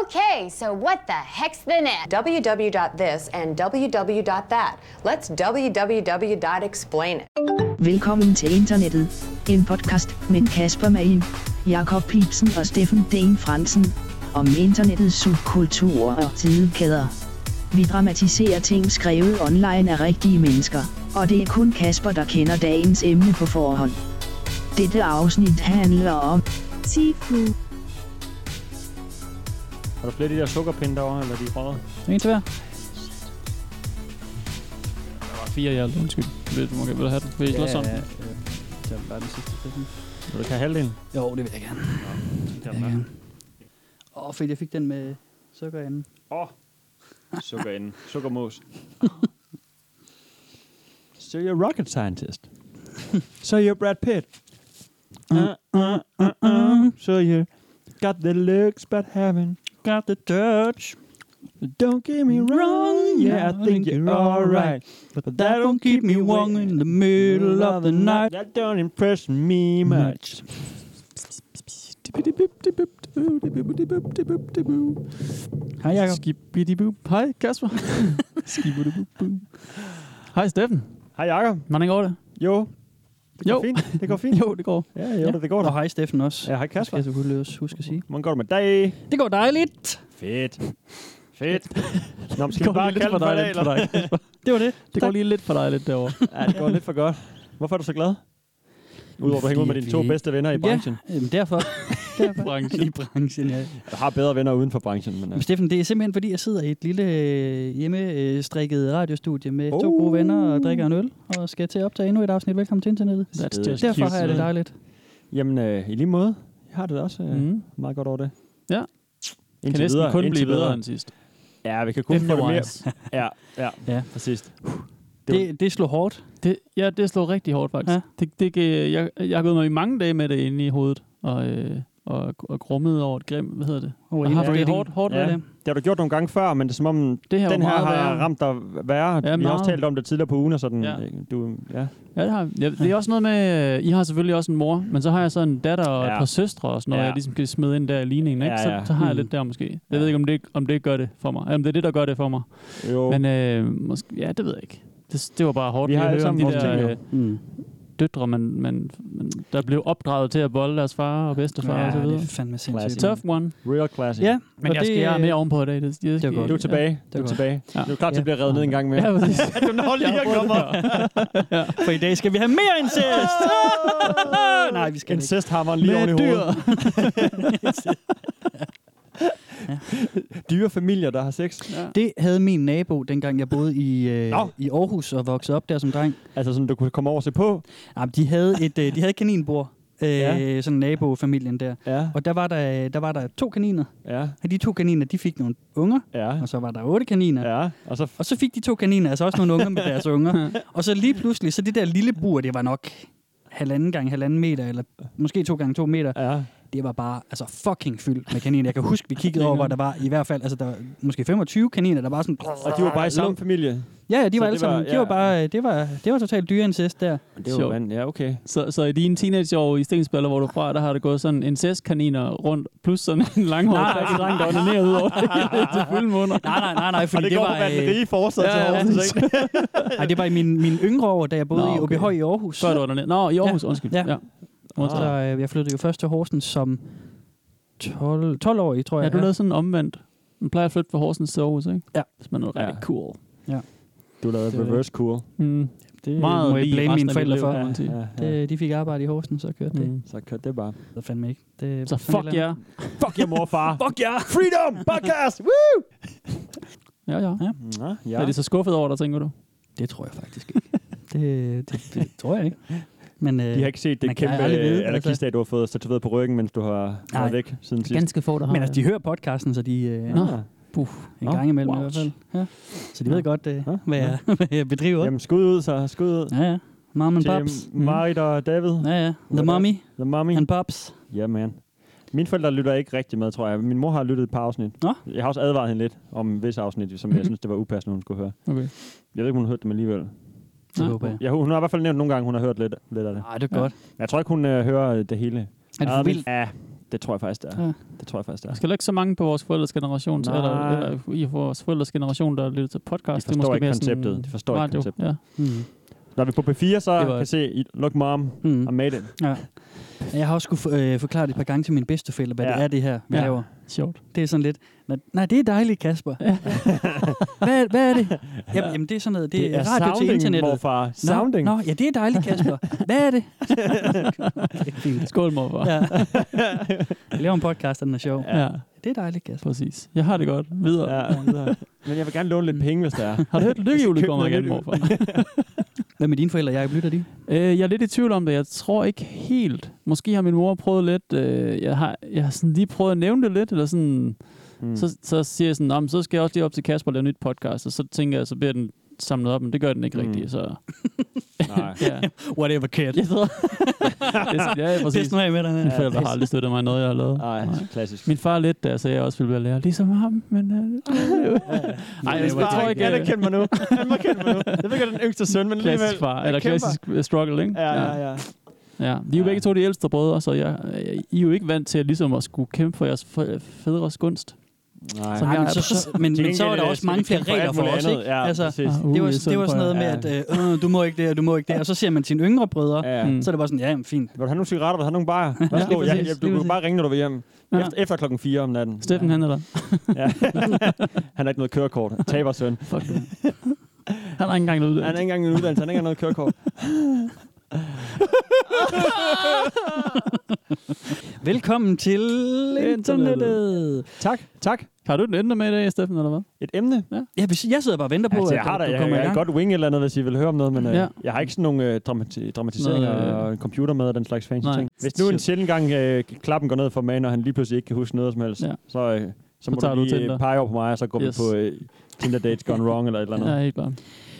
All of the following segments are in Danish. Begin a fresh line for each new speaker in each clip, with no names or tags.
Okay, so what the heck's the net?
www.this and www.that. Let's www.explain it.
Velkommen til internettet. En podcast med Kasper Magen, Jakob Pipsen og Steffen Den Fransen. Om internettets subkulturer og tidekæder. Vi dramatiserer ting skrevet online af rigtige mennesker, og det er kun Kasper, der kender dagens emne på forhånd. Dette afsnit handler om
Tifu.
Har du flere af de der sukkerpinde derovre, eller de er røget?
En til hver. Der var fire i alt, undskyld. Vil du, vil du have den? Vil I slå sådan?
ja.
Det var bare den sidste. Det er den.
Vil du ikke have halvdelen?
Jo, det vil jeg gerne.
Ja,
Jeg gerne. Åh, oh, fedt, jeg fik den med sukker i enden.
Åh, sukkerinde. Sukkermås. so you're a er rocket scientist. so you're Brad Pitt. Uh, uh, uh, uh. So you got the looks but haven't got the touch. Don't get me wrong, yeah, I think you're alright. But that don't keep me warm in the middle of the night. That don't impress me much.
Hej Jakob.
Skibidi-boop. Hej Kasper. Skibidi-boop-boop. Hej Steffen.
Hej Jacob.
Hvordan går det?
Jo, det går
Jo.
fint. Det går fint.
Jo, det går.
Ja, jo, ja. det går da.
Og hej Steffen også.
Ja, hej Kasper.
Det skal jeg selvfølgelig også huske at sige.
Hvordan går det med dig?
Det går dejligt.
Fedt. Fedt. Nå, men skal vi
går
bare
lige
kalde
lidt
den
for
for
dig,
dig,
lidt
eller?
for dig.
Det var det.
Det går lige lidt for dig lidt derovre.
Ja, det går lidt for godt. Hvorfor er du så glad? Udover at du hænger ud med dine to
Vi-
bedste venner i branchen.
Ja, jamen derfor. derfor. I branchen, ja.
Jeg har bedre venner uden for branchen, men... øh,
Men Steffen, det er simpelthen fordi, jeg sidder i et lille øh, hjemmestrikket radiostudie med to
Oh.
gode venner og drikker en øl, og skal til at optage endnu et afsnit. Velkommen til internettet.
That's
Skide.
just
Derfor
cute.
har jeg det dejligt.
Jamen, øh, i lige måde. Jeg har det da også øh,
Mm.
meget godt over det.
Ja. Kan
Indtil
næsten
videre.
kun
indtil
blive bedre
videre.
end sidst.
Ja, vi kan kun få det mere. Ja, ja,
Ja.
præcis. Det var-
Det, det slog hårdt.
Det, ja, det slog rigtig hårdt faktisk.
Ja.
Ja. Det, det, gav- jeg, jeg har gået mig i mange dage med det inde i hovedet, og, øh, og, og grummet over et grim, hvad hedder det?
Over
Og har haft det
inbreeding.
hårdt, hårdt
Ja.
ja. det.
Det har du gjort nogle gange før, men det er som om,
Det her, var
den her
meget
har
værre.
ramt dig værre.
Ja,
vi har også
meget.
talt om det tidligere på ugen, og sådan,
Ja.
ja. du, ja.
Ja, det har ja, Det er også noget med, øh, I har selvfølgelig også en mor, men så har jeg så en datter og
Ja.
et par søstre og sådan noget,
Ja.
ja. jeg ligesom kan smide ind der i ligningen, ikke?
Ja, ja.
Så, så har jeg
Mm.
lidt der måske. Jeg
Ja.
ved ikke, om det, om det gør det for mig. Jamen, det er det, der gør det for mig.
Jo.
Men øh, måske, ja, det ved jeg ikke. Det, det var bare hårdt
Vi
lige
har
at
alle
høre om
sammen
de
vores ting,
der
jo.
øh,
Mm.
døtre, man, man, man, der blev opdraget til at volde deres far og bedstefar ja, og så
Ja,
videre.
det er fandme sindssygt.
Classic.
Tough one.
Real classic.
Ja,
Men
og øh,
jeg skal have mere ovenpå i dag. Det, det,
Det var godt.
Du er tilbage.
det
du
er
er
godt.
tilbage.
Ja.
Du er klar til at
Ja.
blive reddet ned en gang mere.
Ja, præcis.
du når lige at komme op.
For i dag skal vi have mere incest! Nej, vi skal ikke.
Incesthammeren lige oven i hovedet. Dyre familier, der har sex.
Det havde min nabo, dengang jeg boede i, øh,
Nå.
i Aarhus og voksede op der som dreng.
Altså sådan, du kunne komme over og se på.
Jamen, de havde et, øh, de havde et kaninbord, øh,
Ja.
sådan nabofamilien der.
Ja,
Og der var der, der var der to kaniner,
ja,
og de to kaniner, de fik nogle unger,
ja.
og så var der otte kaniner.
Ja, og så...
Og så fik de to kaniner altså også nogle unger med deres unger. Og så lige pludselig, så det der lille bur, det var nok halvanden gange halvanden meter, eller måske to gange to meter,
Ja,
det var bare altså fucking fyldt med kaniner. Jeg kan huske, vi kiggede over, hvor der var i hvert fald, altså der var måske 25 kaniner, der var sådan...
og de var bare i samme familie.
Ja, ja, de
Så
var
det
alle sammen,
var-
de var
ja.
bare, øh, det var, det var totalt dyreincest der.
Det var
Sjovt.
vand, ja, okay.
Så, så i dine teenageår i Stensballer, hvor du er fra, der har det gået sådan incestkaniner rundt, plus sådan en langhåret fattig dreng, der onanerer ud over det hele til fulde måneder.
Nej, nej, nej, nej,
Og
fordi
det,
det,
går
var,
på den
øh,
rige forsøg
ja,
til
ja,
Aarhus, ikke?
nej, det var i min, min yngre år, da jeg boede
Nå,
i
okay.
OBH i Aarhus.
Før du onanerer. Nå, i Aarhus,
Ja.
undskyld.
Ja.
Ja.
Så øh, jeg flyttede jo først til Horsens som 12, 12-årig, tror
ja,
jeg.
du lavede sådan omvendt. Man plejer at flytte fra Horsens til Aarhus, ikke?
Ja.
Hvis man er rigtig
Ja.
cool.
Du lavede
Det var
reverse cool.
Mm.
det
meget
må jeg
lige
blame
resten
mine
af
forældre
mit liv.
for.
Ja.
Det, de fik arbejde i Horsens, så kørte det.
Mm.
Så kørte det bare.
Det fandme ikke. Det,
Så
sådan et
fuck
eller andet.
jer.
Fuck jer, mor og far.
Fuck jer.
Freedom! Podcast! Woo!
Ja, ja.
Nå, ja.
Er de så skuffet over dig, tænker du?
Det tror jeg faktisk ikke. det, det, det tror jeg ikke. Men øh,
De har ikke set det
Man kan
kæmpe
aldrig vide, altså.
øh, anarkist, du har fået tatoveret på ryggen, mens du har
Nej.
været væk siden sidst.
Ganske få, der
men altså, de hører podcasten, så de øh,
Nå.
Ah.
en
Nå,
gang imellem i
wow.
hvert fald. Ja. Så de ved
Nå.
godt, øh,
Nå,
hvad, jeg, hvad jeg bedriver.
Jamen, skud ud så, skud ud.
Ja, ja. Mom and Pops.
Til øh, Marit og David,
Ja, ja. The
Hvordan?
Mommy
the mommy.
and Pops.
Ja, man. Mine forældre lytter ikke rigtig med, tror jeg. Min mor har lyttet et par afsnit.
Nå.
Jeg har også advaret hende lidt om visse afsnit, som jeg synes, det var upassende, hun skulle høre.
Okay.
Jeg ved ikke, om hun hørte dem alligevel.
Det
Nå.
håber jeg.
Ja, hun har i hvert fald nævnt nogle gange, hun har hørt lidt, lidt af det.
Nej, det er
Ja.
godt.
Men Jeg tror ikke, hun øh, hører det hele.
Er det for
Ja, men-
vildt? Altså,
Ja, Det tror jeg faktisk, det er.
Ja.
Det tror jeg faktisk, det
Der
er.
skal heller ikke så mange på vores forældres generation,
Nej.
eller, eller i vores forældres generation, der lytter til podcast.
De
det er
forstår
måske
ikke
mere sådan
konceptet. De forstår ikke
radio.
konceptet.
Ja.
Mm.
Når vi er på P4, så
Det var-
kan jeg se, I- look mom,
Mm.
I made it.
Ja. Jeg har også skulle øh, forklare det et par gange til min bedstefælde, hvad ja.
Ja.
det er, det her, vi
Ja.
ja. laver.
Sjovt.
Det er sådan lidt, "Nå, nej, det er dejligt, Kasper. Ja. hvad, hvad er det? Jamen, jamen, det er sådan noget, det, det er radio
sounding,
til internettet.
Morfar.
Nå,
Sounding.
Nå, ja, det er dejligt, Kasper. Hvad er det? okay, fint.
Skål, morfar. Ja.
Ja. Jeg laver en podcast, og den er sjov.
ja.
Det er dejligt, Kasper.
Præcis. Jeg har det godt. Videre.
Ja. Men jeg vil gerne låne lidt penge, hvis der er.
Har du hørt, lykkehjulet
Køb
kommer
noget
igen,
lykkehjul.
morfar?
Hvad med dine forældre, Jacob? Lytter de?
Øh, jeg er lidt i tvivl om det. Jeg tror ikke helt. Måske har min mor prøvet lidt. Øh, jeg, har, jeg har sådan lige prøvet at nævne det lidt, eller sådan.
Hmm.
Mm. Så, så siger jeg sådan, "Nå, men så skal jeg også lige op til Kasper og lave nyt podcast, og så tænker jeg, så bliver den samlet op, men det gør den ikke
Mm.
mm. rigtigt. Så,
Nej.
ja.
Whatever, kid.
Jeg tror... det, er sådan- ja, ja, præcis.
Pis nu af med dig. mand.
Mine forældre har aldrig støttet mig i noget, jeg har lavet.
Nej, klassisk.
Min far lidt, da så jeg også ville være lærer, ligesom ham, men... Øh, Ej, jeg,
Min far
tror
har
ikke,
Han
øh,
har kendt mig nu. Han må kende mig nu. Det ved jeg, den yngste søn, men alligevel.
klassisk far, eller
jeg kæmper.
klassisk øh, struggle, ikke?
Ja, ja, ja.
ja. Vi er jo
Ja.
begge to de ældste brødre, så jeg, øh, I er jo ikke vant til at, ligesom at skulle kæmpe for jeres f- fædres gunst.
Nej.
Som
Nej, men,
jeg-
så, så, men, men så var
øh,
der også mange flere regler for os, ikke?
Ja,
Altså,
præcis.
Ah, uh,
det var,
jeg er
det var sådan noget
prøver
med,
jeg.
at øh, øh, du må ikke det, og du må ikke det. Og så ser man sine yngre brødre,
Ja.
Mm.
så er det bare sådan, ja, jamen, fint.
Vil du have nogle cigaretter? Vil du have nogle bajer? Værsgo,
lige
ja,
præcis,
ja, du
lige
kan bare ringe, når du vil hjem.
Ja.
Efter, efter klokken 4 om natten.
Steffen, han er der.
Ja. han har ikke noget kørekort. Taber søn.
Fuck det. Han har ikke engang
Han
noget
er ikke
uddannelse.
engang en uddannelse. Han har ikke engang noget kørekort.
Velkommen til
Internettet.
internettet.
tak, tak.
Har du den ender med i dag, Steffen, eller hvad?
Et emne?
Ja, hvis- jeg sidder bare og venter på,
Altså,
at
jeg har da,
øh, du
jeg,
kommer
jeg
i
kan
gang.
godt wing et eller andet, hvis I vil høre om noget, men øh,
Ja.
jeg har ikke sådan nogle øh, dramati- dramatiseringer
Noget, øh,
og en computer med og den slags fancy
Nej.
ting. Hvis nu en sjældent gang øh, klappen går ned for magen, og han lige pludselig ikke kan huske noget som helst,
Ja.
så, øh, så må
tager
du
du
lige
Tinder.
øh, pege over på mig, og så går
Yes.
vi på øh, Tinder Dates Gone Wrong eller et eller andet.
Ja, helt klart.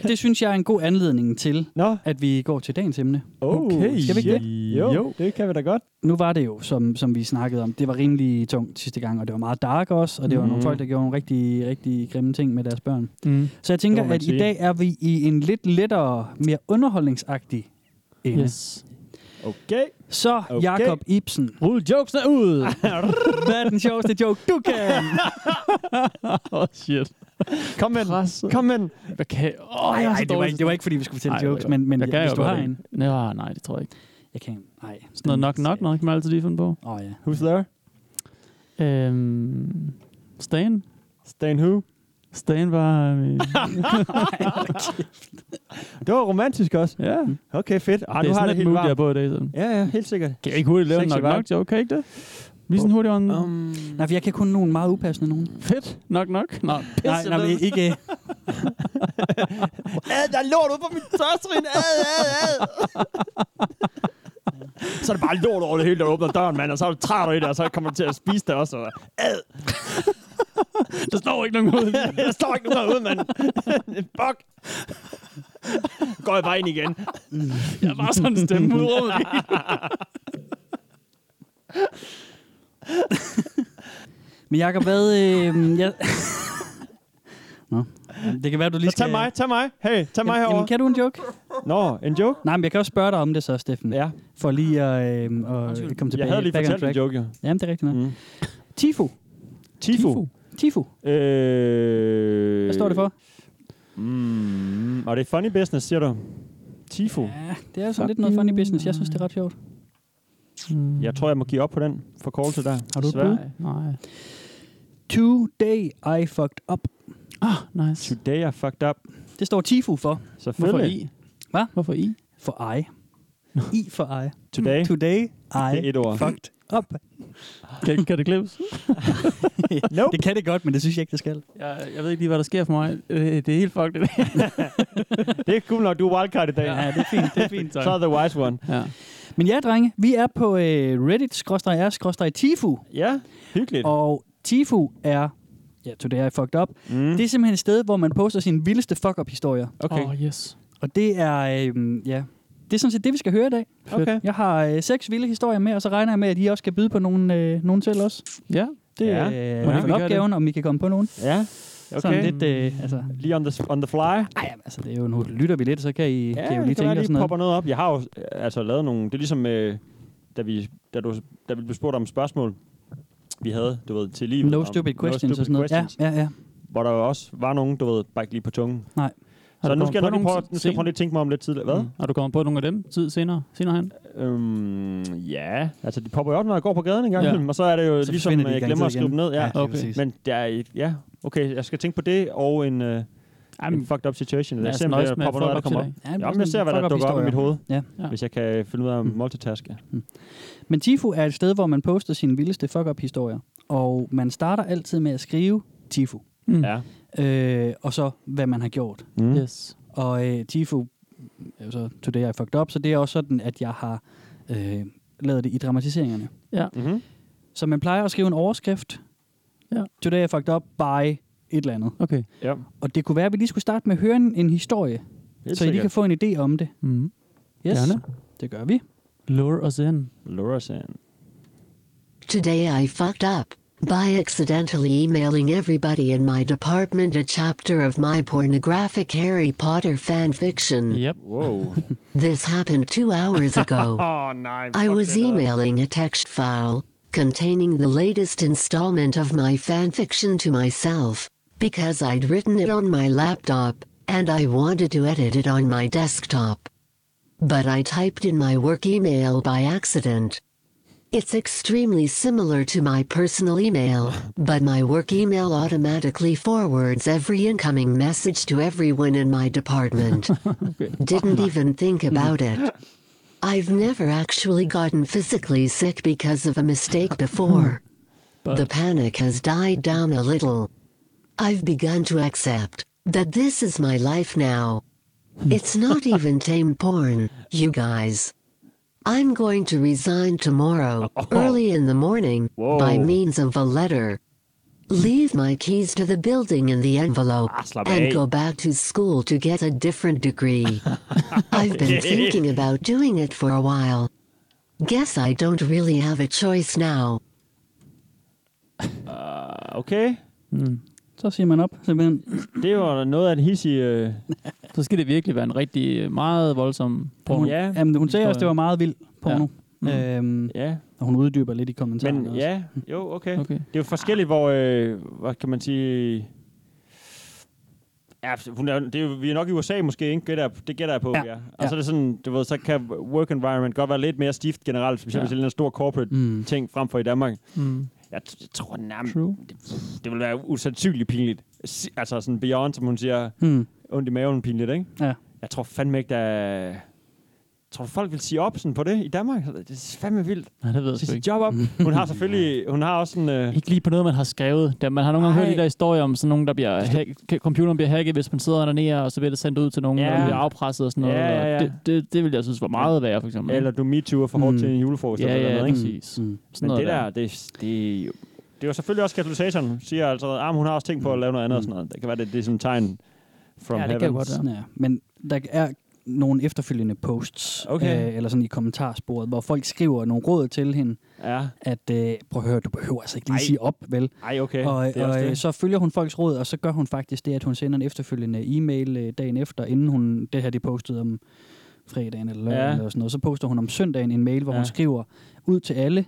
Det synes jeg er en god anledning til,
Nå,
at vi går til dagens emne.
oh,
Okay,
skal vi ikke
shit.
det? Jo,
Jo.
jo, det kan vi da godt.
Nu var det jo, som, som vi snakkede om, det var rimelig tungt sidste gang, og det var meget dark også, og det var nogle
Mhm.
folk, der gjorde nogle rigtig, rigtig grimme ting med deres børn.
Mm.
Så jeg tænker,
Det må man
at
sige.
i dag er vi i en lidt lettere, mere underholdningsagtig ende.
Yes.
Okay.
Så
Okay.
Jakob Ibsen,
Rul jokesene ud!
hvad er den sjoveste joke, du kan?
Åh, oh, shit.
Kom med den.
Presset.
Kom med den.
Hvad kan jeg? Åh, oh,
Nej,
jeg er
nej,
så
det, var,
dårlig
ikke-
til
det var ikke, fordi vi skulle fortælle
Ej,
jokes, men, men
Jeg kan
hvis
jo
du har
godt
en.
det. Ja, nej, det tror jeg ikke.
Jeg kan, nej. Sådan
Noget nok, nok, nok, kan man altid lige finde på.
Åh oh, ja.
Who's there?
Øhm, Stan.
Stan who?
Stan var... Øh,
Det var romantisk også.
ja,
Okay, fedt. Ah,
det
nu
er
har
sådan
det
et
helt
mood, jeg er
varmt.
på i dag. Sådan.
Ja, ja, helt sikkert.
Kan jeg ikke hurtigt lave
Sexy
nok,
vibe.
nok joke? Kan jeg ikke det? Lige sådan hurtigt on... Um.
Nej, for jeg kan kun nogen meget upassende nogen.
Fedt. Nok, nok. Nå,
Nej, nej, men ikke.
Ad, der er lort ude på mit tørstrin. Ad, ad, ad. så er det bare lort over det hele, der åbner døren, mand. Og så er du træt i det, og så kommer du til at spise det også. Og ad.
der står ikke nogen ud.
Jeg står ikke nogen derude, mand. Fuck. Går jeg bare ind igen.
Jeg er bare sådan en stemme ud over det.
Men Jacob, hvad... Øh, jeg... Nå. Det kan være, du lige
Så
skal...
tag mig, tag mig. Hey, tag mig
Jamen,
herover.
jamen, kan du en joke?
Nå, en joke?
Nej, men jeg kan også spørge dig om det så, Steffen.
Ja,
For lige at, øh, at komme tilbage.
jeg havde lige
back on
fortalt en
track.
joke, jo.
Jamen, det er rigtigt nok.
Mm.
Tifo.
Tifo.
Tifo.
Øh...
Hvad står det for?
Mm, og det er funny business, siger du. Tifo.
Ja, det er sådan lidt noget funny business. Jeg synes, det er ret sjovt.
Jeg tror, jeg må give op på den forkortelse der.
Har du et
Desværre.
bud? Nej.
Today I fucked up.
Ah, nice.
Today I fucked up.
Det står Tifo for.
Hvorfor
Selvfølgelig.
I?
Hva?
Hvorfor I?
For I. I for I.
Today.
Today
Det er
I
et ord.
fucked up.
Kan, kan det klippes?
Nope.
Det kan det godt, men det synes jeg ikke, det skal.
Jeg, jeg ved ikke lige, hvad der sker for mig. Øh, Det er helt fucked.
Det er cool nok, du er wildcard i dag.
Ja,
Ja.
det er fint. Det er fint.
Så er the wise one.
Ja.
Men ja, drenge, vi er på øh, reddit-r-tifu,
Ja, hyggeligt.
og tifu er, ja, today I fucked up,
Mm.
det er simpelthen et sted, hvor man poster sine vildeste fuck-up-historier.
Okay.
Oh, yes.
Og det er, øh, ja, det er sådan set det, vi skal høre i dag.
Okay.
Jeg har øh, seks vilde historier med, og så regner jeg med, at I også kan byde på nogen, øh, nogen selv også.
Ja.
Det
Ja. Ja.
er øh, ja,
Vi gør
opgaven, om I kan komme på nogen.
Ja,
Sådan
okay. Mm.
lidt, øh, altså,
Lige on the, on the fly.
ej, jamen, altså, det er jo, nu lytter vi lidt, så kan I,
Ja,
kan I
det
jo lige
kan
tænke
være,
og
lige
sådan noget.
popper noget op. Jeg har jo øh, altså lavet nogle... Det er ligesom... Øh, da, vi, da, du, da vi blev spurgt om spørgsmål, vi havde, du ved, til livet.
No
om-
stupid questions
no
og sådan noget. Ja,
questions,
ja, ja.
Hvor der jo også var nogen, du ved, bare ikke lige på tungen.
Nej.
Har
Så
du
nu
kommet
skal
på
jeg nok lige
nogen
prøve, nu skal jeg
senere?
prøve lige at tænke mig om lidt tidligere. Hvad?
Mm. Har du kommet på nogle af dem tid senere, senere hen?
Øhm, ja, altså de popper jo op, når jeg går på gaden en gang,
Ja.
ja. og så er det jo så
Så
ligesom,
forsvinder de
jeg
garanteret
glemmer at skrive
igen.
dem ned. Ja.
Ja,
Ja.
lige
Okay.
præcis.
Men der er, et- ja, okay, jeg skal tænke på det, og en, øh, en
Jamen,
fucked up situation.
lad
Jeg
os
ser, om
nøjes
der
med
popper noget, der
fuck up
kommer op.
til
Ja, det er
Jamen,
sådan
jeg ser, hvad
en
der
fuck-up
dukker op i
historie.
mit hoved,
Ja.
Ja. Mm.
hvis jeg kan finde ud af at multitaske.
Men Tifu er et sted, hvor man poster sine vildeste fuck-up-historier. Og man starter altid med at skrive Tifu.
Mm.
Ja.
Øh, og så, hvad man har gjort.
Mm.
Yes.
Og øh, Tifu, er jo så today I fucked up, så det er også sådan, at jeg har øh, lavet det i dramatiseringerne.
Ja.
Mm-hmm.
Så man plejer at skrive en overskrift.
Ja.
Today I fucked up by et eller andet.
Okay.
Ja.
Og det kunne være, at vi lige skulle starte med at høre en, en historie,
Helt
så I lige kan
sikkert.
få en idé om det.
Mm.
Yes,
Gerne.
det gør vi.
Lure os ind.
Laura Sand.
Today I fucked up by accidentally emailing everybody in my department a chapter of my pornographic Harry Potter fanfiction.
Yep.
Wow.
This happened two hours ago.
Oh.
Åh, nej.
I was emailing a text file containing the latest installment of my fanfiction to myself because I'd written it on my laptop and I wanted to edit it on my desktop. But I typed in my work email by accident. It's extremely similar to my personal email, but my work email automatically forwards every incoming message to everyone in my department. Didn't even think about it. I've never actually gotten physically sick because of a mistake before. the panic has died down a little. I've begun to accept that this is my life now. It's not even tame porn, you guys. I'm going to resign tomorrow, early in the morning, by
Whoa.
means of a letter. Leave my keys to the building in the envelope
slap
and
eight.
go back to school to get a different degree. I've been thinking about doing it for a while. Guess I don't really have a choice now.
Okay.
Mm.
Så siger man op, simpelthen.
Det var noget af en hissig... Øh,
Så skal det virkelig være en rigtig øh, meget voldsom porno.
Ja.
Jamen, hun sagde også,
Historie.
at det var meget vild porno. Ja. Øhm,
ja.
og hun uddyber lidt i kommentarerne
Men
også.
ja, jo, okay.
Okay.
Det er jo forskelligt, hvor... Øh, hvad kan man sige... Ja, altså, hun er, det er, jo- vi er nok i USA måske, ikke? Gætter, jeg- det gætter jeg på,
Ja.
ja. ja. Og
Ja.
så er det sådan, du ved, så kan work environment godt være lidt mere stift generelt, specielt
Ja.
ja. hvis det er en stor corporate
Mm.
mm. ting frem for i Danmark.
Mm.
Jeg, t- jeg tror nærmest,
True.
det vil være usandsynligt pinligt. Si- Altså sådan beyond, som hun siger,
Hmm.
Mm.
ondt i maven pinligt, ikke?
Ja.
Jeg tror fandme ikke, der er- tror du, folk vil sige op sådan på det i Danmark? Det er fandme vildt.
Nej, det ved jeg
Sige
sgu
sit
ikke.
job op. Hun har selvfølgelig... Hun har også en... Øh,
Ikke lige på noget, man har skrevet. Da man har nogle gange hørt
Ej.
de der historier om sådan nogen, der bliver hack- computeren bliver hacket, hvis man sidder og ned, og så bliver det sendt ud til nogen,
Ja.
ja. der bliver afpresset og sådan noget.
Ja, ja, ja.
Og Det, det, det ville jeg synes var meget værd, for eksempel.
eller du MeToo'er for hårdt
Mm.
til en julefrokost.
Mm. ja,
eller
ja,
noget, ikke?
præcis.
Mm.
Sådan
Men
noget
det der, det, det, er jo- det er jo selvfølgelig også katalysatoren. Hun Siger altså, at ah, men hun har også tænkt på at lave noget andet og
Mm.
sådan noget. Det kan være, det, det er sådan et tegn from
Ja, det kan
heaven.
jo godt være.
Sådan er. Men der er nogle efterfølgende posts,
Okay.
øh, eller sådan i kommentarsporet, hvor folk skriver nogle råd til hende,
Ja.
at øh, prøv at høre, du behøver altså ikke lige
Ej.
sige op, vel?
Ej, okay.
Og,
det er også
og øh,
det.
så følger hun folks råd, og så gør hun faktisk det, at hun sender en efterfølgende e-mail øh, dagen efter, inden hun, det her de postede om fredagen eller lørdagen
Ja.
eller sådan noget, så poster hun om søndagen en mail, hvor ja.
Ja.
hun skriver ud til alle,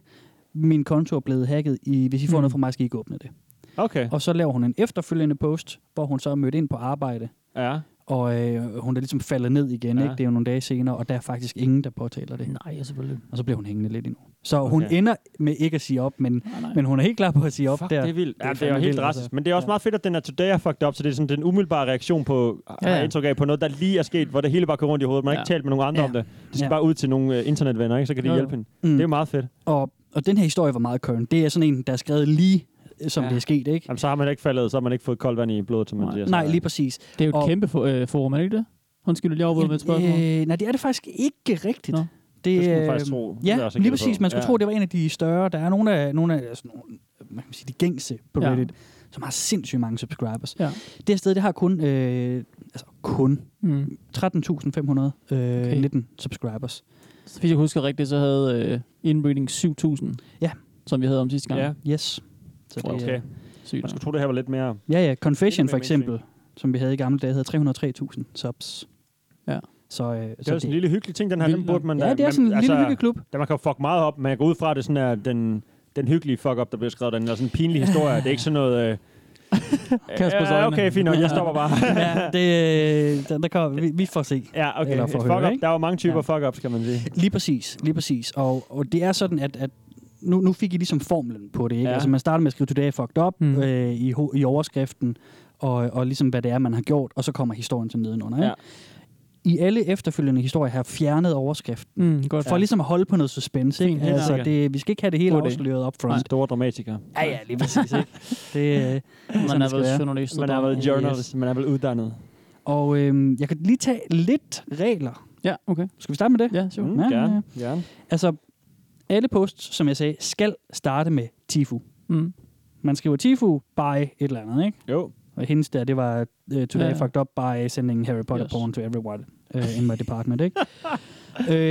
min konto er blevet hacket, i, hvis I får mm. noget fra mig, skal I ikke åbne det.
Okay.
Og så laver hun en efterfølgende post, hvor hun så er mødt ind på arbejde,
Ja.
og øh, hun er ligesom faldet ned igen,
Ja.
ja. ikke? det er jo nogle dage senere, og der er faktisk ingen, der påtaler det.
Nej, selvfølgelig.
Og så bliver hun hængende lidt endnu. Så okay. hun
Okay.
ender med ikke at sige op, men,
Nej, nej.
men hun er helt klar på at sige op
Fuck,
der.
det er vildt. Ja, det er jo
fandme
helt
vildt, altså.
drastisk. Men det er også
Ja.
meget fedt, at den er today er fucked up, så det er sådan den umiddelbare reaktion på, ja,
Ja,
ja.
ja.
indtryk af, på noget, der lige er sket, hvor det hele bare går rundt i hovedet. Man har ja. ikke talt med nogen andre
Ja.
om det. Det skal
Ja.
bare ud til nogle øh, internetvenner, ikke? så kan de
Jo, jo.
hjælpe hende.
Mm.
Det er meget fedt.
Og, og den her historie var meget køn. Det er sådan en, der er skrevet lige, øh, som
Ja.
ja. det er sket, ikke?
Jamen, så har man ikke faldet, så har man ikke fået koldt vand i blodet, som man
Nej.
siger.
Nej, lige præcis.
Det er jo et
Og-
kæmpe for, øh, forum, er det ikke det? Undskyld, jeg afbryder med et spørgsmål.
Øh, nej, det er det faktisk ikke rigtigt.
Nå.
Det skulle man
øh,
faktisk tro. Det er jeg
Ja,
også ikke
lige
gættet
præcis.
på.
Man skulle
Ja.
ja. tro, det var en af de større. Der er nogle af, nogle af sådan, nogle, man kan sige, de gængse på
Ja.
Reddit, som har sindssygt mange subscribers.
Ja.
Det her sted, det har kun, øh, altså kun
Mm.
13.519 øh,
Okay.
19 subscribers.
Så hvis jeg husker rigtigt, så havde øh, Inbreeding 7000.
Ja.
Som vi havde om sidste gang.
Ja.
Yes. Så det,
Okay.
er-
Sygt.
Man
nok.
skulle tro, det her var lidt mere...
Ja, ja.
Lidt
Confession
mere
for eksempel, som vi havde i gamle dage, havde 303.000 subs.
Ja.
Så, øh, det
Det er jo sådan en lille hyggelig ting, den her.
Vildt
Den burde man
nok.
da-
Ja, det er
man-
sådan en lille hyggeklub.
Der man kan jo fuck meget op, men jeg går ud fra, at det er sådan er den, den hyggelige fuck-up, der bliver skrevet derinde, eller sådan en pinlig historie. Det er ikke sådan noget... Øh,
Kaspers
ja,
øjne.
okay, fint nok, jeg stopper bare.
ja, det, øh, der, der kommer, vi, vi får se.
ja, okay.
Eller
Et
for at høre,
fuck-up.
ikke?
Der er jo mange typer ja. fuck-ups, kan man sige.
Lige præcis, lige præcis. Og, og det er sådan, at, at nu, nu fik I ligesom formlen på det. Ikke?
Ja.
Ja. Altså man starter med at skrive today I fucked up
Mm.
mm. øh, i, ho- i overskriften, og, og ligesom hvad det er, man har gjort, og så kommer historien til nedenunder. Ikke?
Ja.
I alle efterfølgende historier har jeg fjernet overskriften,
Mm, godt.
for ligesom at holde på noget suspense. Ikke?
Fint, helt
altså,
sikkert.
det, vi skal ikke have det hele
God idé.
afsløret op front.
Store dramatikere.
Ja, ja, lige præcis. Ikke? Det, øh,
man
sådan
er
det skal
vel
være.
journalist.
Man er vel journalist, man er vel uddannet.
Og øhm, jeg kan lige tage lidt regler.
Ja, okay.
Skal vi starte med det?
Ja, sure.
Mm,
Ja,
gerne,
ja.
gerne.
Altså, alle posts, som jeg sagde, skal starte med Tifu.
Mm.
Man skriver Tifu by et eller andet, ikke?
Jo,
Og hendes der, det var uh, Today
Ja.
yeah. fucked up by sending Harry Potter
Yes.
yes. porn to everyone uh, in my department, ikke?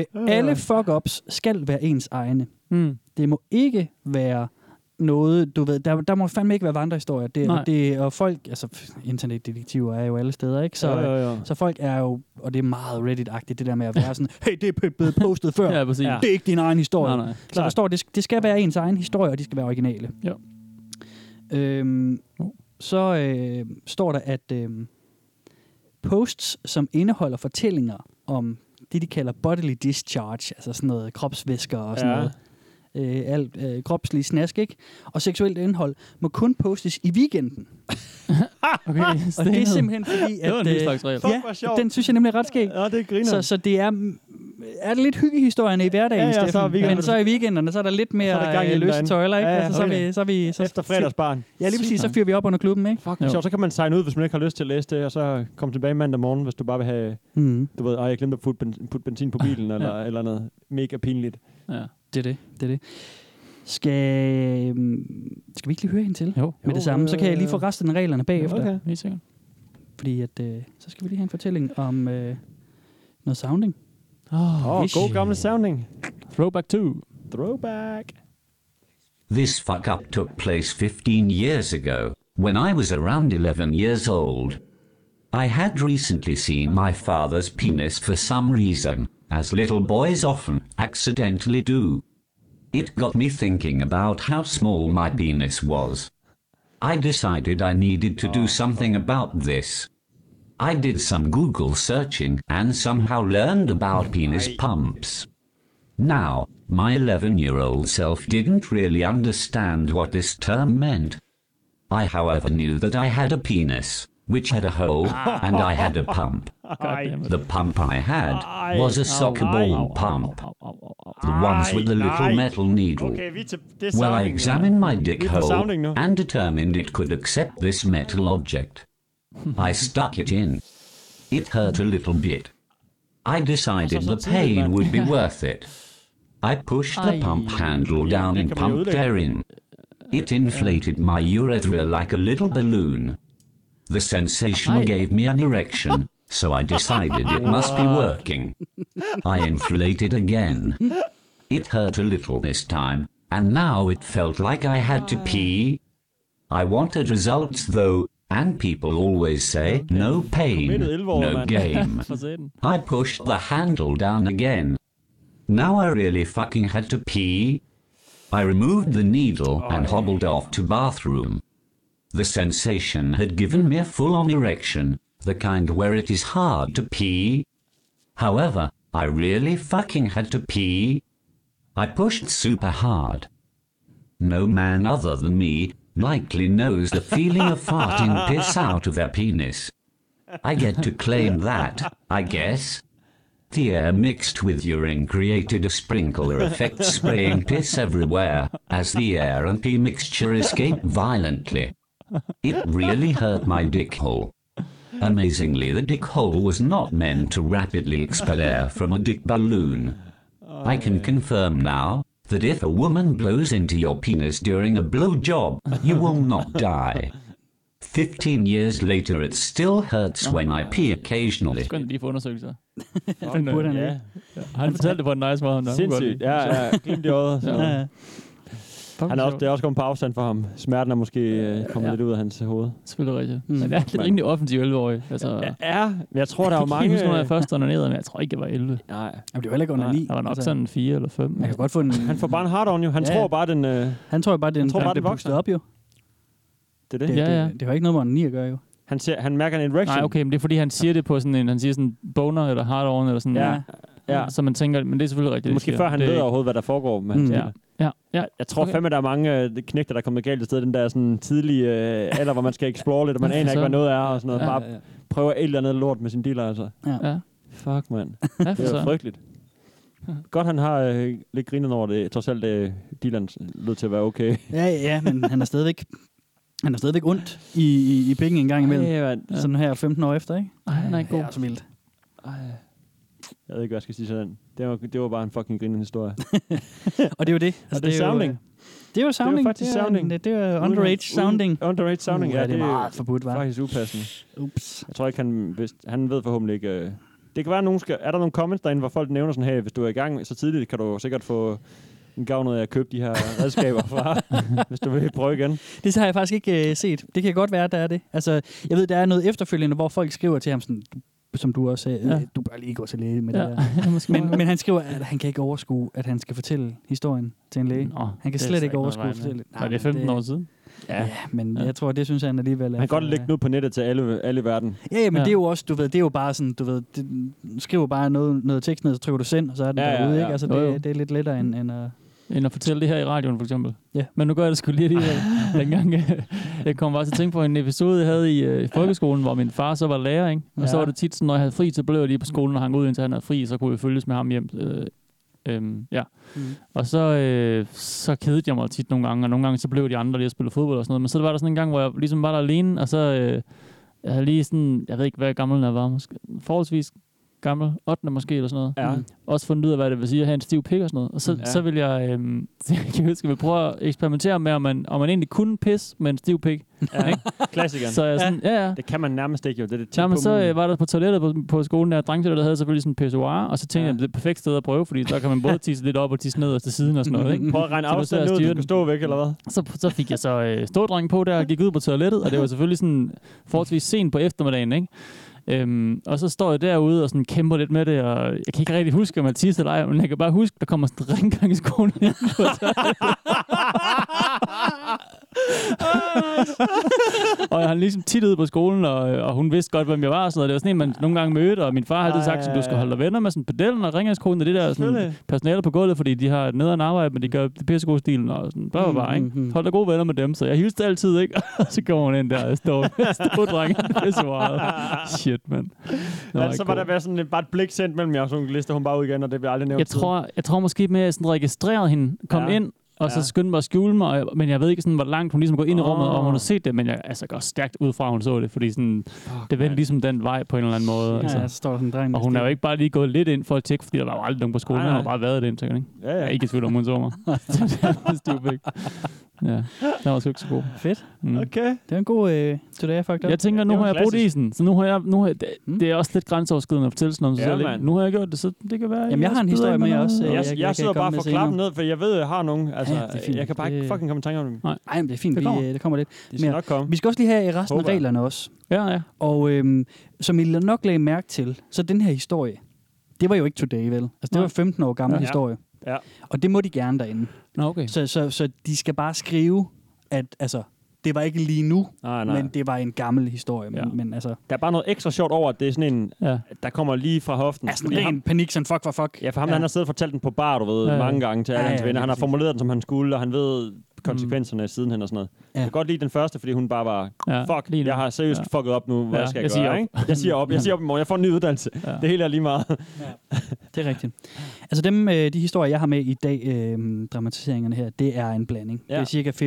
uh, alle fuck-ups skal være ens egne.
Mm.
Det må ikke være noget, du ved, der, der må fandme ikke være vandrehistorier. Det,
Nej.
og, det, og folk, altså pff, internetdetektiver er jo alle steder, ikke? Så,
så, jo, jo, jo.
så folk er jo, og det er meget Reddit-agtigt, det der med at være sådan, hey, det er blevet postet før.
Ja, præcis.
Ja.
Det er ikke din egen historie.
Nej, nej.
Så der står, det, sk- det skal være ens egen historie, og de skal være originale.
Ja.
Øhm,
Jo.
så øh, står der, at øh, posts, som indeholder fortællinger om det, de kalder bodily discharge, altså sådan noget kropsvæsker og sådan
Ja.
ja. noget, øh, alt øh, kropslig snask, ikke? Og seksuelt indhold må kun postes i weekenden.
Okay,
Og det er simpelthen fordi, at...
det var en ny
øh,
slags regel.
Fuck, hvor sjovt.
den synes jeg nemlig er ret skæg.
Ja, det griner.
Så, så det er, er det lidt hyggehistorierne i hverdagen,
Ja, ja, så er
Steffen,
weekenderne-
men så i weekenderne, så er der lidt mere
Så er der gang i
øh,
den
løse
derinde.
tøjler, ikke?
Ja,
Ja,
ja,
ja, altså, så, er
okay.
vi, så er vi... Så
efter fredagsbarn.
Ja, lige præcis,
Sygt
så
nok.
fyrer vi op under klubben, ikke?
Fuck,
Jo.
sjovt. Så kan man signe ud, hvis man ikke har lyst til at læse det, og så komme tilbage mandag morgen, hvis du bare vil have,
Mm.
du ved, ej, jeg glemte at putte benzin, putte benzin på bilen, eller, ja. eller noget mega pinligt.
Ja.
Det er det, det er det. Skal, øhm, skal vi ikke lige høre hende til?
Jo, Øh,
Med det samme, så kan jeg lige få resten af reglerne bagefter.
Okay.
helt sikkert.
Fordi at, øh, så skal vi lige have en fortælling om øh, noget sounding.
Oh,
Åh, oh,
ish.
god gamle sounding.
Throwback 2.
Throwback.
This fuck up took place 15 years ago, when I was around 11 years old. I had recently seen my father's penis for some reason, as little boys often accidentally do. It got me thinking about how small my penis was. I decided I needed to do something about this. I did some Google searching and somehow learned about penis pumps. Now, my 11 year old self didn't really understand what this term meant. I, however, knew that I had a penis, which had a hole, and I had a pump.
Ej,
The pump I had was
Oh,
a soccer ball pump,
Au, au, au, au.
the ones with the little
Aye.
metal needle.
oh. okay, vi er til, det er
Well, I
sounding,
examined my dick
Leave the
hole
sounding now.
and determined it could accept this metal object. I stuck it in. It hurt a little bit. I decided the pain would be worth it. I pushed the pump handle down and pumped air in. It inflated my urethra like a little balloon. The sensation gave me an erection, so I decided it must be working. I inflated again. It hurt a little this time, and now it felt like I had to pee. I wanted results though, and people always say no pain,
Committed elvor,
no
man."
game.
For satan.
I pushed the handle down again. Now I really fucking had to pee. I removed the needle and hobbled off to bathroom. The sensation had given me a full-on erection, the kind where it is hard to pee. However, I really fucking had to pee. I pushed super hard. No man other than me likely knows the feeling of farting piss out of their penis. I get to claim that, I guess. The air mixed with urine created a sprinkler effect, spraying piss everywhere as the air and pee mixture escaped violently. It really hurt my dick hole. Amazingly, the dick hole was not meant to rapidly expel air from a dick balloon. I can confirm now that if a woman blows into your penis during a blowjob, you will not die. 15 years later, it still hurts when I pee occasionally.
Skal lige få undersøgelser.
Fuck,
burde han
ja.
Han fortalte det på en nice måde. Han kunne godt
Sindssygt.
lide.
Ja, ja. Glimt i øjet. Så.
Ja.
Ja.
Han er også, det er også kommet på afstand for ham. Smerten er måske øh, kommet
Ja.
ja. lidt ud af hans øh, hoved.
Selvfølgelig rigtigt. Mm. Men det er lidt rimelig offensiv 11-årig. Altså, ja,
Ja, men jeg tror, der er jo mange...
Jeg husker, når jeg først onanerede, men jeg tror ikke, jeg var 11.
Nej.
Jamen, det var heller ikke under
Nej,
9.
Jeg var nok sådan 4 eller 5.
Man kan godt få en...
Han får bare en hard on jo. Han
Ja,
ja,
ja.
tror bare, den... Øh,
Han tror jo bare, det er en
tror bare,
han
den
blev
vokser.
pustet op, jo.
det er
Det,
det.
Ja,
ja, ja.
ja.
Det, det, har ikke noget med under 9 at gøre, jo.
Han, ser, han mærker en erection.
Nej, okay, men det er fordi, han siger det på sådan en, han siger sådan boner eller hard on eller sådan
Ja, ja.
Så man tænker, men det er selvfølgelig rigtigt. det
Måske
sker.
før han
Det er
ved
ikke-
overhovedet, hvad der foregår med
Mm.
hans
Ja,
ja.
ja, ja.
Jeg tror
Okay.
okay. fandme, der er mange øh, knægter, der er kommet galt af sted. Den der sådan tidlige øh, alder, hvor man skal explore lidt, og man
Ja, for
aner ikke, hvad
søren.
noget er, og sådan noget.
Ja,
Bare prøver et eller andet lort med sin dealer, altså.
Ja,
Fuck, mand.
ja for
Det er jo
så.
frygteligt. Godt, han har øh, lidt grinet over det. Trods alt, øh, dealeren lød til at være okay.
Ja, ja, ja, men han er stadigvæk... Han er stadigvæk ondt i, i, i pikken en gang imellem.
Ej, mand.
Sådan her 15 år efter, ikke?
Ej, han er ikke
Det
god.
er også vildt.
Jeg ved ikke, hvad jeg skal sige sådan. Det var, det var bare en fucking grinende historie.
Og det er jo det.
det er
jo, øh,
sounding.
Det er jo sounding.
faktisk
det er,
sounding.
Det, det er underage
Uden-
sounding.
uden- Underage sounding,
Uh,
ja.
ja, det er
jo
meget forbudt, hva'?
Faktisk upassende.
Ups.
Jeg tror ikke, han, vidste, han ved forhåbentlig ikke... Øh. Det kan være, at nogen skal, er der nogle comments derinde, hvor folk nævner sådan, hey, hvis du er i gang så tidligt, kan du sikkert få en gavn ud af at købe de her redskaber fra, hvis du vil prøve igen.
Det har jeg faktisk ikke øh, set. Det kan godt være, der er det. Altså, jeg ved, der er noget efterfølgende, hvor folk skriver til ham, sådan, du- som du også sagde,
Ja.
ja. du bør lige gå til læge med
Ja,
det der.
måske.
Men, men han skriver, at han kan ikke overskue, at han skal fortælle historien til en læge.
Nå,
Han kan
det er
slet
så
ikke
noget
overskue
vej med.
fortælling. Nej,
Var det
men
15
det-
år siden?
Ja, men ja. jeg tror, det synes han alligevel er.
Han kan godt
for- øh,
lægge den ud på nettet til alle, alle i verden.
Ja, ja men
Ja.
ja. det er jo også, du ved, det er jo bare sådan, du ved, det, du skriver bare noget, noget tekst ned, så trykker du send, og så er den
Ja,
ja,
ja,
derude,
ja.
ikke? Altså,
Jo, jo.
det, det er lidt lettere end, end øh, at...
end at fortælle det her i radioen, for eksempel.
Ja.
Men nu gør jeg det sgu lige alligevel. Dengang, øh, jeg kom bare til at tænke på en episode, jeg havde i øh, folkeskolen, hvor min far så var lærer, ikke? Og ja. så
Ja.
var det tit sådan, når jeg havde fri, så blev jeg lige på skolen og hang ud, indtil han havde fri, så kunne vi følges med ham hjem. Øh, øhm, ja. Mm.
Mm.
Og så, øh, så kedede jeg mig tit nogle gange, og nogle gange så blev de andre lige at spille fodbold og sådan noget. Men så var der sådan en gang, hvor jeg ligesom var der alene, og så... Øh, jeg havde lige sådan, jeg ved ikke, hvad gammel jeg var, måske, forholdsvis gammel, 8. måske eller sådan noget Mm.
Ja.
også fundet ud af, hvad det vil sige at have en stiv pik og sådan noget. Og så, ja.
Ja.
så vil jeg, øhm, så jeg kan huske, at vi prøver at eksperimentere med, om man, om man egentlig kunne pisse med en stiv pik.
ja. Klassikeren.
Så jeg sådan, ja, ja.
Det kan man nærmest ikke jo. Det er det tit
Ja, men
på
så øh,
mulen.
var der på toilettet på, på skolen der, drengtoilettet der havde selvfølgelig sådan en pissoir, og så tænkte ja.
Ja.
jeg, det er et perfekt sted at prøve, fordi der kan man både tisse lidt op og tisse ned og til siden og sådan noget, ikke?
Prøv at regne
så du sidder
afstanden
og
ud,
styrer
du
den.
skal stå væk, eller hvad?
Så, så fik jeg så øh, stådrengen på der og gik ud på toilettet, og det var selvfølgelig sådan forholdsvis sent på eftermiddagen, ikke? Øhm, og så står jeg derude og sådan kæmper lidt med det, og jeg kan ikke rigtig huske, om jeg tissede eller ej, men jeg kan bare huske, der kommer sådan en rengøring i skolen. og han ligesom tittede på skolen, og, øh, og hun vidste godt, hvem jeg var og sådan noget. Det var sådan en, man nogle gange mødte, og min far har altid sagt, at du skal holde dig venner med sådan pedellen og ringangskolen og det der sådan,
Selvfølgelig.
personale på gulvet, fordi de har nederen arbejde, men de gør det pissegod stilen og sådan, bla, bla, bla,
Mm,
ikke? Hold dig gode venner med dem, så jeg hilste altid, ikke? Og så kommer hun ind der og står, står drengen, det er så meget. Shit, mand. Det
Men
ikke
så var
god.
der bare sådan et, bare et blik sendt mellem jer, og så lister hun bare ud igen, og det bliver aldrig nævnt.
Jeg tror, jeg tror måske mere, at jeg sådan registrerede hende, kom ja.
Ja.
ind, og så
Ja.
skyndte mig at skjule mig, og jeg, men jeg ved ikke, sådan, hvor langt hun ligesom går ind i rummet, og
Åh.
hun har set det, men jeg altså, går stærkt ud fra, at hun så det, fordi sådan,
Fuck,
det vendte
mand.
ligesom den vej på en eller anden måde.
Ja,
Altså.
ja, så står der sådan en dreng. med
Og hun er
stil.
jo ikke bare lige gået lidt ind for at tjekke, fordi der var jo aldrig nogen på skolen,
Nej,
hun har
nej.
bare været det indtil, ikke?
Ja,
Jeg er
ja.
ikke i tvivl om, hun så mig. Så det er stiv pik. Ja, den var sgu ikke så god.
Fedt.
Mm.
Okay.
Det er en god øh, today, I fucked up.
Jeg tænker, nu
det var
har jeg brugt
klassisk.
isen, så nu har jeg... Nu har jeg det,
Mm.
det, er også lidt grænseoverskridende at fortælle sådan om sig
Ja,
selv. ikke?
mand.
Nu har jeg gjort det, så det kan være...
Jamen, jeg har en historie med også, øh,
Jeg,
jeg
jeg,
kan
jeg sidder
komme
bare
med
for
senere.
klappen ned, for jeg ved, jeg har nogen. Altså,
Ja, det er fint.
jeg kan bare
Det-
ikke fucking komme i tanke om dem.
Ej, men det er fint,
Det
det kommer.
kommer.
Vi, øh, det kommer lidt.
De skal
Men-
nok komme.
Vi skal også lige have resten af
Håber jeg.
reglerne også.
Ja, ja.
Og øhm, som I nok lagde mærke til, så den her historie, det var jo ikke today, vel? Altså, det
Nej.
var 15 år gammel
Ja.
ja. historie.
Ja.
Og det må de gerne derinde.
Nå, okay.
Så, så, så de skal bare skrive, at altså, det var ikke lige nu,
Nej, nej.
men det var en gammel historie. Men,
Ja.
ja. men altså,
Der er bare noget ekstra sjovt over, at det er sådan en,
Ja.
der kommer lige fra hoften.
altså
Fordi ham-
ren panik, sådan fuck, fuck, fuck.
Ja, for ham, ja. han har siddet og fortalt den på bar, du ved,
Ja, ja.
ja, mange gange til alle
Ja,
ja, hans
ja,
venner.
lige
Han har
præcis.
formuleret den, som han skulle, og han ved konsekvenserne mm. sidenhen og sådan noget. Ja. Jeg kan godt lide den første, fordi hun bare var,
Ja,
fuck,
lige nu.
jeg har seriøst
Ja.
ja. fucket op nu, hvad
Ja,
ja, skal
jeg
jeg,
siger
gøre?
op.
Ikke? Jeg siger op, jeg siger op i morgen, jeg får en ny uddannelse.
Ja.
Ja. Det hele er lige meget.
Det er rigtigt. Altså dem, øh, de historier, jeg har med i dag, øh, dramatiseringerne her, det er en blanding.
Ja.
Det er cirka 50-50,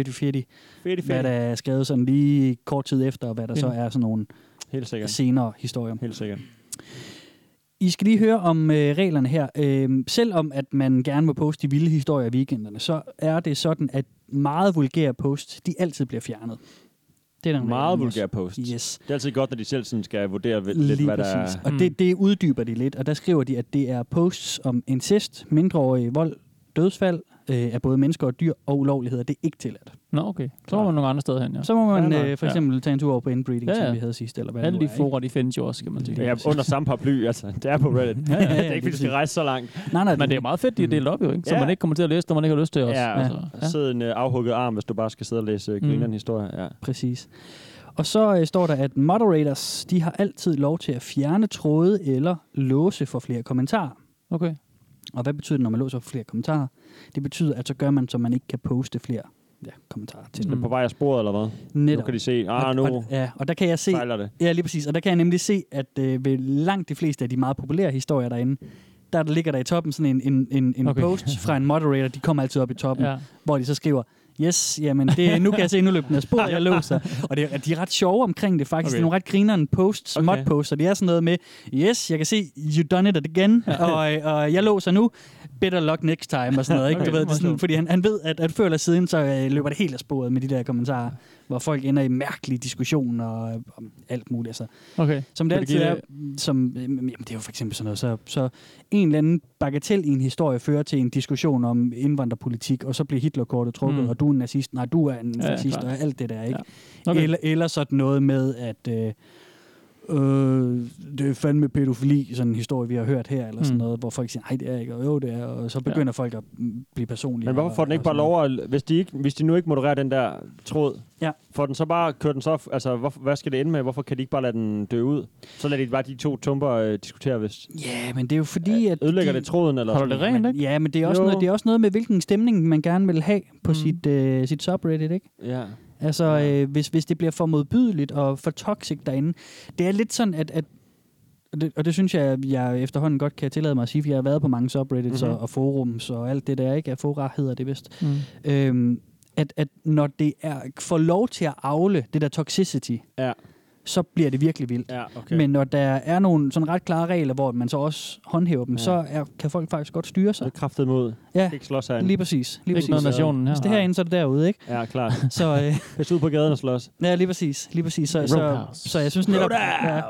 Fedt,
hvad der
fedt.
er skrevet sådan lige kort tid efter, og hvad der så
Fint.
er sådan nogle
Helt sikkert.
senere historier.
Helt sikkert.
I skal lige høre om øh, reglerne her. Øh, selvom at man gerne må poste de vilde historier i weekenderne, så er det sådan, at meget vulgære posts, de altid bliver fjernet. Det er den regel,
Meget
også.
vulgær post.
Yes,
Det er altid godt, når de selv sådan skal vurdere lidt,
lige
hvad der
præcis.
er.
Og
Mm.
det, det uddyber de lidt, og der skriver de, at det er posts om incest, mindreårig vold, dødsfald, øh, af både mennesker og dyr og ulovligheder, det er ikke tilladt.
Nå, okay. Så var man nogle andre steder hen, ja.
Så må man
Fair nok,
øh, for
ja.
eksempel tage en tur over på inbreeding,
Ja,
ja,
ja.
ja. som vi havde sidst, eller hvad
Alle de
det nu er, ikke?
fora, de findes jo også, kan man sige.
Ja, under samme paraply, altså. Det er på Reddit. ja, ja, ja, det er ikke, fordi du
præcis.
skal rejse så langt.
Nej, Mm-hmm. nej,
Men det er meget fedt, de er delt op jo, ikke? Så
Ja.
man ikke kommer til at læse, når man ikke har lyst til også.
Ja,
altså.
ja. sidde en øh, afhugget arm, hvis du bare skal sidde og læse øh,
Mm.
grineren historie. Ja.
Præcis. Og så øh, står der, at moderators, de har altid lov til at fjerne tråde eller låse for flere kommentarer.
Okay.
Og hvad betyder det, når man låser for flere kommentarer? Det betyder, at så gør man, så man ikke kan poste flere ja, kommentarer til.
Mm. På vej af sporet, eller hvad?
Netop.
Nu kan de se, ah,
Og-
nu
Og, ja, og der kan jeg se,
fejler det.
ja lige præcis, og der kan jeg nemlig se, at øh, ved langt de fleste af de meget populære historier derinde, der ligger der i toppen sådan en, en, en, en
Okay.
okay. post fra en moderator, de kommer altid op i toppen,
Ja.
ja. hvor de så skriver, yes, jamen det, nu kan jeg se, nu løb den af sporet, jeg låser. Og det, er- de er ret sjove omkring det faktisk.
Okay.
Okay. Det er nogle ret grinerne posts,
Okay.
okay. mod-posts, og det er sådan noget med, yes, jeg kan se, you done it again, og, øh, og jeg låser nu, better luck next time, og sådan noget. Ikke?
Okay,
Okay, du ved, det er
meget
sådan,
sjovt.
fordi han, han ved, at, at før eller siden, så øh, løber det helt af sporet med de der kommentarer, hvor folk ender i mærkelige diskussioner og øh, om alt muligt. Altså,
Okay.
som det
Kan du
altid
give-
er, som, øh, jamen, det er jo for eksempel sådan noget, så, så en eller anden bagatel i en historie fører til en diskussion om indvandrerpolitik, og så bliver Hitlerkortet trukket,
Mm.
mm. og du er en nazist, nej, du er en
Ja,
ja, nazist,
klart.
og alt det der, ikke?
Ja. Okay.
Eller, eller sådan noget med, at øh, øh, det er fandme pædofili, sådan en historie, vi har hørt her, eller sådan
Mm.
noget, hvor folk siger, nej, det er ikke, og jo, det er, og så begynder ja. folk at mm, blive personlige.
Men hvorfor får den
og-
ikke
og
bare
sådan noget.
lov at, hvis de, ikke, hvis de nu ikke modererer den der tråd,
Ja.
får den så bare, kører den så, altså hvor, hvad skal det ende med? Hvorfor kan de ikke bare lade den dø ud? Så lader de bare de to tumper øh, diskutere, hvis
Ja, men det er jo fordi, at...
ødelægger
de-
det tråden, eller
Holder det
sådan.
rent, ikke?
Ja, men det er, også
Jo.
noget, det er også noget med, hvilken stemning man gerne vil have på
Mm.
mm. sit, øh, sit subreddit, ikke?
Ja.
Altså,
Ja.
øh, hvis, hvis det bliver for modbydeligt og for toxic derinde. Det er lidt sådan, at... at og det, og det synes jeg, jeg efterhånden godt kan tillade mig at sige, for jeg har været på mange subreddits mm-hmm.
Mhm.
og, og forums og alt det der, ikke? Ja, fora hedder det vist.
Mm.
Øhm, at, at når det er, får lov til at afle det der toxicity,
Ja.
så bliver det virkelig vildt.
Ja, okay.
Okay. Men når der er nogle sådan ret klare regler, hvor man så også håndhæver dem,
Ja.
ja. så er, kan folk faktisk godt styre sig.
så kraftet mod.
Ja,
Ikke slås herinde.
lige præcis. Lige præcis.
Ikke noget nationen her.
Hvis det herinde, så er det derude, ikke?
Ja, klart.
Så, øh,
Hvis du er ude på gaden og slås.
Ja, lige præcis. Lige præcis. Så, så,
Roadhouse.
så jeg synes netop... Ja,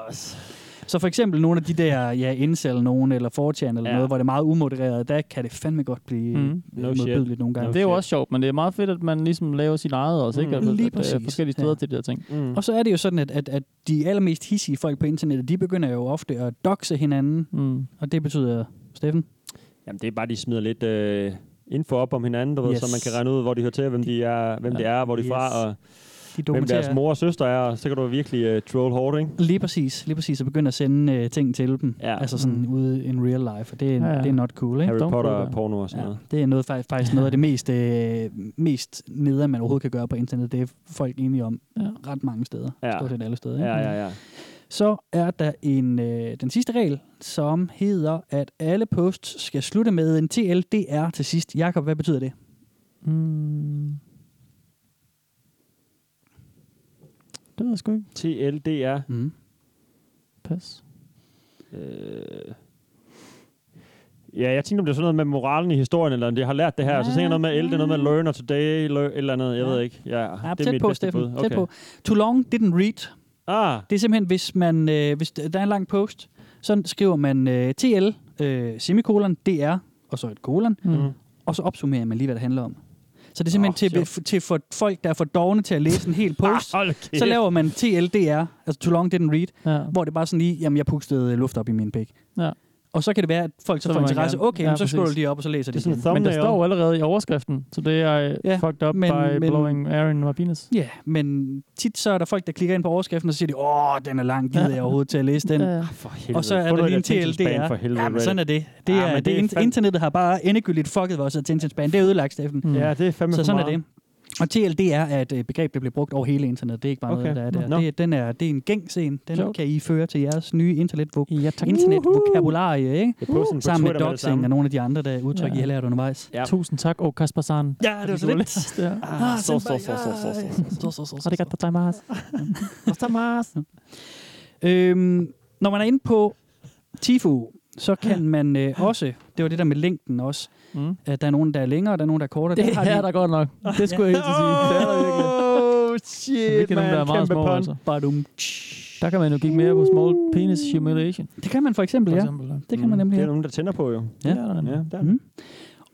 så for eksempel nogle af de der ja, incel nogen, eller 4 eller
Ja.
ja. noget, hvor det er meget umodereret, der kan det fandme godt blive
Mm.
mm.
No
no
shit.
modbydeligt nogle gange.
Det er jo
Okay.
også sjovt, men det er meget fedt, at man ligesom laver sin eget også, ikke?
Mm.
Altså,
Lige
at, der er
præcis.
forskellige steder
Ja.
til de der ting.
Mm.
Og så er det jo sådan, at, at, at de allermest hissige folk på internettet, de begynder jo ofte at doxe hinanden,
Mm.
og det betyder... Steffen?
Jamen, det er bare, de smider lidt øh, info op om hinanden, du ved,
Yes.
så man kan regne ud, hvor de hører til, hvem de er, hvem ja. de er hvor de er fra,
Yes.
og
De
hvem
dokumenterer...
deres mor og søster er, og så kan du virkelig øh, troll hårdt, ikke?
Lige præcis. Lige præcis. Og begynder at sende øh, ting til dem.
Ja.
Altså sådan
Mm.
ude in real life, og det er,
Ja,
ja,
ja.
ja. Det er not cool, ikke?
Harry
Don't
Potter
do that.
og porno og sådan
Ja,
noget.
det er noget, faktisk, faktisk noget af det mest, øh, mest nederen, man overhovedet kan gøre på internettet. Det er folk enige om
Ja.
ja. ret mange steder.
Ja.
Ja. Stort set alle steder.
Ja,
ikke?
ja, ja.
Så er der en, øh, den sidste regel, som hedder, at alle posts skal slutte med en TLDR til sidst. Jakob, hvad betyder det?
Hmm.
Mm. Det ved jeg sgu ikke.
TLDR.
Mm.
Pas.
Øh. Ja, jeg tænkte, om det er sådan noget med moralen i historien, eller om de har lært det her. Ja, så tænker jeg noget med L, det er noget med learner today, learn, et eller andet, jeg
Ja.
ved ikke. Ja,
Ja,
Ah, det er
tæt
mit
på,
bedste
Steffen.
bud.
Tæt på. Too long didn't read.
Ah,
Det er simpelthen, hvis, man, øh, hvis der er en lang post, så skriver man øh, TL, øh, semikolon, DR, og så et kolon,
Mm.
og så opsummerer man lige, hvad det handler om. Så det er simpelthen
Åh,
oh, til, til for folk, der er for dogne til at læse en hel post.
Ah,
hold kæft.
så laver man TLDR, altså Too Long Didn't Read,
Ja.
hvor det bare sådan lige, jamen jeg pustede luft op i min pæk.
Ja.
Og så kan det være, at folk så,
Så
får
vil man
interesse.
gerne-
Okay,
Ja,
ja, så
præcis.
scroller de op, og så læser
det
de
er sådan en
igen.
Men der
thumbnail.
står jo allerede i overskriften, så det er
Ja,
ja. fucked up
men-
by
men-
blowing air in my penis.
Ja, men tit så er der folk, der klikker ind på overskriften, og så siger de, åh, den er lang, gider jeg overhovedet til at læse den.
Ja.
For helvede.
Og så er
Få
der
noget
lige en
attention span
TLDR.
For helvede,
ja, men sådan er det. Det
Ja,
er,
men
det,
det er
det
fandme-
internettet har bare endegyldigt fucket vores attention span. Det er ødelagt, Steffen.
Mm.
Ja, det er fandme
Så
for
sådan er
meget.
det. Og TLDR er et øh, begreb, der bliver brugt over hele internettet. Det er ikke bare
Okay.
noget, der er
Nå.
der. Det, er- den er, det er en gængs en. Den
Sjovt.
kan I føre til jeres nye internetvokabular.
Ja, tak.
Internetvokabularie, ikke?
Jeg postede den på
Sammen med
Twitter det samme.
doxing og nogle af de andre, der udtryk,
Ja.
ja. I har lært undervejs.
Ja.
Tusind tak, og Kasper Sand.
Ja, det var så lidt.
Ah, så, så, så, så, så, så.
Så det godt, der
Øhm, når man er inde på Tifu, så kan man øh, også, det var det der med længden også,
Mm.
at der er nogen, der er længere, og der er nogen, der er kortere. Der
Det
har de-
er der godt nok. Det skulle jeg helt sige. Det er der virkelig.
Oh, shit,
Hvilke af dem, der er meget små, altså.
Badum.
Der kan man jo kigge mere på small penis humiliation.
Det kan man for eksempel,
For
ja.
eksempel.
Det kan
Det
man nemlig.
er
ja.
nogen, der tænder på jo.
Ja, der er
Ja,
nemlig.
der.
Mm.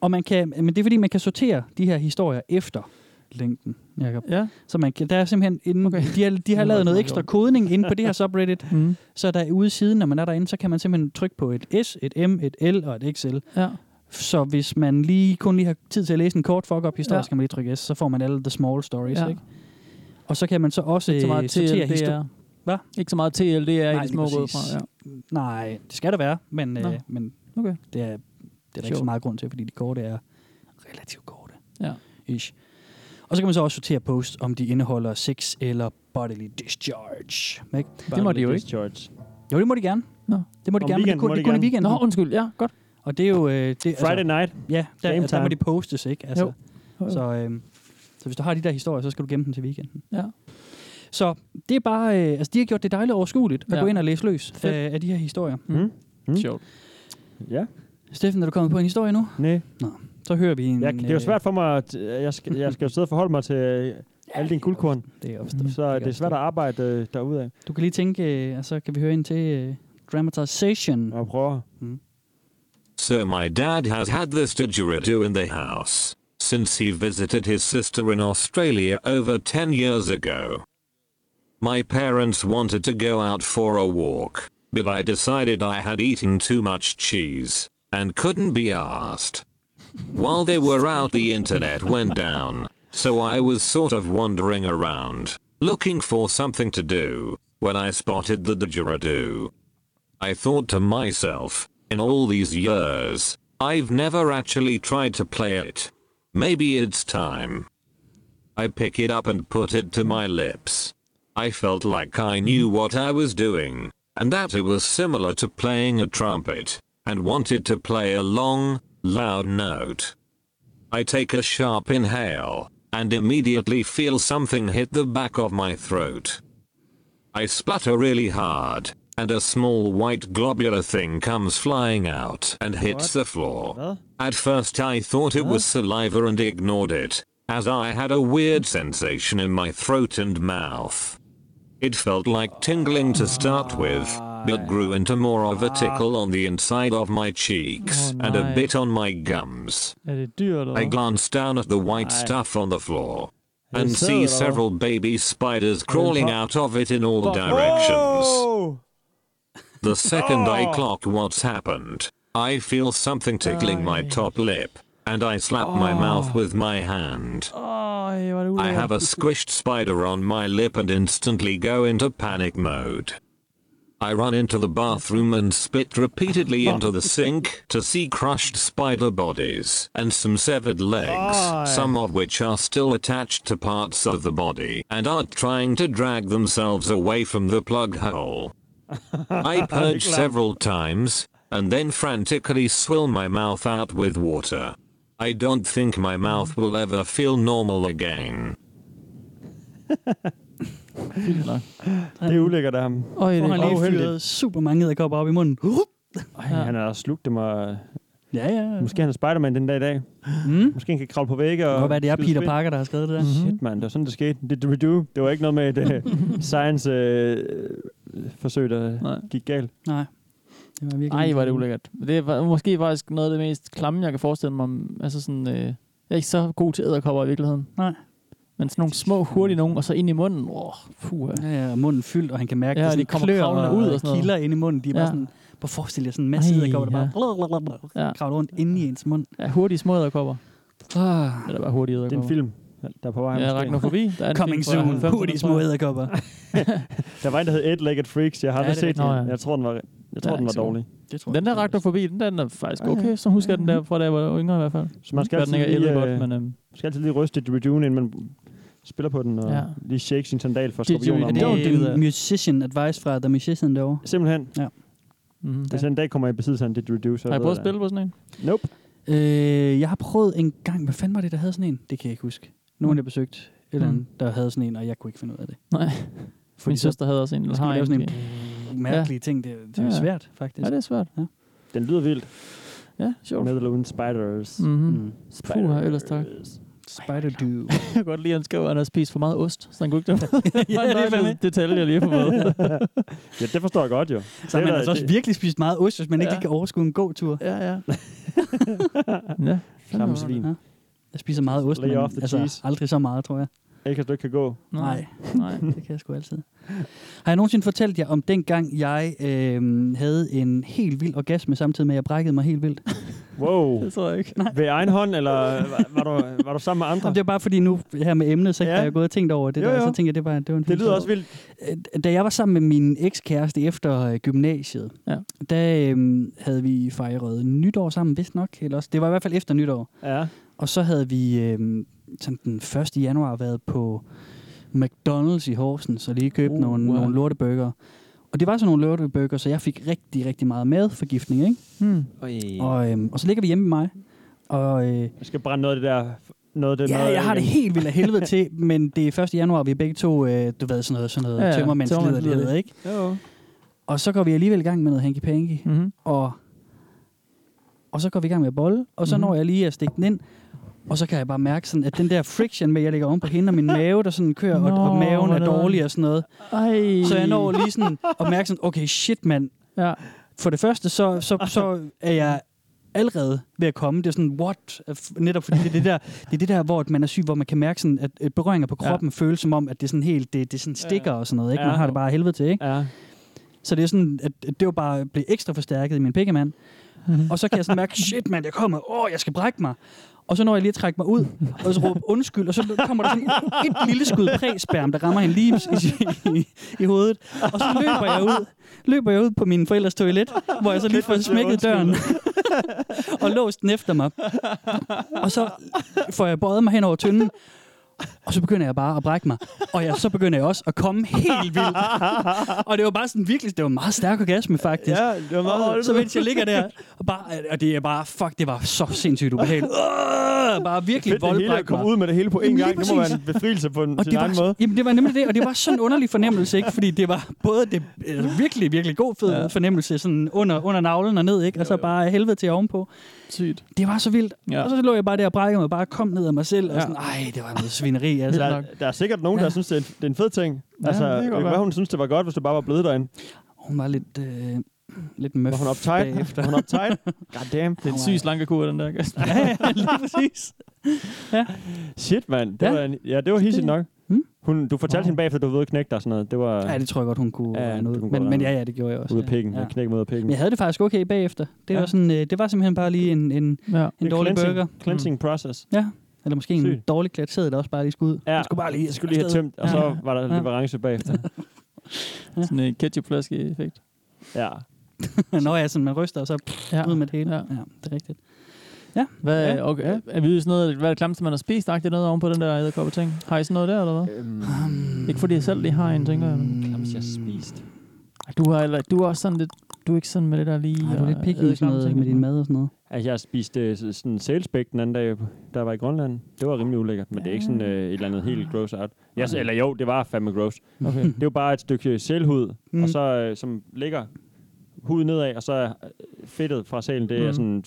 Og man kan, men det er fordi, man kan sortere de her historier efter længden, Jacob.
Ja.
Så man kan, der er simpelthen inden, okay. de, har, de har
Det
lavet
var
noget
ikke
ekstra
meget
kodning inde på det her subreddit,
Mm.
så der ude i siden, når man er derinde, så kan man simpelthen trykke på et S, et M, et L og et XL.
Ja.
Så hvis man lige kun lige har tid til at læse en kort fuck-up historie,
Ja.
ja. så kan man lige trykke S, så får man alle the small stories,
Ja.
ja. ikke? Og så kan man så også
Ikke så
øh,
meget
sortere
TLDR.
historier. Hvad?
Ikke så meget TLDR i
Nej,
de
lige
små røde
præcis.
fra. Ja.
Nej, det skal der være, men,
Nå.
øh, men
Okay.
det er, det er der ikke
Sjovt.
så meget grund til, fordi de korte er relativt korte.
Ja.
Ish. Og så kan man så også sortere posts, om de indeholder sex eller bodily discharge. Ikke?
Det må de jo ikke.
Discharge.
Jo, det må de gerne.
Nå.
Det må de
Om
gerne, men det
weekenden
er kun,
må
det
de
er kun i
gerne.
weekenden.
Nå, undskyld. Ja, godt.
Og det er jo... Øh, det,
Friday night.
Ja, der,
Game
der
time.
må de postes, ikke? Altså,
Jo. Jo, jo.
Så, øh, så hvis du har de der historier, så skal du gemme dem til weekenden.
Ja.
Så det er bare... Øh, altså, de har gjort det dejligt overskueligt at
Ja.
gå ind og læse løs øh,
Fedt.
af de her historier.
Mm.
Sjovt.
Ja.
Steffen, er du kommet på en historie nu?
Nej.
Så hører vi en... øh,
Jeg, det er jo svært for mig, at jeg skal, jeg skal jo sidde og forholde mig til øh, alle dine guldkorn,
Øh, det er opstået.
så det er svært at arbejde øh, derudad.
Du kan lige tænke, øh, og så kan vi høre ind til øh, dramatization. Mm.
Og prøve.
So my dad has had this didgeridoo in the house since he visited his sister in Australia over 10 years ago. My parents wanted to go out for a walk, but I decided I had eaten too much cheese and couldn't be asked. While they were out the internet went down, so I was sort of wandering around, looking for something to do, when I spotted the didgeridoo. I thought to myself, in all these years, I've never actually tried to play it. Maybe it's time. I pick it up and put it to my lips. I felt like I knew what I was doing, and that it was similar to playing a trumpet, and wanted to play a long, loud note. I take a sharp inhale, and immediately feel something hit the back of my throat. I sputter really hard, and a small white globular thing comes flying out and hits the floor. At first, I thought it was saliva and ignored it, as I had a weird sensation in my throat and mouth. It felt like tingling to start with, but grew into more of a tickle on the inside of my cheeks
Oh,
and a
nice.
bit on my gums.
Er det dyr, eller
I glance down at the white stuff on the floor and
so
see
though.
several baby spiders crawling out of it in all directions.
Oh!
The second I clock what's happened, I feel something tickling my top lip, and I slap my mouth with my hand.
Øj, hvor er det
I
ulækkert.
have a squished spider on my lip and instantly go into panic mode. I run into the bathroom and spit repeatedly into the sink to see crushed spider bodies and some severed legs, some of which are still attached to parts of the body and are trying to drag themselves away from the plug hole. I purge several times and then frantically swill my mouth out with water. I don't think my mouth will ever feel normal again.
Det er ulækkert af ham.
Øj,
Hvor
det
han
er
lige
uheldigt.
fyrede super mange æderkopper op i munden.
Ja. Han har slugt dem, og
Ja, ja. ja.
måske han er Spider-Man den dag i dag.
Mm.
Måske han kan kravle på vægge
Det
og...
kan godt være, det er
skyde
Peter
spin.
Parker, der har skrevet det der.
Shit, mand. Det var sådan, det skete. Det, det, det, det var ikke noget med et uh, science-forsøg, øh, der
Nej.
gik galt.
Nej. Det var virkelig
Ej, var det ulækkert. Det var måske faktisk noget af det mest klamme, jeg kan forestille mig. om- Altså sådan, øh, jeg er ikke så god til æderkopper i virkeligheden.
Nej.
Men sådan nogle små, hurtige nogen, og så ind i munden. Åh, puh.
Ja, ja, og munden fyldt, og han kan mærke,
Ja,
ja, det
de
sådan
kommer
klør
kravlende
og
ud
ud
og
og
sådan noget.
kilder ind i munden. De er bare
Ja.
sådan, på forestil jer sådan en masse
Ej,
æderkopper, der
ja.
bare blablabla,
Ja.
kravler rundt inde i ens mund.
Ja, hurtige små æderkopper.
Ah,
Eller bare hurtige
Det er
æderkopper.
en film, der er på vej.
Ja,
måske.
Arachnofobi. Der er en
coming
film fra
soon.
90'erne,
Hurtige
tror
små
jeg.
æderkopper.
Der var en, der hed Eight-Legged Freaks. Jeg har
Ja,
aldrig
det er
set den.
rigtigt. Nå, ja.
Jeg tror, den var, jeg tror,
er
den var
ikke så god.
dårlig.
Det tror
Den der Arachnofobi, den, den er faktisk okay. Så husker jeg den der, fra da jeg var yngre i hvert fald.
Så man skal
Hvad den
altid
ikke er
lige,
ældre godt,
øh,
men... øhm,
Man skal altid lige ryste et reduce, inden man spiller på den, og
Ja.
ja. lige shake sin sandal for
Didgeridoo.
skorpioner.
Det er jo
Don't do
det
that.
musician advice fra The Musician derovre.
Simpelthen,
mhm.
hvis jeg en dag kommer i besiddelse af en didgeridoo, så
Har jeg
ved
prøvet at spille på sådan en?
Nope.
Øh, jeg har prøvet en gang, hvad fanden var det, der havde sådan en? Det kan jeg ikke huske. Nogen, jeg besøgte, eller
Mm.
mm. der havde sådan en, og jeg kunne ikke finde ud af det.
Nej.
Fordi
Min
så
søster havde også en. Eller
skal
har
man lave
en.
sådan
måske.
en pff, mærkelige ting. Det, det er jo
Ja.
svært, faktisk.
Ja, det er svært.
Den lyder vildt.
Ja, sjovt.
Med eller uden spiders.
Mhm.
Mm.
Puh, ellers tak.
Spider-Do.
Jeg kan godt lide, at han skriver, at han har spist for meget ost, så han kunne ikke det.
ja, det er fandme.
detaljer lige på måde.
Ja, det forstår jeg godt jo.
Så har
Det
man
er
altså
da-
også virkelig spist meget ost, hvis man ikke
Ja.
lige kan overskue en god tur.
ja, ja. ja.
Samme svin.
Ja. Jeg spiser meget ost,
Lay
men
off the
altså,
cheese.
aldrig så meget, tror jeg.
Ikke at du ikke kan gå.
Nej. Nej.
Det kan jeg sgu altid. Har jeg nogensinde fortalt jer om dengang, jeg øh, havde en helt vild orgasme, samtidig med, at jeg brækkede mig helt vildt?
Wow.
Det tror jeg ikke.
Ved egen hånd, eller var, var, du, var du sammen med andre?
Jamen, det er bare fordi nu her med emnet, så
Ja.
ja. har jeg gået og tænkt over det
Jo,
jo, jo. der,
jo.
så tænker jeg, det var, det var en
det
fin
lyder
sjov.
også vildt.
Øh, Da jeg var sammen med min ekskæreste efter øh, gymnasiet,
Ja.
der øhm, havde vi fejret nytår sammen, vist nok. Eller også. Det var i hvert fald efter nytår.
Ja.
Og så havde vi øhm, sådan den 1. januar været på McDonald's i Horsens og lige købt
Uh,
Oh,
uh, nogle,
wow.
wow. nogle lortebøger. Og det var sådan nogle lortebøger, så jeg fik rigtig, rigtig meget madforgiftning. Ikke?
Hmm.
Oi.
Og, øhm, og så ligger vi hjemme med mig, og... Øh,
Jeg skal brænde noget af det der... Noget af det
Ja,
noget,
jeg har det helt vildt af helvede til, men det er 1. januar, og vi er begge to, øh, du ved, sådan noget, sådan noget
Ja,
ja,
ja.
tømmermandsliderlighed,
Tømmermandsliderlighed.
ikke?
Jo.
Og så går vi alligevel i gang med noget hanky panky, mm.
Mm-hmm.
og, og så går vi i gang med at bolle, og så
Mhm.
mm. når jeg lige at stikke den ind, og så kan jeg bare mærke sådan, at den der friction med, at jeg ligger oven på hende, og min mave, der sådan kører, Nå, og,
Nå,
og maven er
hvordan?
dårlig og sådan noget.
Ej.
Så jeg når lige sådan at mærke sådan, okay, shit mand.
Ja.
For det første, så, så, så er jeg allerede ved at komme. Det er sådan, what? Netop fordi det er det der, det er det der hvor at man er syg, hvor man kan mærke, sådan, at øh, berøringer på
Ja.
kroppen ja. føles som om, at det er sådan helt, det, det sådan stikker og sådan noget. Ikke?
Ja.
Man har det bare af helvede til, ikke?
Ja.
Så det er sådan, at at det var bare blev ekstra forstærket i min pikkemand. Og så kan jeg sådan mærke, shit mand, jeg kommer, åh, jeg skal brække mig. Og så når jeg lige at trække mig ud, og så råbe undskyld, og så kommer der sådan et lille skud præsperm, der rammer hende lige i, i, i, hovedet. Og så løber jeg ud, løber jeg ud på min forældres toilet, hvor jeg så lige får smækket døren og låst den efter mig. Og så får jeg bøjet mig hen over tynden, og så begynder jeg bare at brække mig. Og jeg, så begynder jeg også at komme helt vildt. Og det var bare sådan virkelig, det var en meget stærk orgasme faktisk.
Ja, det var meget...
Og så mens jeg ligger der, og, bare, og det er bare, fuck, det var så sindssygt ubehageligt. Øh, bare virkelig
Fedt, det hele at
voldbrække
komme
mig.
ud med det hele på én
Jamen, lige
gang. Det må være
præcis.
en befrielse på en,
Og
sin
det
egen
var,
måde.
jamen det var nemlig det, og det var sådan en underlig fornemmelse, ikke? Fordi det var både det øh, virkelig, virkelig god fed ja. fornemmelse, sådan under, under navlen og ned, ikke? Og så bare af helvede til ovenpå.
Sygt.
Det var så vildt.
Ja.
Ja. Og så lå jeg bare der og brækkede mig, bare kom ned af mig selv, ja.
Ja.
og sådan, ej, det var noget svineri, altså.
Der, der er sikkert nogen, der
Ja.
synes, det er, en, det er en fed ting.
Ja,
altså,
det kan godt
det hvad
være.
hun synes, det var godt, hvis du bare var blevet derinde.
Hun var lidt, øh, lidt møf
Var hun uptight?
bagefter.
Var hun uptight? God damn.
Det er en syg slankekur, den der. Kasper.
ja, ja, lige præcis.
Shit, mand. Det
Ja.
var, en, ja, det var hissigt nok.
Hmm?
Hun, du fortalte
Wow.
hende bagefter, at du var ude at knække dig og sådan noget. Det var
Ja, det tror jeg godt, hun kunne
Ja,
ja,
det
noget.
kunne
Men,
godt
men
være.
ja, ja, det gjorde jeg også.
ude af
ja.
pikken.
Ja.
Ja. Knæk mod af pikken.
Men jeg havde det faktisk okay bagefter. Det,
Ja.
ja. var, sådan, øh, det var simpelthen bare lige en, en,
Ja.
en
Det er
dårlig
cleansing,
burger. Mm.
Cleansing process.
Ja, eller måske en
Sygt.
dårlig klat sæd, der også bare lige skulle ud.
Ja.
Den skulle bare lige,
Jeg skulle lige have
afsted.
tømt, og
Ja.
så var der
Ja.
leverance bagefter.
Sådan en ketchupflaske-effekt.
Ja.
Nå ja, sådan man ryster, og så
Ja.
ud med det hele.
Ja.
Ja, ja det er rigtigt.
Hvad,
Ja.
ja. okay, er vi sådan noget, hvad er det klamste, man har spist? Agtigt noget oven på den der æderkoppe ting? Har I sådan noget der, eller hvad?
Øhm.
Um,
Ikke fordi jeg selv lige har en, tænker jeg. men-
Klams, jeg spist.
Du har, eller, du er også sådan lidt... Du er ikke sådan med det der lige... øh,
Har du lidt pik i sådan noget med din mad og sådan noget?
Altså, jeg spiste øh, så- sådan en sælspæk den anden dag, der var i Grønland. Det var rimelig ulækkert, men det er ikke sådan øh, et eller andet helt gross out. Jeg, s- eller jo, det var fandme gross.
Okay.
Det var bare et stykke sælhud, mm.
Mm.
og så, øh, som ligger huden nedad, og så er øh, fedtet fra sælen, det mm. er
Mm.
sådan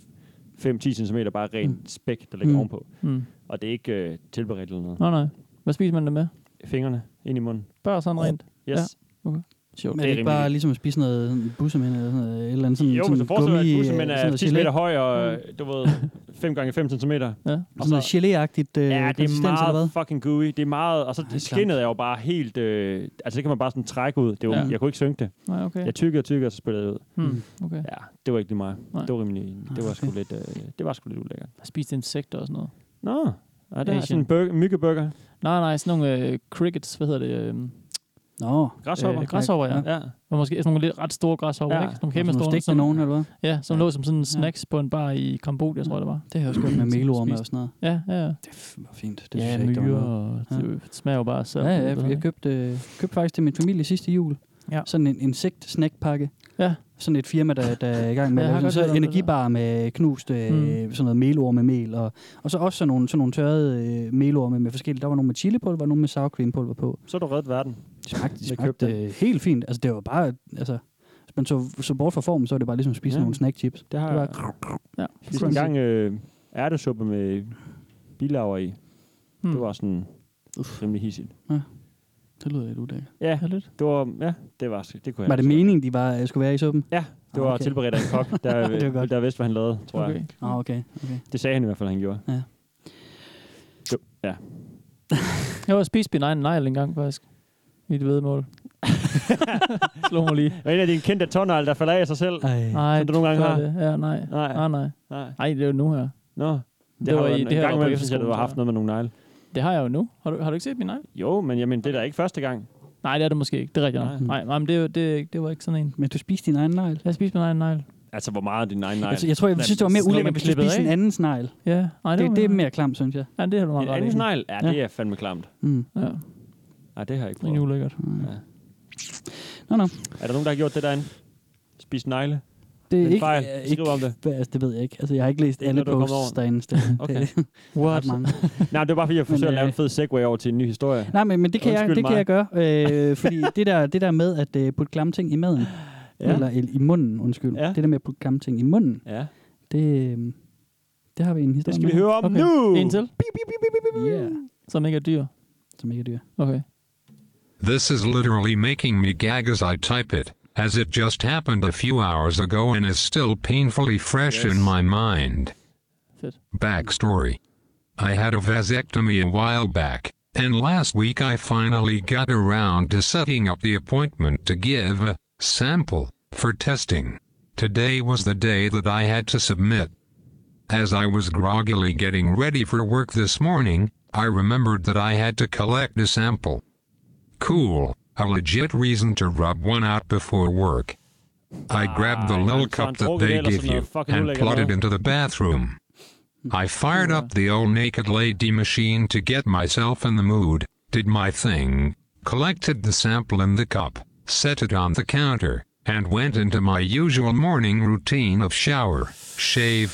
5-10 cm bare ren spæk, der ligger mm.
Mm.
ovenpå.
Mm.
Og det er ikke øh, tilberedt eller noget.
Nå, nej. Hvad spiser man det med?
Fingrene ind i munden.
Bare sådan rent.
Yes.
Ja.
Ja.
Sjovt.
Men er det ikke
rimelig
bare
vildt.
ligesom at spise noget sådan bussemænd eller sådan noget, et eller andet sådan,
Jo,
sådan
men så forestiller dig, at bussemænd
øh,
er 10
gelé,
meter høj, og øh, du ved, 5 gange 5 cm.
Mm. Ja.
sådan noget gelé-agtigt øh,
Ja, det er
konsistens, eller hvad?
meget fucking gooey. Det er meget, og så
klart.
skinnet er jo bare helt, øh, altså det kan man bare sådan trække ud. Det var,
Ja.
Jeg kunne ikke synge det.
Nej, okay.
Jeg tykkede og tykkede, og så spillede jeg ud.
Hmm. okay.
Ja, det var ikke lige mig.
Nej.
Det var rimelig, det var sgu
okay.
lidt, øh, det var sgu lidt ulækkert.
Jeg spiste insekter og sådan noget.
Nå, ja, det er
Asian.
sådan en burger, myggeburger.
Nej, nej, sådan nogle øh, crickets, hvad hedder det? Øh,
Nå,
Græshopper.
Øh, græshopper, ja.
ja.
var måske sådan nogle lidt ret store græshopper,
Ja.
ja. ikke? Sådan nogle
kæmpe
kæmpe
store.
store.
Stik med nogen, eller hvad?
ja, som
Ja.
lå som sådan en snacks på en bar i Kambodja, tror jeg det var.
Det har jeg også gjort med
Som
melorme
spist.
og sådan noget.
Ja, ja, ja.
Det f- var fint.
ja,
Det synes jeg ikke, det var
myrer,
noget.
og det ja. smager jo bare af salt.
Ja,
Det ved
ja, jeg købte, øh, købte faktisk til min familie sidste jul.
Ja.
Sådan en insekt-snackpakke.
Ja.
Sådan et firma, der, der er i gang med
Ja,
at
jeg har godt
lave
hørt
sådan
om
så
det
energibar med knust øh,
Mm.
mm. sådan noget melorme med mel. Og, og så også sådan nogle, sådan nogle tørrede øh, melorme med forskellige. Der var nogle med chilipulver og nogle med sour cream pulver på.
Så er du reddet verden.
Det smagte, det
Jeg købte
smagte øh, helt fint. Altså det var bare, altså hvis man så, så bort fra formen, så var det bare ligesom at spise
Ja.
ja. nogle snackchips.
Det har
Det
jeg
var
Ja.
spist en gang øh, ærtesuppe med bilaver i.
Hmm.
Det var sådan rimelig hissigt.
Ja.
Det lyder lidt ulækkert.
Ja,
Ja, lidt.
det var, ja, det var sk- det kunne jeg
Var det
ikke se.
meningen, de var, øh, skulle være i suppen?
Ja, det var
Okay.
okay. tilberedt af en kok, der,
Det var godt.
der vidste, hvad han lavede, tror okay.
Okay.
jeg.
Ah, okay. okay.
Det sagde han i hvert fald, han gjorde.
Ja.
Jo, ja.
Jeg var spist min egen negl engang, faktisk. I et vedmål. Slå mig lige.
Og en af dine kendte tonal, der falder af sig selv.
Ej.
Nej,
Som du nogle gange
det var
har.
Det. Ja, nej.
Nej.
Nej, nej.
Nej.
Nej, det er jo nu her.
Nå, det,
Det
har
var
jo
i-
en,
det
en
her var
gang
på
imellem, synes jeg, du har
efterskolen,
haft noget med nogle negle.
Det har jeg jo nu. Har du, har du ikke set min negl?
Jo, men jamen, det er da ikke første gang.
Nej, det er det måske ikke. Det er rigtigt
Nej.
nok. Nej, nej, men det, er jo- det, er ikke- det var ikke sådan en.
Men du spiste din egen negl?
Jeg spiste min egen negl.
Altså, hvor meget er din egen
Jeg,
negl?
tror- jeg tror, jeg
Men
synes, det var mere
slår man
ulækkert, hvis du
klippet
spiste en
af?
andens negl.
Ja, nej, det,
Det,
var
det er
min-
mere klamt, synes jeg.
Ja, det har du meget
En
ret
anden
i.
negl? Ja,
Ja.
det er fandme klamt.
Mm.
Ja,
Nej, det har jeg ikke
rimelig
prøvet.
ulækkert.
Nå, nå.
Er der nogen, der har gjort det derinde? Spist negle?
Det
Det
er
er en
ikke,
fejl.
øh,
Skriv om det.
Hvad- Altså, det ved jeg ikke. Altså, jeg har ikke læst
Det er
alle
noget, du kommer
posts
over.
derinde. Det-
Okay.
det er
What?
ret mange.
Nej, det var bare, fordi jeg forsøgte at
øh,
lave en fed segue over til en ny historie.
Nej, men, men det kan jeg,
Undskyld
det kan
mig.
jeg gøre. Øh, fordi det der, det der med at øh, putte klamme ting i maden, ja.
Ja.
eller i, i munden, undskyld.
Ja.
Det der med at putte klamme ting i munden,
Ja.
det, øh, det har vi en historie
Det skal
med.
vi høre om
Okay.
nu!
En til,
Yeah,
som ikke er dyr.
som ikke er dyr.
Okay.
This is literally making me gag as I type it, as it just happened a few hours ago and is still painfully fresh in my mind.
Fedt.
Backstory I had a vasectomy a while back, and last week I finally got around to setting up the appointment to give a sample for testing. Today was the day that I had to submit. As I was groggily getting ready for work this morning, I remembered that I had to collect a sample. Cool, a legit reason to rub one out before work. I grabbed the
Ah,
little
I'm
cup
trying
that
to
they
organise
give
another
you
fucking
and
hooligan
plodded
now.
into the bathroom. I fired up the old naked lady machine to get myself in the mood, did my thing, collected the sample in the cup, set it on the counter, and went into my usual morning routine of shower, shave,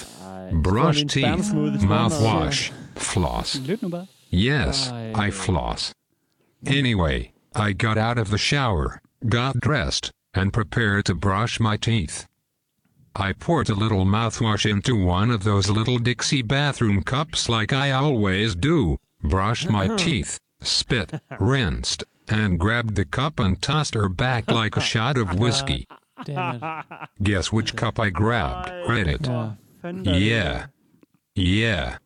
brush
in
teeth,
spam-smooth is one of-
mouthwash, floss.
Lyt nu bare.
Yes, I floss. Anyway, I got out of the shower, got dressed, and prepared to brush my teeth. I poured a little mouthwash into one of those little Dixie bathroom cups like I always do, brushed my teeth, spit, rinsed, and grabbed the cup and tossed her back like a shot of whiskey.
Damn it.
Guess which cup I grabbed? Reddit. Yeah. Yeah.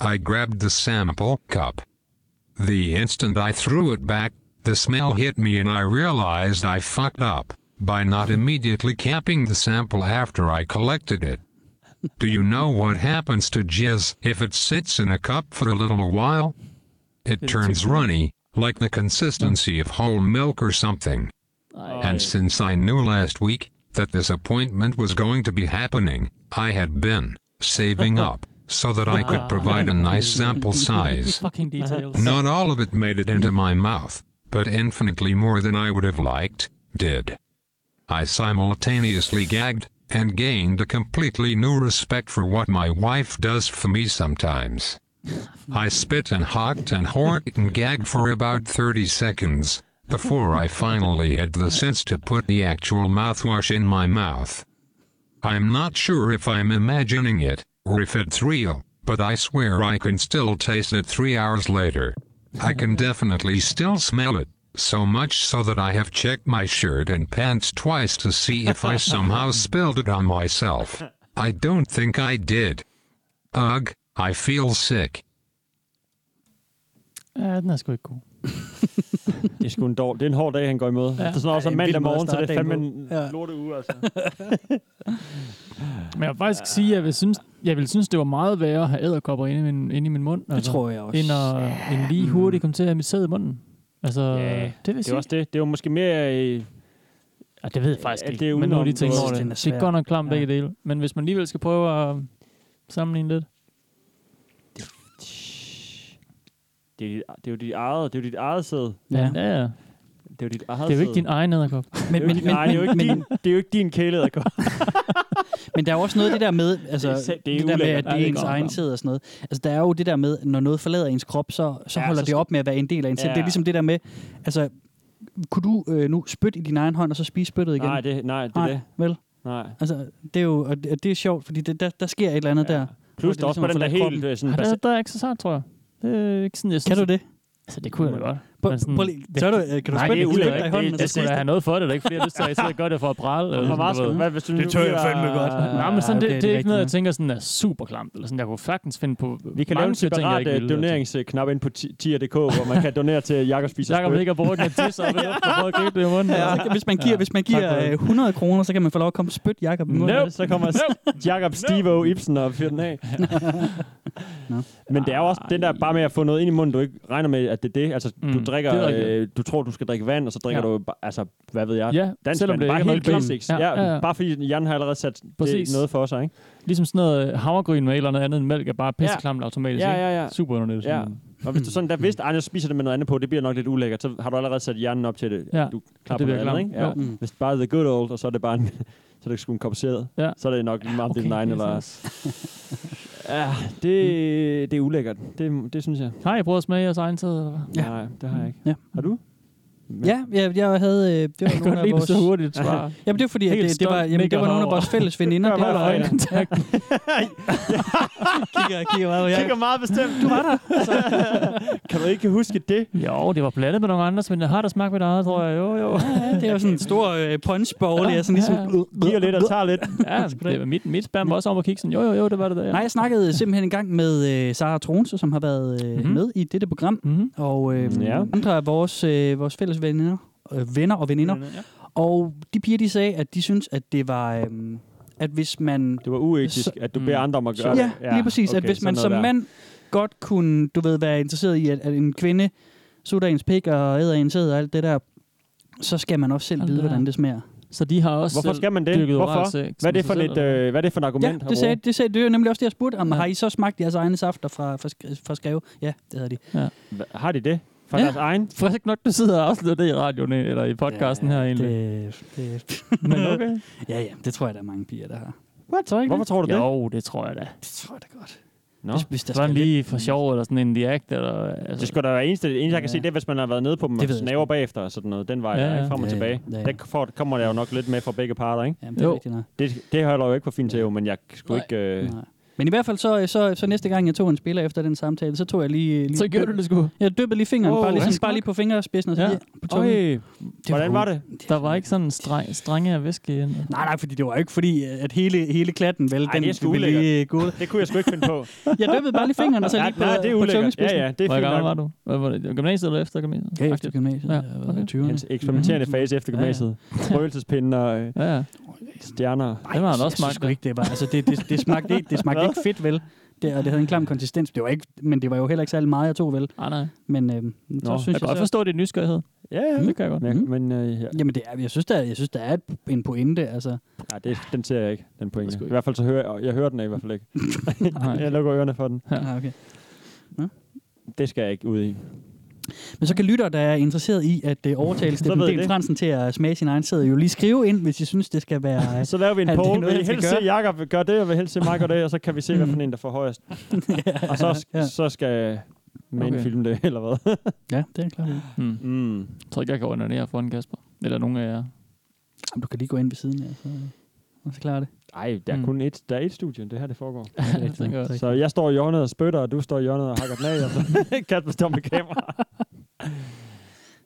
I grabbed the sample cup. The instant I threw it back, the smell hit me and I realized I fucked up by not immediately capping the sample after I collected it. Do you know what happens to jizz if it sits in a cup for a little while? It turns runny, like the consistency of whole milk or something. And since I knew last week that this appointment was going to be happening, I had been saving up so that I could provide a nice sample size.
Fucking details.
Not all of it made it into my mouth, but infinitely more than I would have liked, did. I simultaneously gagged and gained a completely new respect for what my wife does for me sometimes. I spit and hocked and horked and gagged for about 30 seconds before I finally had the sense to put the actual mouthwash in my mouth. I'm not sure if I'm imagining it or if it's real, but I swear I can still taste it three hours later. I can definitely still smell it, so much so that I have checked my shirt and pants twice to see if I somehow spilled it on myself. I don't think I did. Ugh, I feel sick.
Ja, den er sgu ikke god.
Det er sgu en, dår, det er en hård dag, han går imod. Ja. Det er sådan også
Ej,
en
en vild
mandag
måde at
morgen, så det er
starte
fandme
dagen
en
på. Ja.
lorte uge, altså.
Men jeg vil faktisk sige, at jeg vil synes, jeg vil synes det var meget værre at have æderkopper inde i min, inde i min mund. Altså,
tror jeg også.
End, at, end lige hurtigt komme til at have mit sæd i munden. Altså,
Mm. Ja,
det vil
Det
sige.
er også det. Det er jo måske mere... Øh,
Ja, det ved jeg faktisk
Ja,
ikke.
det er
men nu er de
udenom,
tænkt
du-
over
Den er
det.
svær.
Det er godt nok klamt
Ja.
begge dele. Men hvis man alligevel skal prøve at sammenligne lidt.
det, er, dit- det er jo dit eget, det er jo dit eget sæd.
Ja.
Ja,
Det
ja.
er jo dit eget
Det er jo
sæd.
ikke din egen æderkop.
Men,
Det er jo
men,
ikke-
men,
Nej, det er jo ikke
men,
din, det er jo ikke din kæle, der går.
men der er jo også noget af det der med, altså,
Det
det,
er selv- det er
det der med,
ulækkert.
at det
Ja,
er
det er
ens
godt.
egen sæd og sådan noget. Altså, der er jo det der med, når noget forlader ens krop, så, så
Ja,
holder
så
det op med at være en del af ens sæd.
Ja.
Det er ligesom det der med, altså, kunne du øh, nu spytte i din egen hånd, og så spise spyttet igen?
Nej, det, nej, det er det.
vel?
Nej.
Altså, det er jo, og det, og det er sjovt, fordi det, der, der sker et eller andet ja. der. Hvor
Plus
det
det er også
ligesom
på den
at
der
forlade
helt øh, sådan...
Ej,
basa-
der, der er ikke så sart, tror jeg. Det er ikke sådan, jeg
Kan
synes.
du det?
Altså, det kunne jeg da godt. Men
Prøv-
Hmm.
sådan-
prøv lige- så er du- øh, kan du
Nej,
spænde
det er
din
ulækkert.
kløfter i
Det-
hånden,
Det,
og så
det skulle
spise
da
den?
have noget for det, der ikke fordi jeg har lyst til, at jeg sidder og gør det for at prale. eller
Hvor meget
sådan, du
skal
ved.
hvad, hvis du
Det
nu
tør jeg
giver-
fandme godt.
Nej, men sådan, det, det, det,
Ja, det er
er
rigtigt
ikke noget,
nok.
jeg tænker sådan er super klamt. Eller sådan. Jeg kunne sagtens finde på
Vi kan lave en
mange ting, jeg
separat
ikke
øh,
ville.
doneringsknap ind på ti- tier.dk, hvor man kan donere til Jakob spiser
Jakob
spyt.
ligger på ryggen og tisser op i luften og prøver at gribe det i munden.
Ja, så kan- hvis man giver, hvis man giver øh, 100 kroner, så kan man få lov at komme og spytte Jakob i munden.
Nope. Så kommer s- Jakob Stivo Ibsen og fyrer den af. Men det er jo også den der bare med at få noget ind i munden, du ikke regner med, at det er det. Altså, mm,
Mm,
du drikker,
det er rigtigt.
øh, du tror, du skal drikke vand, og så drikker
Ja.
ja. du, ba- altså, hvad ved jeg,
Ja,
dansk
selvom
vand.
det
bare
ikke er
helt
helt klamt.
basics.
Ja,
Ja,
ja,
ja,
ja.
Bare fordi hjernen har allerede sat det
Præcis.
noget for sig, ikke?
Ligesom sådan noget øh, havregryn med eller noget andet end mælk er bare pisseklamt automatisk.
Ja,
ikke?
ja, ja.
Super underligt.
Ja. Og hvis du sådan der vidste, at jeg spiser det med noget andet på, det bliver nok lidt ulækkert, så har du allerede sat hjernen op til det.
Ja,
Du klar
det
på
bliver
noget andet,
klamt.
ikke? Ja.
Jo.
Mm. Hvis det bare er the good old, og så er det bare en, så er det sgu en kompenseret.
Ja.
Så er det nok meget okay,
okay,
din egen,
det er
eller... ja, det, det er ulækkert. Det, det synes jeg.
altså. Har I prøvet at smage jeres egen tid, eller hvad?
Ja. Nej, det har jeg ikke.
Ja.
Har du?
Ja, ja, jeg havde... Øh, det var
Godt
nogle af
lide det
vores...
så hurtigt svar.
Jamen, det var fordi, at
Helt
det, det, var,
stolt,
jamen,
nikker
det var nogle af
herover.
vores fælles veninder. det
Gør
var
bare
der en,
Øjenkontakt.
kigger, kigger meget på
Jeg
Jacob.
kigger meget bestemt. Du var der. kan du ikke huske det?
jo, det var blandet med nogle andre, men jeg har da smagt mit eget, tror jeg. Jo, jo.
Ja, det er jo sådan en stor øh, punchbowl, jeg sådan ligesom...
Giver lidt og tager lidt.
Ja, det var mit, mit spam var også om at kigge sådan, jo, jo, jo, det var det der. Ja.
Nej, jeg snakkede simpelthen engang med øh, Sara Tronse, som har været øh,
Mhm.
mm-hmm. med i dette program,
Mhm.
og øh,
Mm, Ja.
ja. andre af vores, øh, vores fælles veninder, øh, venner og veninder.
Ja.
Og de piger, de sagde, at de synes, at det var... Øh, at hvis man
Det var uetisk, at du beder Mm. andre om at gøre
Ja,
det.
ja, lige præcis. Okay, at hvis man
sådan
som
noget der.
mand godt kunne, du ved, være interesseret i, at, at en kvinde sutter ens pik og æder ens sæd og alt det der, så skal man også selv
Sådan
vide,
der.
hvordan det smager.
Så de har også
Hvorfor
selv
skal man det?
dyrket
Hvorfor?
oral sex
Hvad er
med
det for
sig selv,
et,
eller hvad?
øh, hvad er det for et argument?
ja,
Aurora?
det sagde, det sagde det var nemlig også det, jeg spurgte. Om,
Ja.
Har I så smagt jeres egne safter fra, fra, sk- fra Skave? Ja, det havde de.
Hva- Har de det? Fra
Ja.
deres egen?
Frisk nok, du sidder og afslører det i radioen, eller i podcasten her egentlig.
Det, det,
Men okay.
ja, ja, det tror jeg, der er mange piger, der har.
What? Hvorfor tror du det?
Jo, det tror jeg da.
Det tror jeg da godt.
Nå.
Hvis, hvis der
Sådan
skal lidt-
lige for sjov, eller sådan en direct, eller...
øh, Det
Altså,
skulle da være eneste, det eneste, jeg kan
Ja.
se, det er, hvis man har været nede på dem
Det
og
ved jeg
snaver bagefter og sådan noget. Den vej,
Ja,
ja,
ja.
ja. frem og
Ja, ja.
tilbage.
Ja, ja.
Der får, kommer der jo nok lidt med fra begge parter, ikke?
Jamen, det er
Jo.
rigtigt nok.
Det, det holder jo ikke for fint til, jo, men jeg skulle
Nej.
ikke... Øh,
Nej. Men i hvert fald, så, øh, så, så næste gang, jeg tog en spiller efter den samtale, så tog jeg lige... lige
så gjorde du det sgu.
Jeg dyppede lige fingeren,
Åh,
oh, bare, lige, sådan,
frisk
bare
nok.
lige på fingerspidsen og så
Ja.
ja. på tungen.
Øj, hvordan var det?
Der var ikke sådan en streng, strenge af væske ind.
Nej, nej, fordi det var ikke fordi, at hele, hele klatten, vel,
Ej,
den
det er sgu
blev lige gul.
Det kunne jeg sgu ikke finde på.
Jeg dyppede bare lige fingeren, og så
Ja,
lige på,
nej, det er
på
ulækkert.
tungespidsen.
Ja, ja, det er
Hvor
fint
gammel
nok.
var du? Hvad var det? Gymnasiet eller efter gymnasiet?
Ja, efter gymnasiet.
Ja,
Ja, jeg var
okay. Mm.
i 20'erne.
Hans eksperimenterende fase efter
Ja, ja.
gymnasiet. Røgelsespinde og øh,
Ja, ja.
stjerner.
Den har han også
Jeg synes
smagt.
sgu ikke, det var. Altså, det, det, det smagte, ikke, det smagte ikke fedt, vel? Det, og det havde en klam konsistens. Det var ikke, men det var jo heller ikke særlig meget, jeg tog, vel?
Ah, Nej, nej.
Men øhm, så
Nå,
Nå,
Jeg
synes
kan
jeg,
godt
så,
forstå din nysgerrighed.
Ja, ja.
Det kan jeg godt. Mhm.
Men, men øh, ja.
Jamen, det er, jeg synes, der, jeg synes, der er et, en pointe, altså.
Ej, det, den ser jeg ikke, den
Det er sgu
pointe. I
ikke.
hvert fald så hører jeg, jeg hører den i hvert fald ikke. jeg lukker ørerne for den.
Ja.
Ah, okay.
Det skal jeg ikke ud i.
Men så kan lytter, der er interesseret i at øh, overtale Steffen
ved I
Del
det.
Fransen til at smage sin egen sæd, jo lige skrive ind, hvis I synes, det skal være...
Så laver vi en
Er det
poll.
noget,
Vil I
han skal
helst se
gøre?
Jacob gør det, og vil I helst se mig gøre det, og så kan vi se, hvad for en, der får højest. Og så,
Ja.
så skal man
Okay.
okay. filme det, eller hvad?
Ja, det er klart.
Mm.
Mm.
Jeg tror ikke, jeg kan ordinere foran Kasper. Eller nogen af jer.
Jamen, du kan lige gå ind ved siden af, så, og så klarer det.
Ej, der er
Mm.
kun et, der er et studie, det her det foregår.
Ja, det er rigtigt.
tænker jeg også.
Så jeg står i hjørnet og spytter, og du står i hjørnet og hakker den af, og så Kasper står med kamera.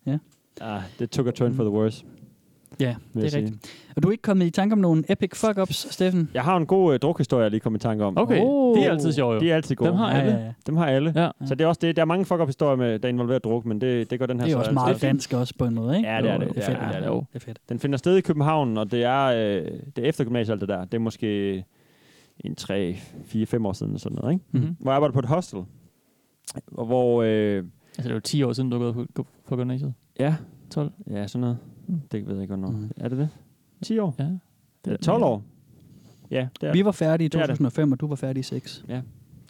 Ja.
Ah, det took a turn for the worse. vil
Ja, det
jeg
er
sige.
rigtigt. Og du er ikke kommet i tanke om nogen epic fuck-ups, Steffen?
Jeg har en god øh, drukhistorie, jeg lige kom i tanke om.
Okay,
Oh.
det er altid sjovt jo.
De er altid gode.
Dem har alle.
Ja, ja, ja.
Dem har alle.
Ja.
Så det er også det. Der er mange fuck up historier med, der involverer druk, men det, det gør den her
Det er
så
også
altså.
meget dansk også på en måde, ikke?
Ja, det er det.
Det er fedt.
Ja, det er det.
det er fedt.
Den finder sted i København, og det er, øh, det er efter gymnasiet alt det der. Det er måske en 3, 4, 5 år siden eller sådan noget, ikke?
Mhm.
Hvor jeg arbejder på et hostel, og hvor... Øh,
Altså, det er jo 10 år siden, du har gået på, på gymnasiet.
ja,
12.
ja, sådan noget. Det ved jeg ikke, hvornår.
Mhm.
Mm. Er det det? 10 år?
Ja.
Det er 12 år? Ja, det er
Vi
det.
var færdige i
Det er det.
2005, og du var færdig i 6.
Det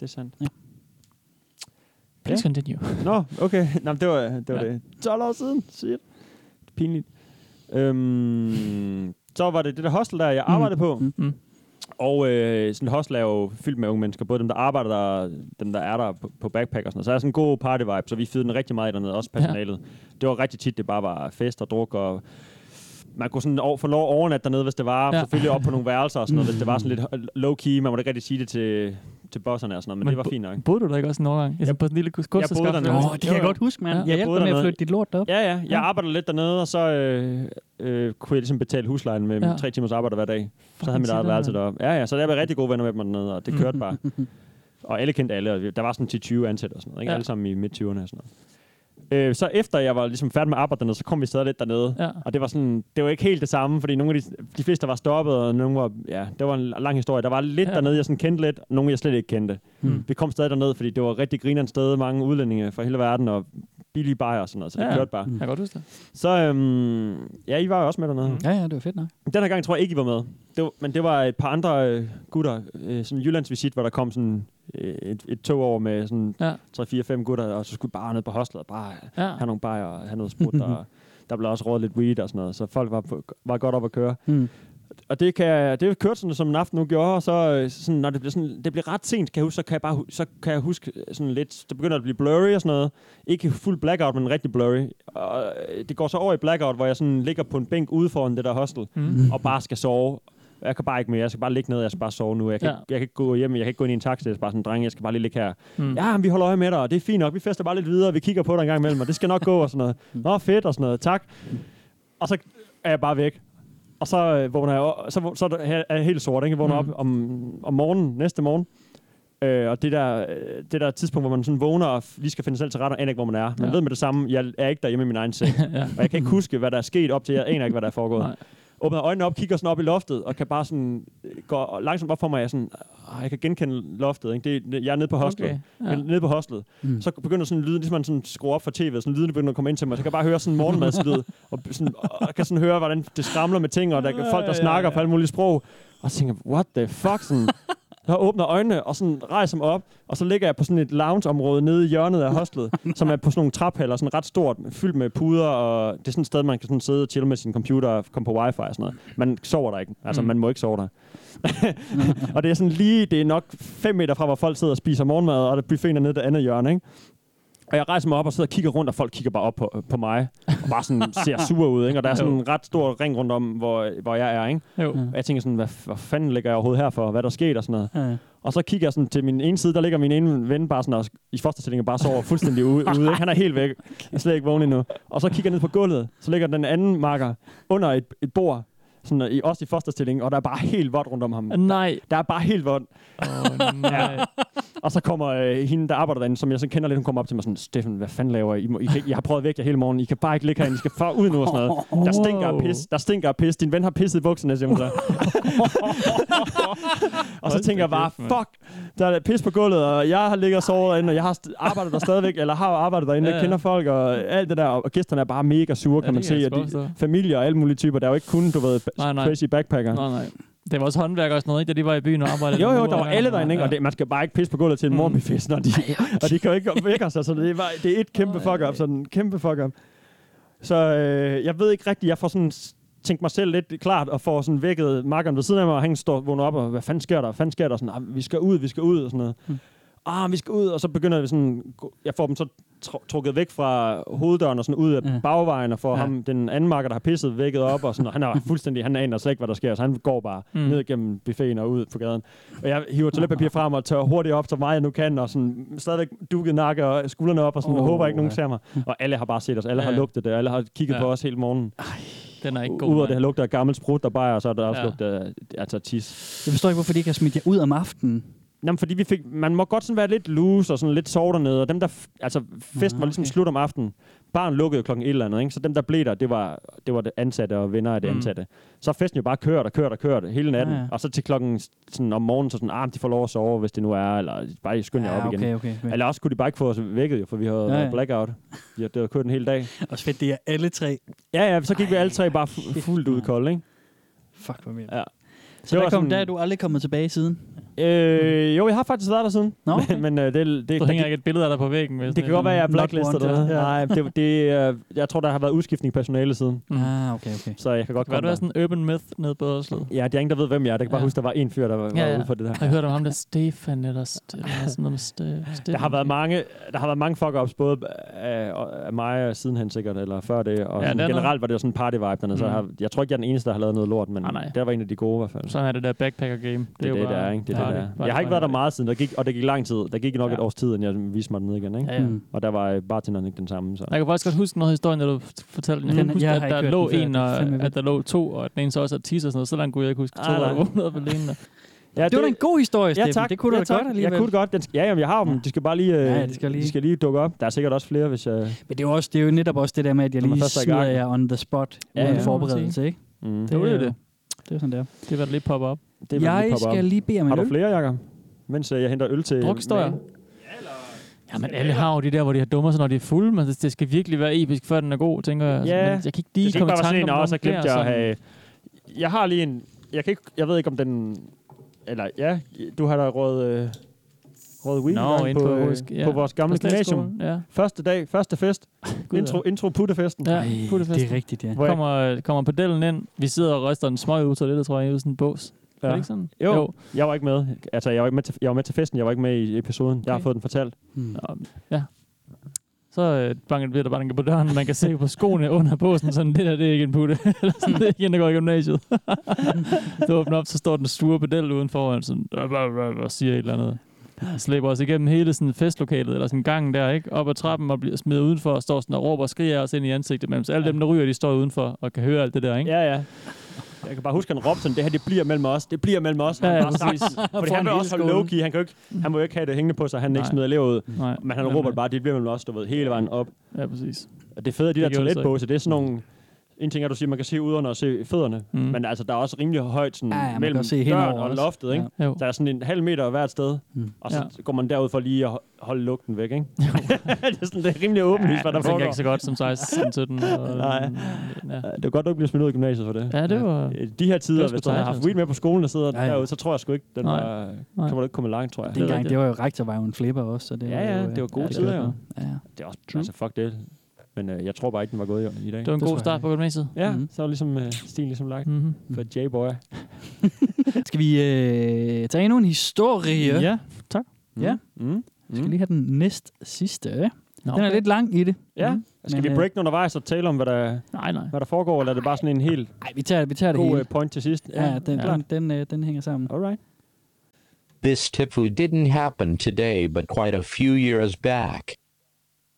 er sandt.
Please continue.
Nå, okay. Nå, men det var, det, var ja. det. 12 år siden, shit. Pinligt. Øhm, så var det det der hostel, der jeg arbejdede mm. på.
Mm.
Og øh, sådan et hostel er jo fyldt med unge mennesker, både dem, der arbejder der, og dem, der er der på, på backpack og sådan noget. Så er der sådan en god party-vibe, så vi fyrede den rigtig meget i dernede, også personalet. Ja. Det var rigtig tit, det bare var fest og druk, og man kunne sådan over, få lov at overnatte dernede, hvis det var,
Ja.
ja. selvfølgelig op på nogle værelser og sådan noget, hvis det var sådan lidt ho- low-key, man måtte ikke rigtig sige det til til bosserne og sådan noget, men,
Men
men det var
bo-
fint nok.
Boede du da ikke også en overgang? Jeg, på sådan en lille kus
Jeg boede dernede.
Åh,
Åh, det kan jeg godt
huske, mand. Jeg hjalp dig med at flytte dit lort derop.
Ja, ja. Jeg ja. arbejdede lidt dernede, og så øh, øh, kunne jeg ligesom betale huslejen med
Ja.
ja. tre timers arbejde hver dag. Så havde
Fucking
jeg mit eget
sådan,
værelse
mand.
deroppe. Ja, ja. Så der var jeg rigtig gode venner med dem dernede, og det kørte bare. og alle kendte alle, og vi- der var sådan 10-20 ansatte og sådan noget. Ikke?
Ja.
Ja. Alle sammen i midt-20'erne og sådan noget. Øh, så efter jeg var ligesom færdig med at arbejde dernede, så kom vi stadig lidt dernede.
Ja.
Og det var sådan, det var ikke helt det samme, fordi nogle af de, de fleste var stoppet, og nogle var, ja, det var en lang historie. Der var lidt
Ja.
ja. dernede, jeg sådan kendte lidt, og nogle jeg slet ikke kendte.
Mm.
Mm. Vi kom stadig derned, fordi det var rigtig grinerende sted, mange udlændinge fra hele verden, og billige bajer og sådan noget, så det
Ja,
ja. kørte bare.
Jeg kan godt huske det.
Så øhm, ja, I var jo også med dernede.
Ja, ja, det var fedt nok.
Den her gang tror jeg ikke, I var med. Det var, men det var et par andre øh, gutter. Øh, sådan en Jyllandsvisit, hvor der kom sådan øh, et, et tog over med sådan
Ja.
3-4-5 gutter, og så skulle vi bare ned på hostlet og bare
Ja.
have nogle bajer og have noget sprut. og der blev også rådet lidt weed og sådan noget, så folk var, på, var godt op at køre.
Mm.
Og det, kan, det kørte sådan, som en aften nu gjorde, og så øh, sådan, når det blev, sådan, det blev ret sent, kan jeg huske, så kan jeg, bare, hu- så kan jeg huske øh, sådan lidt, det begynder at blive blurry og sådan noget. Ikke fuld blackout, men rigtig blurry. Og øh, det går så over i blackout, hvor jeg sådan ligger på en bænk ude foran det der hostel,
Mm.
mm. og bare skal sove. Jeg kan bare ikke mere. Jeg skal bare ligge ned. Jeg skal bare sove nu. Jeg kan,
Ja.
ja. jeg kan ikke gå hjem. Jeg kan ikke gå ind i en taxa. Jeg skal bare sådan, drenge, jeg skal bare lige ligge her.
Mm.
Mm. Ja, men vi holder øje med dig, og det er fint nok. Vi fester bare lidt videre, og vi kigger på dig en gang imellem, og det skal nok gå og sådan noget. Nå, fedt og sådan noget. Tak. Og så er jeg bare væk. Og så øh, vågner jeg op, så, vå- så er det- her- er jeg helt sort, ikke? Jeg vågner
Mm.
op om, om morgenen, næste morgen. Øh, og det der, øh, det der tidspunkt, hvor man sådan vågner og f- lige skal finde sig selv til rette og aner ikke, hvor man er. Man
Ja.
ved med det samme, jeg er ikke derhjemme i min egen seng.
ja.
Og jeg kan ikke huske, hvad der er sket op til. Jeg aner ikke, hvad der er foregået.
Nej.
Åbner øjnene op, kigger sådan op i loftet, og kan bare sådan øh, gå langsomt op for mig. Jeg, er sådan, "Ah, jeg kan genkende loftet. Ikke? Det, er- jeg er nede på hostel.
Okay,
Okay.
ja.
Ja. Nede på hostel.
Mm.
Mm. Så begynder sådan lyden, ligesom man sådan skruer op for tv'et, sådan lyden begynder at komme ind til mig. Så kan jeg bare høre sådan en morgenmadslyd, og, b- sådan, og jeg kan sådan høre, hvordan det skramler med ting, og der er folk, der
Ja, ja,
snakker
ja.
på alle mulige sprog. Og så tænker jeg, what the fuck? Sådan, jeg åbner øjnene og sådan rejser mig op, og så ligger jeg på sådan et loungeområde nede i hjørnet af hostlet, som er på sådan nogle traphaller, sådan ret stort, fyldt med puder, og det er sådan et sted, man kan sådan sidde og chille med sin computer og komme på wifi og sådan noget. Man sover der ikke. Altså,
Mm.
mm. man må ikke sove der. og det er sådan lige, det er nok 5 meter fra, hvor folk sidder og spiser morgenmad, og der er buffeten er nede i det andet hjørne, ikke? Og jeg rejser mig op og sidder og kigger rundt, og folk kigger bare op på, på mig. Og bare sådan ser sur ud, ikke? Og der er sådan en ret stor ring rundt om, hvor, hvor jeg er, ikke?
Jo.
Og jeg tænker sådan, hvad, hvad fanden ligger jeg overhovedet her for? Hvad er der sket og sådan noget?
Ja.
Og så kigger jeg sådan til min ene side, der ligger min ene ven bare sådan og, i fosterstilling og bare sover fuldstændig ude. ude ikke? Han er helt væk. Jeg er slet ikke vågen endnu. Og så kigger jeg ned på gulvet, så ligger den anden marker under et, et bord, sådan i, også i fosterstilling, og der er bare helt vådt rundt om ham.
Nej.
Der er bare helt vådt.
Åh, nej.
Og så kommer øh, hende, der arbejder derinde, som jeg så kender lidt, hun kommer op til mig sådan, Steffen, hvad fanden laver I? I, må, I, kan, ikke- I har prøvet at vække jer hele morgen, I kan bare ikke ligge herinde, I skal far ud nu og sådan noget. Der stinker af pis, der stinker af pis, din ven har pisset i bukserne, siger hun så. og så
Hold da
tænker jeg bare,
kæft, mand.
fuck, der er pis på gulvet, og jeg har ligget og sovet derinde, og jeg har st- arbejdet der stadigvæk, eller har arbejdet derinde,
Ja,
ja,
ja.
kender folk, og alt det der, og gæsterne er bare mega sure,
Ja,
ja, kan man
det kan
se,
jeg
og
godt
de,
forstå.
familier og alle mulige typer, der er jo ikke kun, du ved,
Nej, nej.
crazy backpacker.
Nej, nej. Det var også håndværk og sådan noget, ikke? Da de var i byen og arbejdede.
Jo,
med
jo,
murer,
der var
ikke?
alle derinde, ikke? og det, man skal bare ikke pisse på gulvet til en
Mm.
morgenbuffet, når de, og de kan jo ikke vække sig, så det, var, det er et kæmpe
Ej.
fuck-up, sådan en kæmpe fuck-up. Så øh, jeg ved ikke rigtigt, jeg får sådan s- tænkt mig selv lidt klart, og får sådan vækket makkeren ved siden af mig, og han står vågner op, og hvad fanden sker der, hvad fanden sker der, sådan, "Ah, vi skal ud, vi skal ud, og sådan noget. Ah, vi skal ud, og så begynder vi sådan, jeg får dem så tr- trukket væk fra hoveddøren og sådan ud af
Ja.
bagvejen, og får
Ja.
ham, den anden marker, der har pisset, vækket op, og sådan, og han er fuldstændig, han aner slet ikke, hvad der sker, så han går bare
Mm.
mm. ned gennem buffeten og ud på gaden. Og jeg hiver toiletpapir frem og tør hurtigt op, så meget jeg nu kan, og sådan stadigvæk dukket nakke og skuldrene op, og sådan,
Åh,
oh, håber ikke, nogen
ja.
ser mig. Og alle har bare set os, alle har
Ja.
lugtet det, alle har kigget
Ja.
på os hele morgenen.
Den er ikke god.
Udover det har
mand.
lugtet af gammel sprut, der bare, og så er der også
Ja.
ja. lugtet af altså tis.
Jeg forstår ikke, hvorfor de ikke har smidt jer ud om aftenen.
Jamen, fordi vi fik, man må godt sådan være lidt loose og sådan lidt sove dernede, og dem der, f- altså festen
Ah,
var ligesom
okay.
slut om aftenen. Baren lukkede klokken et eller andet, ikke? så dem der blev der, det var, det var det ansatte og venner af det
Mm.
ansatte. Så er festen jo bare kørt og kørt og kørt hele natten,
Ja, ja.
og så til klokken s- sådan om morgenen, så sådan, ah, de får lov at sove, hvis det nu er, eller bare skynd jer op igen.
okay, okay. okay.
Eller også kunne de bare ikke få os vækket, jo, for vi havde
Ja,
ja,
ja.
ja. blackout. Ja, det var kørt en hel dag.
Også fedt, det er alle tre.
Ja, ja, så gik Ej, vi alle tre bare fu-
shit,
fuldt ud
mand.
kolde, ikke?
Fuck, hvor vildt.
Ja.
Så
Det
der,
var
kom,
sådan-
der er du aldrig kommet tilbage siden?
Øh, jo, jeg har faktisk været der siden.
Nå, okay.
Men, men øh, det, det,
Der
det,
hænger ikke et billede af dig på væggen. hvis
det kan godt være, jeg er
Not
blacklistet.
wanted,
Eller.
ja.
Ja. Nej, det, det, øh, jeg tror, der har været udskiftning i personalet siden,
Mm.
Ah, okay, okay.
så jeg kan godt
Hvad er
komme
det,
der.
er sådan en urban myth nede på Oslo?
Ja, det er ingen, der ved, hvem jeg er. Jeg kan bare
Ja.
huske, der var en fyr, der var,
Ja,
ja,
ja.
ude for det der.
Jeg har hørt om ham der Stefan, eller St- eller sådan noget med Ste- Stefan.
Der har været mange, der har været mange fuck-ups, både af, af mig og sidenhen sikkert, eller før det. Og
Ja,
ja,
det er
sådan, generelt var det jo sådan party-vibe. Mm. Så
Mm.
har, jeg tror ikke, jeg er den eneste, der har lavet noget lort, men
Ah, nej.
der var en af de gode i hvert fald.
Sådan er det der backpacker game.
Det er det, der er, ikke? Det er det,
var det. Var
jeg har
det,
ikke været der meget siden, der gik, og det gik lang tid. Der gik nok ja. et års tid, inden jeg viste mig den ned igen. Ikke?
Ja, ja.
Mm. Og der var øh, bartenderen ikke den samme. Så.
Jeg kan faktisk godt huske noget af historien, der du fortalte. Jeg
Mm.
kan huske,
Jeg
at
har ikke
der
hørt
lå
den før.
en,
Det er fandme
og,
vildt.
at der lå to, og den ene så også havde teaser og sådan noget. Så langt kunne jeg ikke huske to,
Nej,
der
nej.
vågnede op alene.
Ja,
Ah, det var da en god historie,
Ja,
Steffen.
tak.
Det kunne du
ja,
da
tak.
godt alligevel.
Jeg kunne det godt. Den, ja, jamen, jeg har dem. De skal bare lige, øh,
Ja,
ja,
de
de,
skal
skal
lige-
lige... de skal lige dukke op. Der er sikkert også flere, hvis øh, jeg...
Men det er, jo også, det er jo netop også det der med, at jeg
Når man
lige
først er i
smider
gang.
jer on the spot
Ja,
ja, uden
ja.
forberedelse, ikke?
Mm.
Det var
er
jo det.
Det er jo sådan, der.
Det var der lige popper op.
Det er, hvad
Jeg
lige popper
skal
op.
lige bede om en
Har du
øl.
flere, Jakob? Mens øh, jeg henter øl til...
Drukstøjer. Jamen, alle har jo de der, hvor de har dummer sig, når de er fulde, men det, det skal virkelig være episk, før den er god, tænker jeg.
Ja.
Altså, Men jeg kan ikke lige
det skal
komme i
ikke bare være
tanke
sådan en,
om
og så
nogen der,
glemte jeg at
sådan-
have... Jeg har lige en... Jeg, kan ikke, jeg ved ikke, om den... Eller ja, du har da råd... Øh, råd weed
Nå,
engang
inde på
øh,
husk, ja.
på vores gamle
På statsskolen,
gymnasium.
ja.
Første dag, første fest.
Gud,
intro, intro puttefesten.
Ja, puttefesten.
det er rigtigt, ja.
Hvor jeg-
Kommer, kommer pedellen ind, vi sidder og ryster en smøg ud til det, tror jeg, i sådan en bås. Ja. Er det ikke sådan?
Jo, jo, jeg var ikke med. Altså, jeg var, ikke med til, jeg var med til festen, jeg var ikke med i episoden. Okay. Jeg har
Okay.
fået den fortalt.
Hmm.
Ja. Så øh, banker bliver der banker på døren, man kan se på skoene under posen, sådan, det der, det er ikke en putte. Eller sådan, det er ikke en, der går i gymnasiet. så åbner op, så står den sure pedel uden foran, sådan, "Øh, øh, øh," og siger et eller andet. Slæber os igennem hele sådan festlokalet, eller sådan gangen der, ikke? Op ad trappen og bliver smidt udenfor, og står sådan og råber og skriger os ind i ansigtet. Men alle dem, der ryger, de står udenfor og kan høre alt det der, ikke?
Ja, ja. Jeg kan bare huske, han råbte sådan, det her, det bliver mellem os. Det bliver mellem os.
Ja, ja,
Bare sagt.
præcis.
Fordi han
Foran
vil
hele
også holde
skolen.
low-key. Han, kan jo ikke, han må jo ikke have det hængende på sig, han Nej. ikke
Nej.
smider elever ud.
Nej.
Men han
Men,
råber
øh,
bare, det bliver mellem os, du ved, hele vejen op.
Ja, præcis.
Og det fede af de
Det
der
gjorde det så ikke.
toiletbåse, det er sådan nogle... En ting er, du siger, man kan se ud under og se fødderne, mm. men altså, der er også rimelig højt sådan,
Ja, ja, man
ja,
kan
mellem
også se
se
henover
døren og
også.
loftet. Ikke?
Ja. Jo.
Der er sådan en halv meter hvert sted, mm. og så ja. går man derud for lige at ho- holde lugten væk. Ikke? det, er sådan, det er rimelig åbenlyst, hvad der
det tænker jeg
foregår.
ikke så godt som 16, 17. Og,
Nej.
Ja.
Øh, Det var godt, du ikke blev smidt ud af gymnasiet for det.
ja, det var...
Øh, De her
Det
tider,
er sgu
hvis du har
dejligt,
haft
altså.
weed med på skolen og sidder
Ja, ja.
derude, så tror jeg sgu ikke, den
Nej.
var, så
Nej.
var du ikke kommet langt, tror jeg.
Det er
Dengang,
rigtigt.
det var jo rektor, var jo en flipper også, så det
Ja,
var
ja,
jo, øh,
det var gode
det
tider,
godt
jo.
nok. Ja, ja.
Det er også, altså fuck det. Men øh, jeg tror bare ikke, den var gået i, i dag.
Mm. Det var en
Det tror
god
jeg
start på gymnasiet.
Ja,
Mhm.
så var ligesom, øh, stien ligesom lagt
Mm-hmm.
for J-Boy.
Skal vi øh, tage endnu en historie?
Ja, tak.
Mm.
Vi skal lige have den næst sidste.
Nå,
Den er lidt lang i det.
Ja, Altså,
Mhm.
skal
Men,
vi
øh,
break den undervejs og tale om, hvad der,
Mm. Nej, nej.
hvad der foregår, eller er det bare sådan en helt
Ej, vi tager, vi tager det
god
hele.
øh, point til sidst?
Ja, den,
klart.
den, den, øh, den hænger sammen.
Alright.
This tipu didn't happen today, but quite a few years back.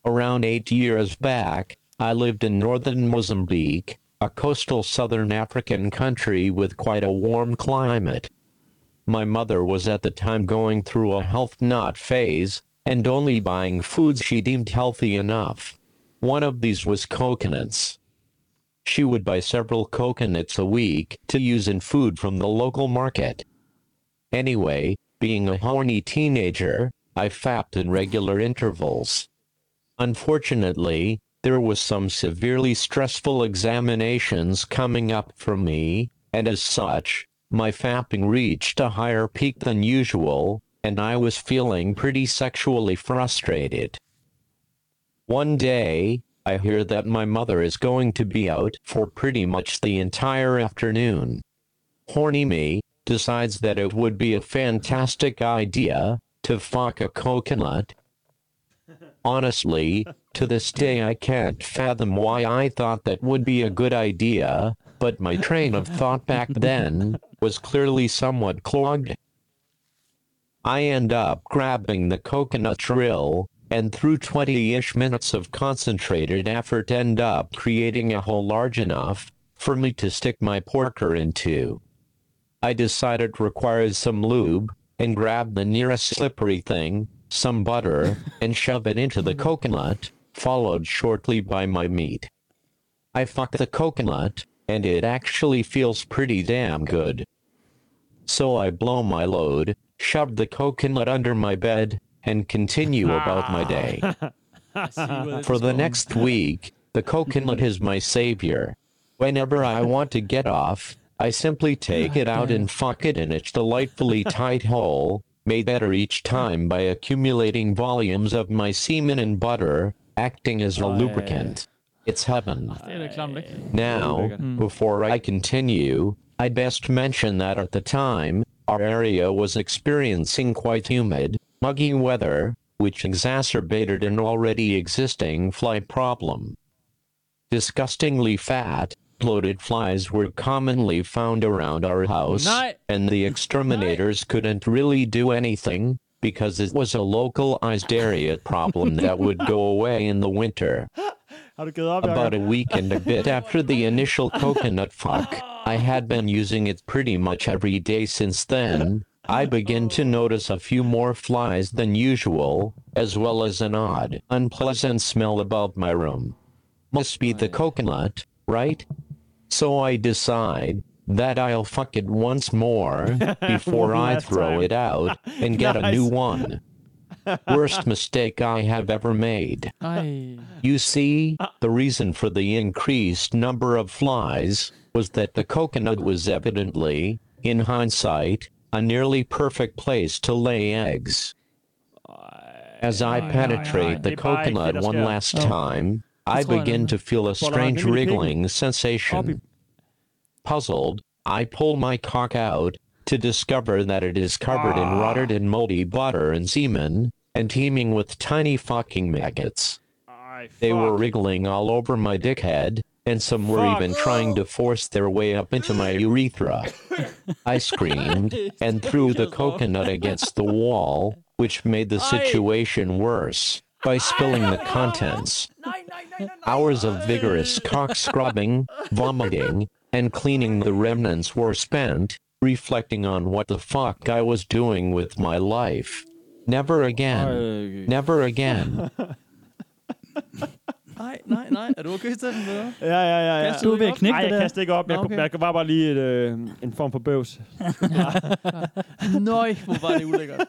Around eight years back, I lived in northern Mozambique, a coastal southern African country with quite a warm climate. My mother was at the time going through a health nut phase, and only buying foods she deemed healthy enough. One of these was coconuts. She would buy several coconuts a week to use in food from the local market. Anyway, being a horny teenager, I fapped in regular intervals. Unfortunately, there was some severely stressful examinations coming up for me, and as such, my fapping reached a higher peak than usual, and I was feeling pretty sexually frustrated. One day, I hear that my mother is going to be out for pretty much the entire afternoon. Horny me decides that it would be a fantastic idea to fuck a coconut. Honestly, to this day I can't fathom why I thought that would be a good idea, but my train of thought back then was clearly somewhat clogged. I end up grabbing the coconut drill, and through 20 ish minutes of concentrated effort, end up creating a hole large enough for me to stick my porker into. I decide it requires some lube, and grab the nearest slippery thing, some butter, and shove it into the coconut, followed shortly by my meat. I fuck the coconut, and it actually feels pretty damn good. So I blow my load, shove the coconut under my bed, and continue about my day. For the next week, the coconut is my savior. Whenever I want to get off, I simply take it out and fuck it in its delightfully tight hole, made better each time by accumulating volumes of my semen and butter, acting as a lubricant. It's heaven.
Det er da klamt, ikke?
Now, before I continue, I best mention that at the time, our area was experiencing quite humid, muggy weather, which exacerbated an already existing fly problem. Disgustingly fat, bloated flies were commonly found around our house,
Nej.
and the exterminators couldn't really do anything because it was a localized area problem that would go away in the winter.
Har du givet op,
About
Jacob?
a week and a bit after the initial coconut fuck, I had been using it pretty much every day since then. I began to notice a few more flies than usual, as well as an odd, unpleasant smell above my room. Must be the coconut, right? So I decide that I'll fuck it once more before
One
I
last
throw
time.
it out and get a new
Nice.
one. Worst mistake I have ever made.
Ej.
You see, the reason for the increased number of flies was that the coconut was evidently, in hindsight, a nearly perfect place to lay eggs. As I penetrate the
Det er bare ikke det,
coconut
der
one
sker.
last
Ja.
time,
Det
I
tror jeg
begin
nemlig.
to feel a
Hvor der er
strange
almindelig pikken.
wriggling sensation. Puzzled, I pull my cock out to discover that it is covered in rotted and moldy butter and semen, and teeming with tiny fucking maggots. They were wriggling all over my dickhead, and some were even trying to force their way up into my urethra. I screamed and threw the coconut against the wall, which made the situation worse by spilling the contents. Hours of vigorous cock scrubbing, vomiting, and cleaning the remnants were spent, reflecting on what the fuck I was doing with my life. Never again. Never again.
Nej, nej, nej. Er du okay, Steffen? med det?
Ja, ja, ja. ja.
Kastede du ved at knække
Nej,
det
jeg
der?
kastede ikke op. Jeg,
Nå,
okay.
okay.
jeg var bare lige et, øh, en form for bøvs.
Nøj, hvor var det ulækkert.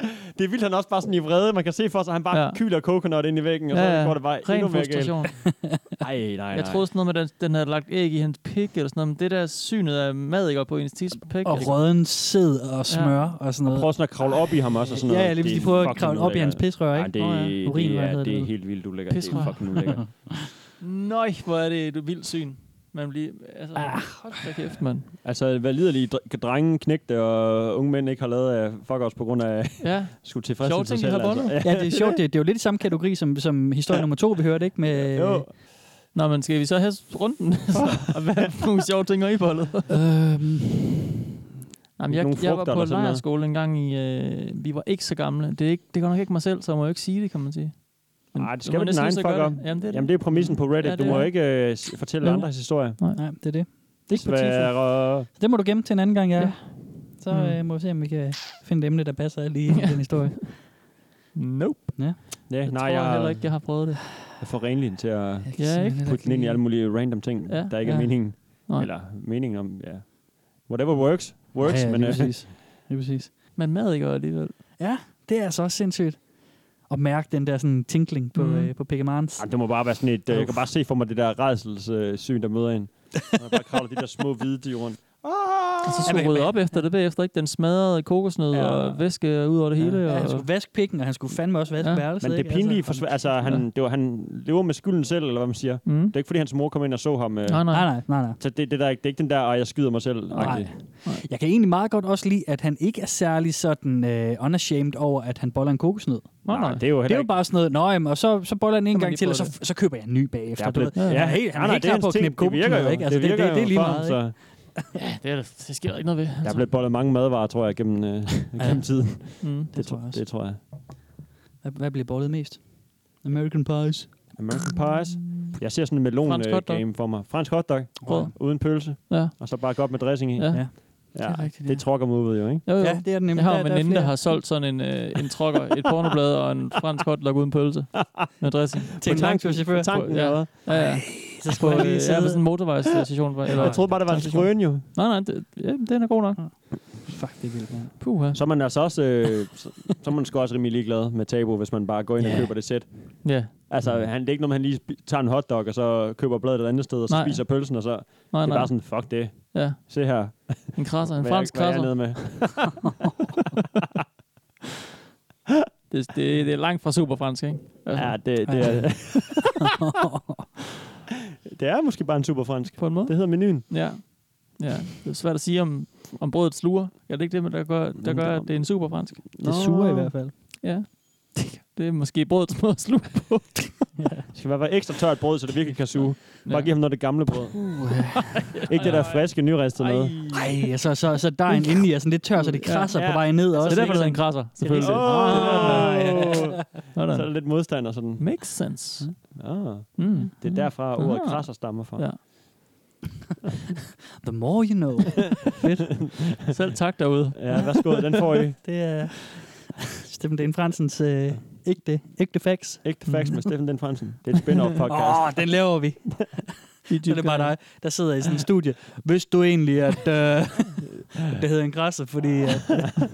Det er vildt, han også bare sådan i vrede. Man kan se for sig, at han bare
Ja.
ja. kyler coconut ind i væggen, og så
Ja,
ja,
ja.
går det bare
Ren
endnu mere galt.
frustration.
Ej, nej, nej.
Jeg troede sådan noget med, at den, den havde lagt æg i hans pik, eller sådan noget, men det der synet af mad, ikke, og på hendes tis pik.
Og rødden sæd og smør ja. og sådan noget.
Prøv sådan at kravle op i ham også og sådan
Ja,
noget.
ja, lige hvis
Det er
de prøver at
fucking
kravle op i hans
ulækkert.
pisrør,
Ej,
ikke?
Det,
Nå ja.
det,
Urin,
det,
hvad
er,
hedder
det er
det?
helt vildt ulækkert. Det er
Pisrør.
fucking ulækkert.
Nøj, hvor er det et vildt syn. Man bliver, altså, ah. hold da kæft, mand.
Altså, hvad liderlige dr- drenge, knægte og unge mænd ikke har lavet af fuck os på grund af...
Ja.
skulle tilfredsstille
Sjovt
sig
ting, de
selv. altså.
har bundet.
Ja, det er sjovt. Det, det er jo lidt i samme kategori som, som historie nummer to, vi hørte, ikke? Med,
Jo. Nå, men skal vi så have runden? og hvad er det for nogle sjove ting, har I bollet?
Øhm.
Jamen, jeg,
Nogle
jeg var
frugter
på
eller sådan noget.
lejerskole en gang i... Øh, vi var ikke så gamle. Det, er ikke, det går nok ikke mig selv, så jeg må jo ikke sige det, kan man sige.
Nej, det skal
må
man din
næsten
egen
så
fuck
gøre det.
om.
Jamen, det er det.
Jamen, det er præmissen på Reddit.
Ja,
Ja, du
det
må
er.
ikke øh, s- fortælle
Nej.
andres historie.
Nej.
Nej, det er det. Det er ikke på tirsdag.
Svære...
Så det må du gemme til en anden gang, ja.
Ja.
ja. Så
Mm.
øh, må vi se, om vi kan finde et emne, der passer lige ja. den historie.
Nope.
Ja.
Ja,
Jeg
nej,
tror
jeg,
heller ikke, jeg har prøvet det.
Jeg får renlig den til at
kan Ja, ikke?
putte den ind i alle mulige random ting,
Ja,
ja, der ikke ja.
ja.
er meningen.
Nej.
Nej. Eller meningen om, ja. Whatever works, works.
Ja, ja,
men,
lige
øh,
præcis. Lige præcis.
Men mad ikke alligevel.
Ja, det er altså også sindssygt. Og mærke den der sådan tinkling på,
Mm.
mm. øh, på Pegamans.
Ej, det må bare være sådan et, øh, jeg kan bare se for mig det der redselssyn, der møder en. Når jeg bare kravler de der små hvide dyr rundt. Ah!
Og så
Ja, men-
skulle rydde op efter det bagefter, ikke? Den smadrede kokosnød ja. og væske ud over det hele.
Ja, han
og...
skulle vaske pikken, og han skulle fandme også vaske
Ja.
ja. værelset.
Men det
ikke?
pinlige, altså, for, altså han, det var, han lever med skylden selv, eller hvad man siger.
Mm.
Det er ikke, fordi hans mor kom ind og så ham. Øh,
Nej, nej. Nej, nej, nej, nej.
Så det, det, der, det er ikke den der, og jeg skyder mig selv.
Nej. Jeg kan egentlig meget godt også lide, at han ikke er særlig sådan øh, unashamed over, at han boller en kokosnød.
Nej, nej. det er jo
Det er
heller
jo
ikke...
bare sådan noget, Nå, jamen, og så, så boller han en
man
gang
lige
til, og
prøve
så, så køber jeg en ny bagefter.
Der er
du ved.
blevet- Ja,
Han er helt, han
nej,
er
nej,
helt
det er
klar på at
hans ting.
knæppe
Det virker
kokosnødder,
jo.
ikke? Altså,
Det
det, det,
virker
det, det er
jo
lige
for ham,
meget, ikke?
så-
Ja, det, er, der- det sker der ikke noget ved.
Der er blevet bollet mange madvarer, tror jeg, gennem, øh, gennem tiden.
Mm,
det, tror jeg også. Det tror jeg.
Hvad, hvad bliver bollet mest? American Pies.
American Pies. Jeg ser sådan en melon
Fransk
øh,
hotdog.
game for mig. Fransk hotdog.
Brød.
Uden pølse.
Ja.
Og så bare godt med dressing i.
Ja. Ja.
Ja,
Det er rigtigt,
det er trucker movet jo, ikke?
Jo, jo.
Ja, det er den nemlig.
Jeg har
Der-
en
der er
veninde, der,
flere.
har solgt sådan en, øh, en trokker, et pornoblad og en fransk hotdog uden pølse med dressing.
Til en tankchauffør.
På-
tanken,
ja.
eller
ja,
hvad?
ja.
Så
på,
skulle jeg lige
øh,
sidde.
ja, på sådan en motorvejsstation.
Jeg troede bare, det var en skrøn, jo.
Nej, nej, det, ja, den er god nok.
Fuck, det er vildt, mand.
Puh,
Så er man altså også, øh, så, så er man sgu også rimelig ligeglad med tabu, hvis man bare går ind
Ja.
og køber det sæt.
Ja. Mm.
Altså, han, det er ikke noget, man lige spi- tager en hotdog, og så køber bladet et andet sted, og så
Nej.
spiser pølsen, og så...
Nej,
det er
nej.
bare sådan, fuck det.
Ja.
Se her.
En krasser, en
Hvad jeg-
fransk
hvad jeg er
krasser.
nede med.
Det, det, det er langt fra super fransk, ikke? Altså.
Ja, det, det er... det er måske bare en super fransk.
På en måde.
Det hedder menuen.
Ja. ja. Det er svært at sige, om, om brødet sluger. Er det ikke det, der gør, der gør at det er en super fransk?
Det suger i hvert fald.
Ja. Det er måske brødets måde at sluge på.
Det skal være ekstra tørt brød, så det virkelig kan suge. Bare giv ham noget af det gamle brød. Ikke det der friske, nyristede noget.
Uh, Ej, så, så, så dejen indeni er sådan altså lidt tør, så det krasser ja. på vej ned også.
Det er derfor, det hedder en
ikke?
krasser,
Det er helt-
selvfølgelig. Ah,
Så er der lidt modstand og sådan.
Makes sense.
Ah.
Mm.
Det er derfra, ordet
Ah.
krasser stammer fra.
Ja.
The more you know.
Fedt. Selv tak derude.
Ja, værsgo, den får I.
det er Steffen Den Fransens øh, ægte, ægte facts. Mm.
Ægte facts med Steffen Den Fransen. Det er et spin-off podcast.
Åh, oh, den laver vi. Så er det bare dig, der sidder i sådan en studie. Vidste du egentlig, at øh, det hedder en græsser, fordi... At, øh,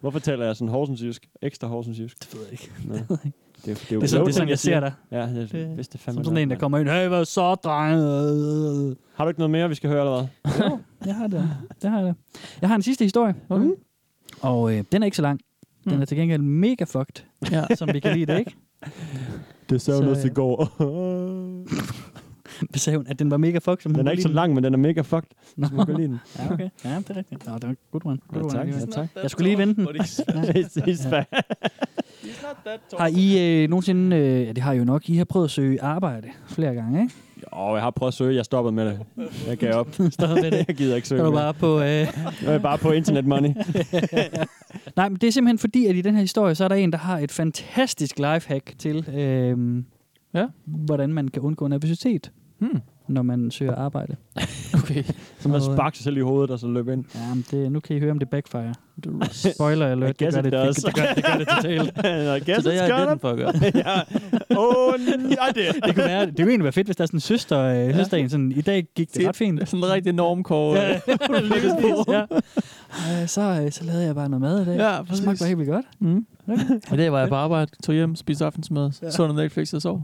Hvorfor taler jeg sådan Horsensjysk? Ekstra Horsensjysk?
Det ved jeg ikke.
Nå. Det, er jo- det, er jo
det er sådan,
kloge
det er sådan
ting,
jeg ser
siger.
dig.
Ja, jeg
Det-
vidste det fandme.
Som sådan en, der kommer ind. Hey, hvad så, drenge?
Har du ikke noget mere, vi skal høre, eller hvad?
Jeg har det. det har jeg. jeg har en sidste historie. Okay. Mm. Og øh, den er ikke så lang. Den
Mm.
er til gengæld mega fucked,
Ja.
som vi kan lide det, ikke?
Det
savner Så, os i ja.
går.
Hvad sagde hun? At den var mega fucked, som hun
den er
kunne
ikke så
lide
lang, men den er mega fucked.
Nå.
Hvis man kan lide den.
Ja, okay. Ja, det er rigtigt. Nå, det var en good one. Good
Ja,
one
tak.
alligevel.
Ja, tak.
Jeg skulle lige vente den.
Præcis, hvad?
Har I øh, nogensinde, øh, ja det har I jo nok, I har prøvet at søge arbejde flere gange, ikke?
Åh, jeg har prøvet at søge. Jeg stoppede med det. Jeg gav op.
Stoppede med det.
jeg gider ikke
Så er
søge
du
mere.
bare på... Øh...
Nu er jeg bare på internet money.
Nej, men det er simpelthen fordi, at i den her historie, så er der en, der har et fantastisk lifehack til, øh,
Ja.
hvordan man kan undgå nervøsitet,
Hmm.
når man søger arbejde.
Okay.
Så man
Og, øh,
sparker sig selv i hovedet, og så løber ind.
Ja, men det, nu kan I høre, om det backfire. Spoiler
I
alert, det
guess
gør
it
det, det,
does.
det, gør, det, gør det totalt.
And I guess
Så det
it's
har jeg
gonna...
den for at gøre.
ja. Oh, nej, det
Det kunne, være, det kunne egentlig være fedt, hvis der er sådan en søster, øh, søster en sådan, i dag gik det ret fint.
Det er sådan en rigtig normkåre.
Ja, ja. Øh, så, øh, så lavede jeg bare noget mad i dag.
Ja,
det
præcis.
smagte bare helt vildt godt.
Mm. I dag var jeg på arbejde, tog hjem, spiste aftensmad, så noget Netflix og sov.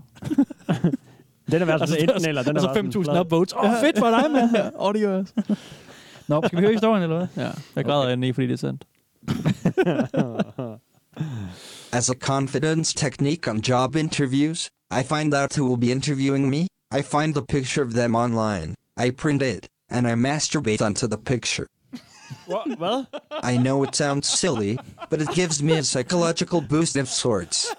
Altså,
Den er været sådan enten eller. Den
Og
er
så
været sådan
5.000
flad.
altså, upvotes. Åh, oh, fedt for dig, mand.
Ja, og det gør jeg også.
Nå, skal vi høre historien, eller hvad?
Ja, jeg græder okay. ned, fordi det er sandt.
As a confidence technique on job interviews, I find out who will be interviewing me, I find the picture of them online, I print it, and I masturbate onto the picture.
Hva- Hvad?
I know it sounds silly, but it gives me a psychological boost of sorts.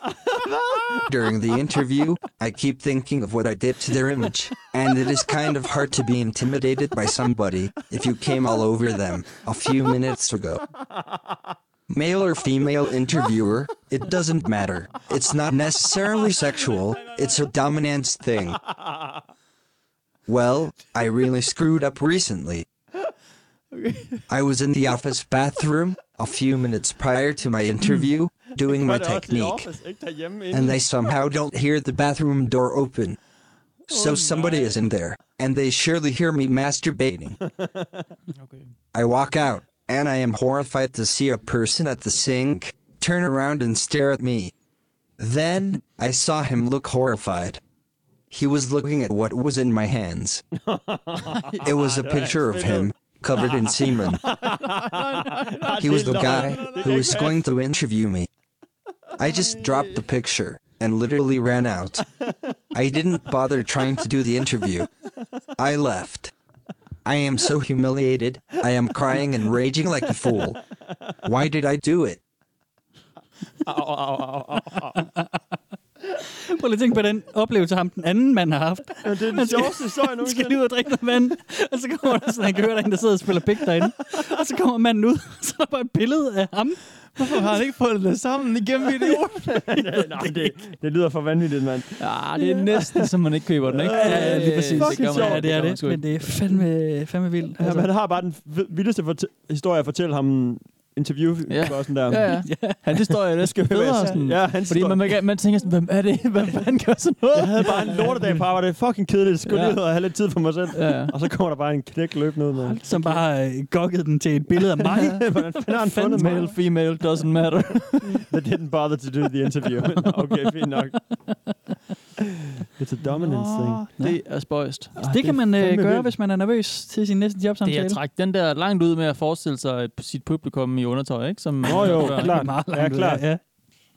During the interview, I keep thinking of what I did to their image, and it is kind of hard to be intimidated by somebody if you came all over them a few minutes ago. Male or female interviewer, it doesn't matter. It's not necessarily sexual, it's a dominance thing. Well, I really screwed up recently. I was in the office bathroom a few minutes prior to my interview, doing my
Var det også i
technique
Office, ikke derhjemme
and they somehow don't hear the bathroom door open. So somebody is in there, and they surely hear me masturbating. I walk out, and I am horrified to see a person at the sink turn around and stare at me. Then, I saw him look horrified. He was looking at what was in my hands. It was a picture of him, covered in semen. He was the guy who was going to interview me. I just dropped the picture and literally ran out. I didn't bother trying to do the interview. I left. I am so humiliated. I am crying and raging like a fool. Why did I do it?
Prøv lige at tænke på den oplevelse, ham den anden mand har haft.
Ja, det er den sjoveste historie
Han skal
nogensinde.
lige ud og drikke noget vand, og så kommer der sådan, han kan høre, der er en, der sidder og spiller pik derinde. Og så kommer manden ud, og så er der bare et billede af ham.
Hvorfor har han ikke fået det sammen igennem video?
Nej, det, det lyder for vanvittigt, mand.
Ja, det er næsten, som man ikke køber den, ikke?
Ja, lige præcis.
Det gør man,
ja, det er
gør man
det.
sgu
Men
ikke.
det er fandme, fandme vildt.
altså.
Ja, men han har bare den v- vildeste fortæ- historie at fortælle ham interview
Ja.
ja. sådan der.
Ja, ja. Han, det står jeg, det skal
være
bedre.
sådan.
Sådan.
Ja, han
Fordi
står-
man, man, man tænker sådan, hvem er det? Hvem fanden gør sådan noget?
Jeg havde bare en lortedag på arbejde. Det er fucking kedeligt. Jeg skulle
Ja.
lige ud og have lidt tid for mig selv.
Ja.
Og så kommer der bare en knæk løbende ud med.
som bare har øh, gokket den til et billede af mig.
Hvordan fanden har han fundet
Fanden
mig?
male, female, doesn't matter.
They didn't bother to do the interview. okay, fint nok. It's a dominance thing.
det er spøjst.
Så det kan man øh,
fandme
gøre,
vildt.
hvis man er nervøs til sin næste
Det
jobsamtale.
er at trække den der langt ud med at forestille sig et, sit publikum i undertøj, ikke? Som man
Nå jo,
gør.
klart.
Meget langt
Ja,
ud,
klart.
Ja.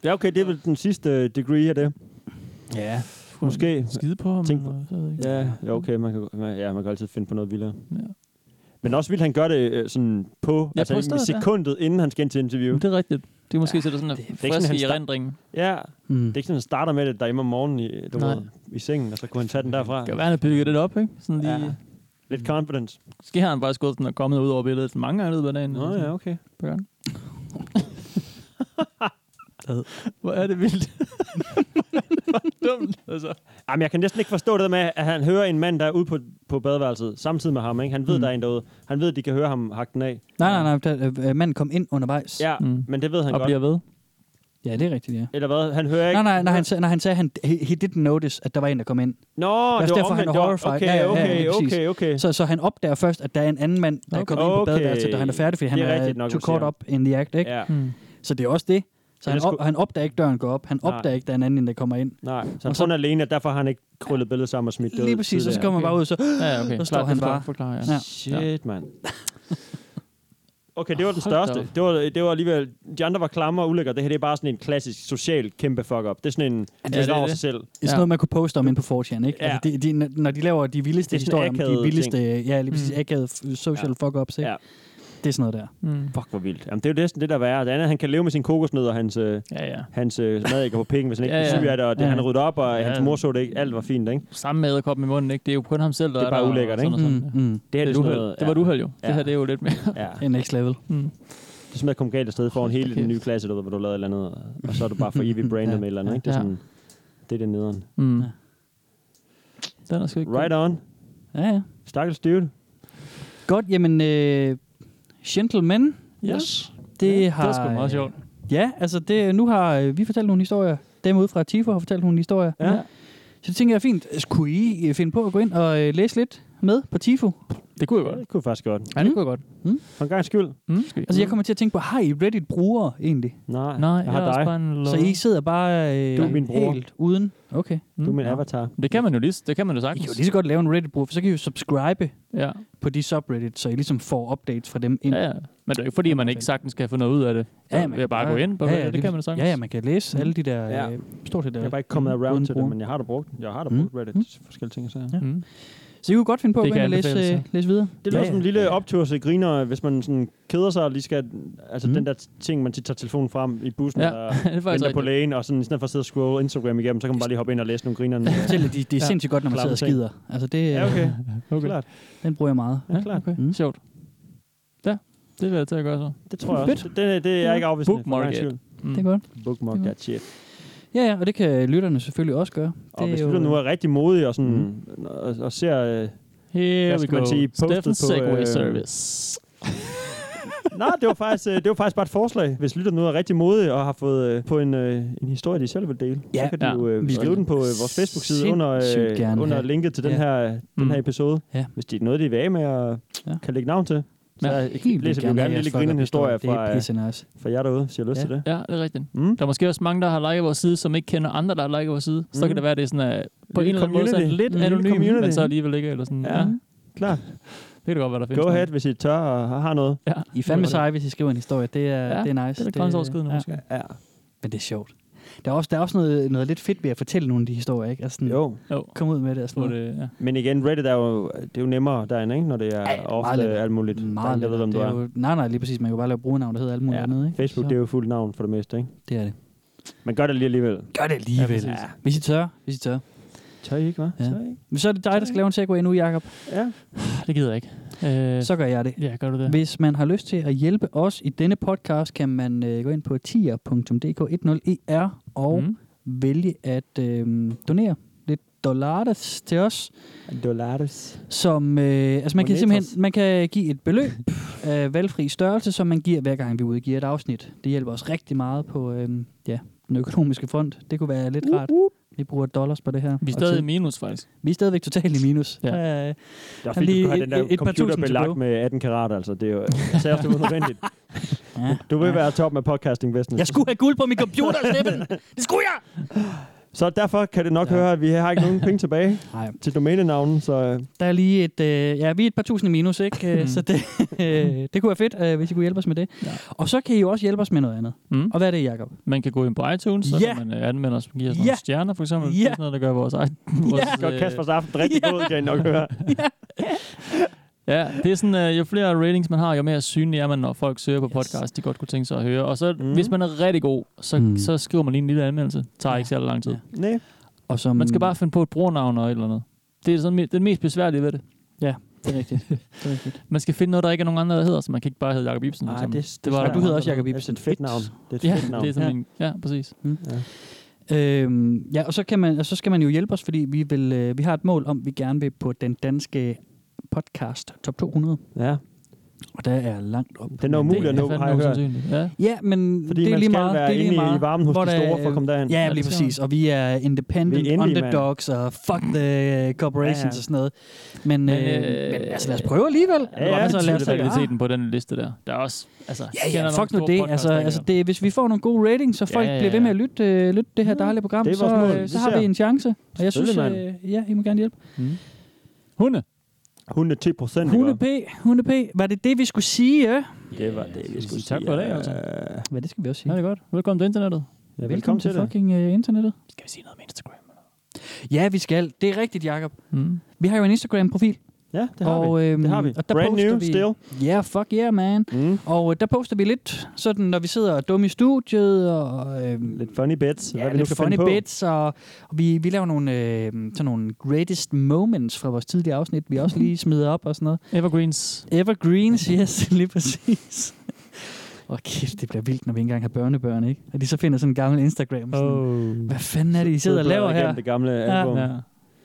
Det er okay, det er vel den sidste øh, degree af det.
Ja,
Måske.
skide på ham.
Tænk på-
og så ved jeg ikke.
Ja, ja, okay, man kan, man, ja, man kan altid finde på noget vildere.
Ja.
Ja. Men også vil han gøre det øh, sådan på,
Ja,
ja, altså
på
på
stedet, ja.
sekundet, inden han skal ind til interview.
Men Det er rigtigt. Det er måske ja, sådan en frisk i erindringen.
Ja, mm. det er ikke sådan, han starter med det derhjemme om morgenen i, du
Nej.
ved, i sengen, og så kunne han tage den derfra.
Kan være, han har bygget det op, ikke? Sådan lige...
Ja. Lidt confidence.
Måske har han bare skudt den og kommet ud over billedet mange gange i løbet af dagen. Nå
ja, okay.
På gang. Hvor er det vildt. dumt, altså.
Jamen, jeg kan næsten ikke forstå det der med, at han hører en mand, der er ude på, på badeværelset, samtidig med ham. Ikke? Han ved, mm. der er en derude. Han ved, at de kan høre ham hakke den af.
Nej, nej, nej. Der, øh, manden kom ind undervejs.
Ja, mm. men det ved han
Og
godt.
bliver ved. Ja, det er rigtigt, ja.
Eller hvad? Han hører ikke...
Nej, nej, nej, han, sagde, nej, han sagde, han, he, he didn't notice, at der var en, der kom ind.
Nå,
det
det var
derfor, han er
omvendt. Det var-
horrified.
okay,
Ja, ja, ja,
okay,
lige præcis.
okay, okay.
Så, så han opdager først, at der er en anden mand, der okay. er kommet ind på
Okay.
badeværelset, da han er færdig, fordi han
Det er
er,
rigtigt
er
nok,
too
du
caught
siger.
up in the act, ikke?
Ja.
Hmm.
Så det er også det. Så han,
Ellers
op,
kunne-
han opdager ikke, døren går op. Han
Nej.
opdager ikke, der er en anden, der kommer ind.
Nej, så
Og
han
så-
så... er alene, og derfor har han ikke krøllet billedet sammen og smidt det ud.
Lige præcis, og så
tidligere.
kommer man bare ud, så,
Ja, okay.
så står
Klart,
han
det
bare.
forklarer- forklarer, ja.
Shit, mand. Okay, det var den
Hold da
største.
op.
Det var, det var alligevel... De andre var klamme og ulækre. Det her det er bare sådan en klassisk social kæmpe fuck-up. Det er sådan en... Ja, det, det, det. sig selv.
Det er sådan noget, man kunne poste om inde på 4chan, ikke?
Ja.
Altså, de, de, når de laver de vildeste
Det er sådan
historier om de
akavede
vildeste,
ting.
ja, lige præcis,
Mm.
akavede f- social fuck-ups, ikke?
Ja.
Det er sådan noget der.
Mm.
Fuck, hvor vildt. Jamen, det er jo næsten det, der er værre. Det andet, han kan leve med sin kokosnød og hans, ja,
ja.
hans øh, madækker på pikken, hvis han ikke
Ja,
ja,
ja.
ja. syg af det, og det,
Ja,
ja.
ja.
han rydder op, og
Ja.
ja. hans mor så det ikke. Alt var fint, ikke?
Samme med æderkoppen i munden, ikke? Det er jo kun ham selv, der
Det er bare
der, og
ulækkert,
sådan
ikke?
og sådan,
Mm,
ja.
mm. Det her,
Det,
det
er
er
et
sådan
uheld.
noget-
det var et
ja.
uheld jo. Det
Ja.
her, det er jo lidt mere.
Ja.
Det er next level.
Mm.
Det er sådan, at komme galt afsted foran hele den nye klasse, du ved, hvor du lavede et eller andet, og så er du bare for evigt branded med et eller andet, ikke? Det er
Ja.
sådan... Det er det nederen.
Mm. Den er sgu ikke
Right on.
Ja, ja.
Stakkels dude.
Godt, jamen, øh, gentlemen.
Yes.
Det
Ja,
har...
det var sgu meget
øh,
sjovt.
Ja, altså, det, nu har øh, vi fortalt nogle historier. Dem ude fra Tifo har fortalt nogle historier.
Ja.
Så det tænker jeg er fint. Altså, Kunne I øh, finde på at gå ind og øh, læse lidt med på Tifo?
Det kunne jeg godt.
Det kunne jeg faktisk godt.
Ja, det kunne jeg godt.
Mm.
For en gang skyld.
Mm.
Altså, jeg kommer til at tænke på, har I Reddit-brugere egentlig?
Nej,
Nej,
jeg har
jeg er også
dig.
bare en
Så I sidder bare øh,
Du er min bror.
helt uden? Okay. Mm.
Du er min avatar.
Det kan man jo lige, det kan man jo sagtens.
I kan jo lige så godt lave en Reddit-bruger, for så kan I jo subscribe
Ja.
på de subreddits, så I ligesom får updates fra dem ind.
Ja, ja. Men det er jo ikke fordi, man ikke sagtens kan få noget ud af det. Ja, man ved
man
at
kan
bare gå
bare-
ind på
Ja,
ja,
ja,
det,
lige-
det kan man sagtens.
Ja, ja, man kan læse
Mm.
alle de der,
Ja.
øh, stort set
Jeg
der.
er bare ikke kommet around
uden
til
bruger.
det, men jeg har da brugt, jeg har da brugt Reddit for forskellige ting. Så. Ja.
Mm.
Så I kunne godt finde på at
Det
gå ind
kan
og læse, øh,
anbefales, ja.
læse videre.
Det lyder ja, som en lille optur til griner, hvis man sådan keder sig og lige skal... Altså mm. den der ting, man tit tager telefonen frem i bussen
Ja,
ja,
det er
eller
faktisk
venter på
rigtigt.
lægen, og sådan, i stedet for at sidde og scrolle Instagram igennem, så kan man bare lige hoppe ind og læse nogle griner.
Selv at de, de er sindssygt godt, når man sidder og skider. Altså, det,
Ja, okay. okay. Klart.
den bruger jeg meget.
Ja, klart. Okay. Mm. Sjovt. Ja, det vil jeg til at gøre så.
Det tror jeg også. Det, det, det er jeg ikke afvist.
Bookmark it. Mm.
Det er godt.
Bookmark
Det er
that shit.
Ja, ja, og det kan lytterne selvfølgelig også gøre.
Og
Det
hvis
er øh, Mm.
du nu er rigtig modig og, sådan, og, og ser... Øh,
Here
hvad
we
skal man
go.
sige? Postet
Steffens
på...
Segway Service.
Nej, det var faktisk øh, det var faktisk bare et forslag. Hvis lytter nu er rigtig modige og har fået øh, på en øh, en historie de selv vil dele,
Ja,
så kan de
ja.
jo øh,
Vi
skrive
vil
den på øh, vores Facebook side under
sindssygt gerne
øh, under
have.
linket til den
Ja. Mm.
her øh, den her episode.
Ja.
Hvis det er noget de er vage med og
Ja.
kan lægge navn til. Så
Ja,
ja,
helt vildt
læser vi jo gerne
gerne have
en lille
jeres
grinende historie
fuck-up-historie. Det er
fra,
pisse
øh,
nice.
fra jer derude, hvis I har lyst
Ja.
til det.
Ja, det er rigtigt.
Mm.
Der er måske også mange, der har liket vores side, som ikke kender andre, der har liket vores side. Så
Mm.
kan det være, at det er sådan, uh, på en
Lille
eller anden måde så er det
community.
lidt
Mm. Lille
anonymt, men
community.
så alligevel ikke. Eller sådan.
Ja, klar.
Det kan det godt være, der findes.
Go
nogen.
ahead, hvis I tør og har noget.
Ja.
I er fandme seje, hvis I skriver en historie. Det
Ja,
er, det er nice.
det er lidt grænseoverskridende, måske.
Ja.
Men det er sjovt. Der er også, der er også noget, noget lidt fedt ved at fortælle nogle af de historier, ikke? Altså sådan,
Jo.
Jo.
kom ud med det og sådan
Hvor
noget.
det, ja.
Men igen, Reddit er jo, det er jo nemmere derinde, ikke? når det er
Ja,
ofte
meget lidt.
alt muligt.
Meget
jeg ved, hvem
lidt.
du
Det er
er.
jo, nej, nej, lige præcis. Man kan jo bare lave brugernavn, der hedder alt muligt
Ja.
andet, ikke?
Facebook,
Så,
det er jo fuldt navn for det meste, ikke?
det er det.
Men gør det lige alligevel.
Gør det alligevel.
Ja,
Ja, hvis I tør. Hvis I tør.
Tør I ikke, hva'?
Ja.
Tør I ikke?
Men så er det dig, der skal lave en segway nu, Jacob.
Ja.
Det gider jeg ikke. Øh,
Så gør jeg det.
ja, gør du det?
Hvis man har lyst til at hjælpe os i denne podcast, kan man øh, gå ind på tier.dk10er E og mm.
Mm.
vælge at øh, donere lidt dollars til os.
Dollars.
Som, øh, altså man kan
Monetos.
simpelthen man kan give et beløb af valgfri størrelse, som man giver hver gang vi udgiver et afsnit. Det hjælper os rigtig meget på øh, ja, den økonomiske front. Det kunne være lidt rart. Vi bruger dollars på det her.
Vi er
Og
stadig i
tid.
minus, faktisk.
vi er stadigvæk totalt i minus.
Ja.
Ja. Øh,
Det er
Han
fint, du
lige
skal have den
et- et-
der
et par
computer
tusind til
belagt
Bro.
med 18 karat, altså. Det er jo særligt unødvendigt.
Ja.
Du vil være top med podcasting business.
jeg skulle have guld på min computer, Steffen! Det skulle jeg!
Så derfor kan det nok
Ja.
ja. høre, at vi har ikke nogen penge tilbage
Nej.
til domænenavnen, så øh,
Der er lige et, øh, ja, vi er et par tusind i minus, ikke? Øh, så det, øh, det kunne være fedt, øh, hvis I kunne hjælpe os med det. Ja. Og så kan I jo også hjælpe os med noget andet.
Mm.
Og hvad er det, Jacob?
Man kan gå ind på iTunes, så
Ja.
kan man øh, anmelde os og give os nogle
Ja.
stjerner, for eksempel.
Ja.
Det er øh, sådan noget, der gør vores egen... vores,
godt
øh,
Kaspers aften rigtig god, kan I nok høre.
Ja, det er sådan, øh, jo flere ratings man har, jo mere synlig er man, når folk søger på podcast, de godt kunne tænke sig at høre. Og så,
Mhm.
mm. hvis man er rigtig god, så,
Mm.
mm. så skriver man lige en lille anmeldelse. Tager ikke særlig lang tid.
Nej.
Og som,
Man skal bare finde på et brugernavn og et eller andet. Det er sådan, me- det mest besværlige ved det.
Ja,
det er rigtigt. det er rigtigt. Man skal finde noget, der ikke er nogen andre, der hedder, så man kan ikke bare hedde Jacob Ibsen. for
Nej,
eksempel.
det- det var
der-
der- du hedder også Jacob Ibsen.
Det er et fedt navn. Det er
ja,
et fedt navn.
det er sådan en, ja, præcis.
Mm. Ja. Øhm, ja, og så, kan man, og så skal man jo hjælpe os, fordi vi, vil, øh, vi har et mål om, at vi gerne vil på den danske podcast top 200.
Ja.
Og der er langt op.
Den er umulig at nå, har jeg hørt.
Ja. ja, men
Fordi
det er
man
lige
skal
meget.
være
det er lige
inde i
meget,
varmen hos
hvor
de
der-
store for at komme derhen.
Ja,
Ja,
lige
det skal
præcis.
man.
Og vi er independent,
Vi er indie, mand.
underdogs og fuck the corporations
Ja, ja.
og sådan noget. Men, men, øh, men altså, lad os prøve alligevel.
Ja, ja,
altså,
så
lad
lad
os da-
kvaliteten på den liste der. Der er også, altså,
Ja,
kender
ja,
nogle
fuck nu
store
det.
podcasts,
Altså,
der ikke
altså det, hvis vi får nogle gode ratings, så
Ja,
folk
ja,
bliver ved
ja.
med at lytte, øh, lytte det her dejlige program,
Det er vores
så,
mål.
øh,
Vi
så har
ser.
vi en chance. Og jeg synes,
Selvfølgelig,
øh, ja, I må gerne hjælpe.
Mm. Hunde.
Hunde 10 procent.
Hunde P, Hunde P, var det det, vi skulle sige? Ja,
Det var det, vi skulle
Tak for i dag, altså.
Men det skal vi også sige.
Ja, det er godt. Velkommen til internettet.
Ja,
velkommen, velkommen til, til fucking øh, internettet.
Skal vi sige noget om Instagram?
Ja, vi skal. Det er rigtigt, Jakob.
Mm.
Vi har jo en Instagram-profil.
Ja,
det har vi.
øhm,
Det har vi.
Og der
Brand
poster
new
vi,
still.
Yeah, fuck yeah, man.
Mm.
Og øh, der poster vi lidt, sådan når vi sidder dumme i studiet. Og, øhm,
lidt funny bits.
Ja,
hvad vi nu
lidt
kan
funny
finde på.
bits. Og, og vi, vi laver nogle, øh, sådan nogle greatest moments fra vores tidligere afsnit, vi også lige smider op og sådan noget.
Evergreens.
Evergreens, yes, lige præcis. Åh, kæft, det bliver vildt, når vi ikke engang har børnebørn, ikke? Og de så finder sådan en gammel Instagram. Sådan,
oh.
Hvad fanden er det, I
Så- så
sidder og laver
bladrer
her?
igennem det gamle album.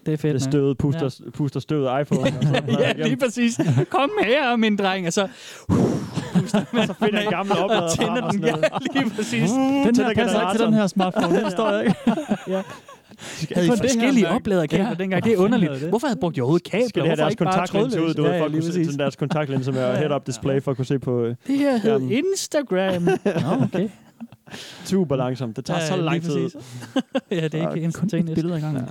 Det er fedt.
Det
nok.
støvede, puster, ja. puster støvet iPhone. og så bladrer
Ja,
igennem.
lige præcis. Kom her, min dreng. Og så,
så finder jeg en gammel oplader
og
frem
tænder
og
den.
sådan
Ja,
noget.
lige præcis.
Uh, Den her tænder passer ikke til den generatoren. her
smartphone. Det forstår jeg ikke.
ja.
Skal
Havde I
kun det her,
forskellige
mand.
opladerkabler
Ja.
dengang? Det er
Hvad
underligt.
fanden er det?
Hvorfor havde I brugt overhovedet kabler?
Skal det have
Hvorfor
deres
ikke bare
kontaktlinse ud,
trådløse?
du ved,
Ja,
folk
lige
kunne se
præcis.
sådan deres kontaktlinse med head-up display for at kunne se på øh,
Det her hed
skærmen.
Instagram. Nå, okay.
super langsomt. Det tager så lang tid.
ja, det er
Fuck.
ikke instantaneous.
billede gang. Ja.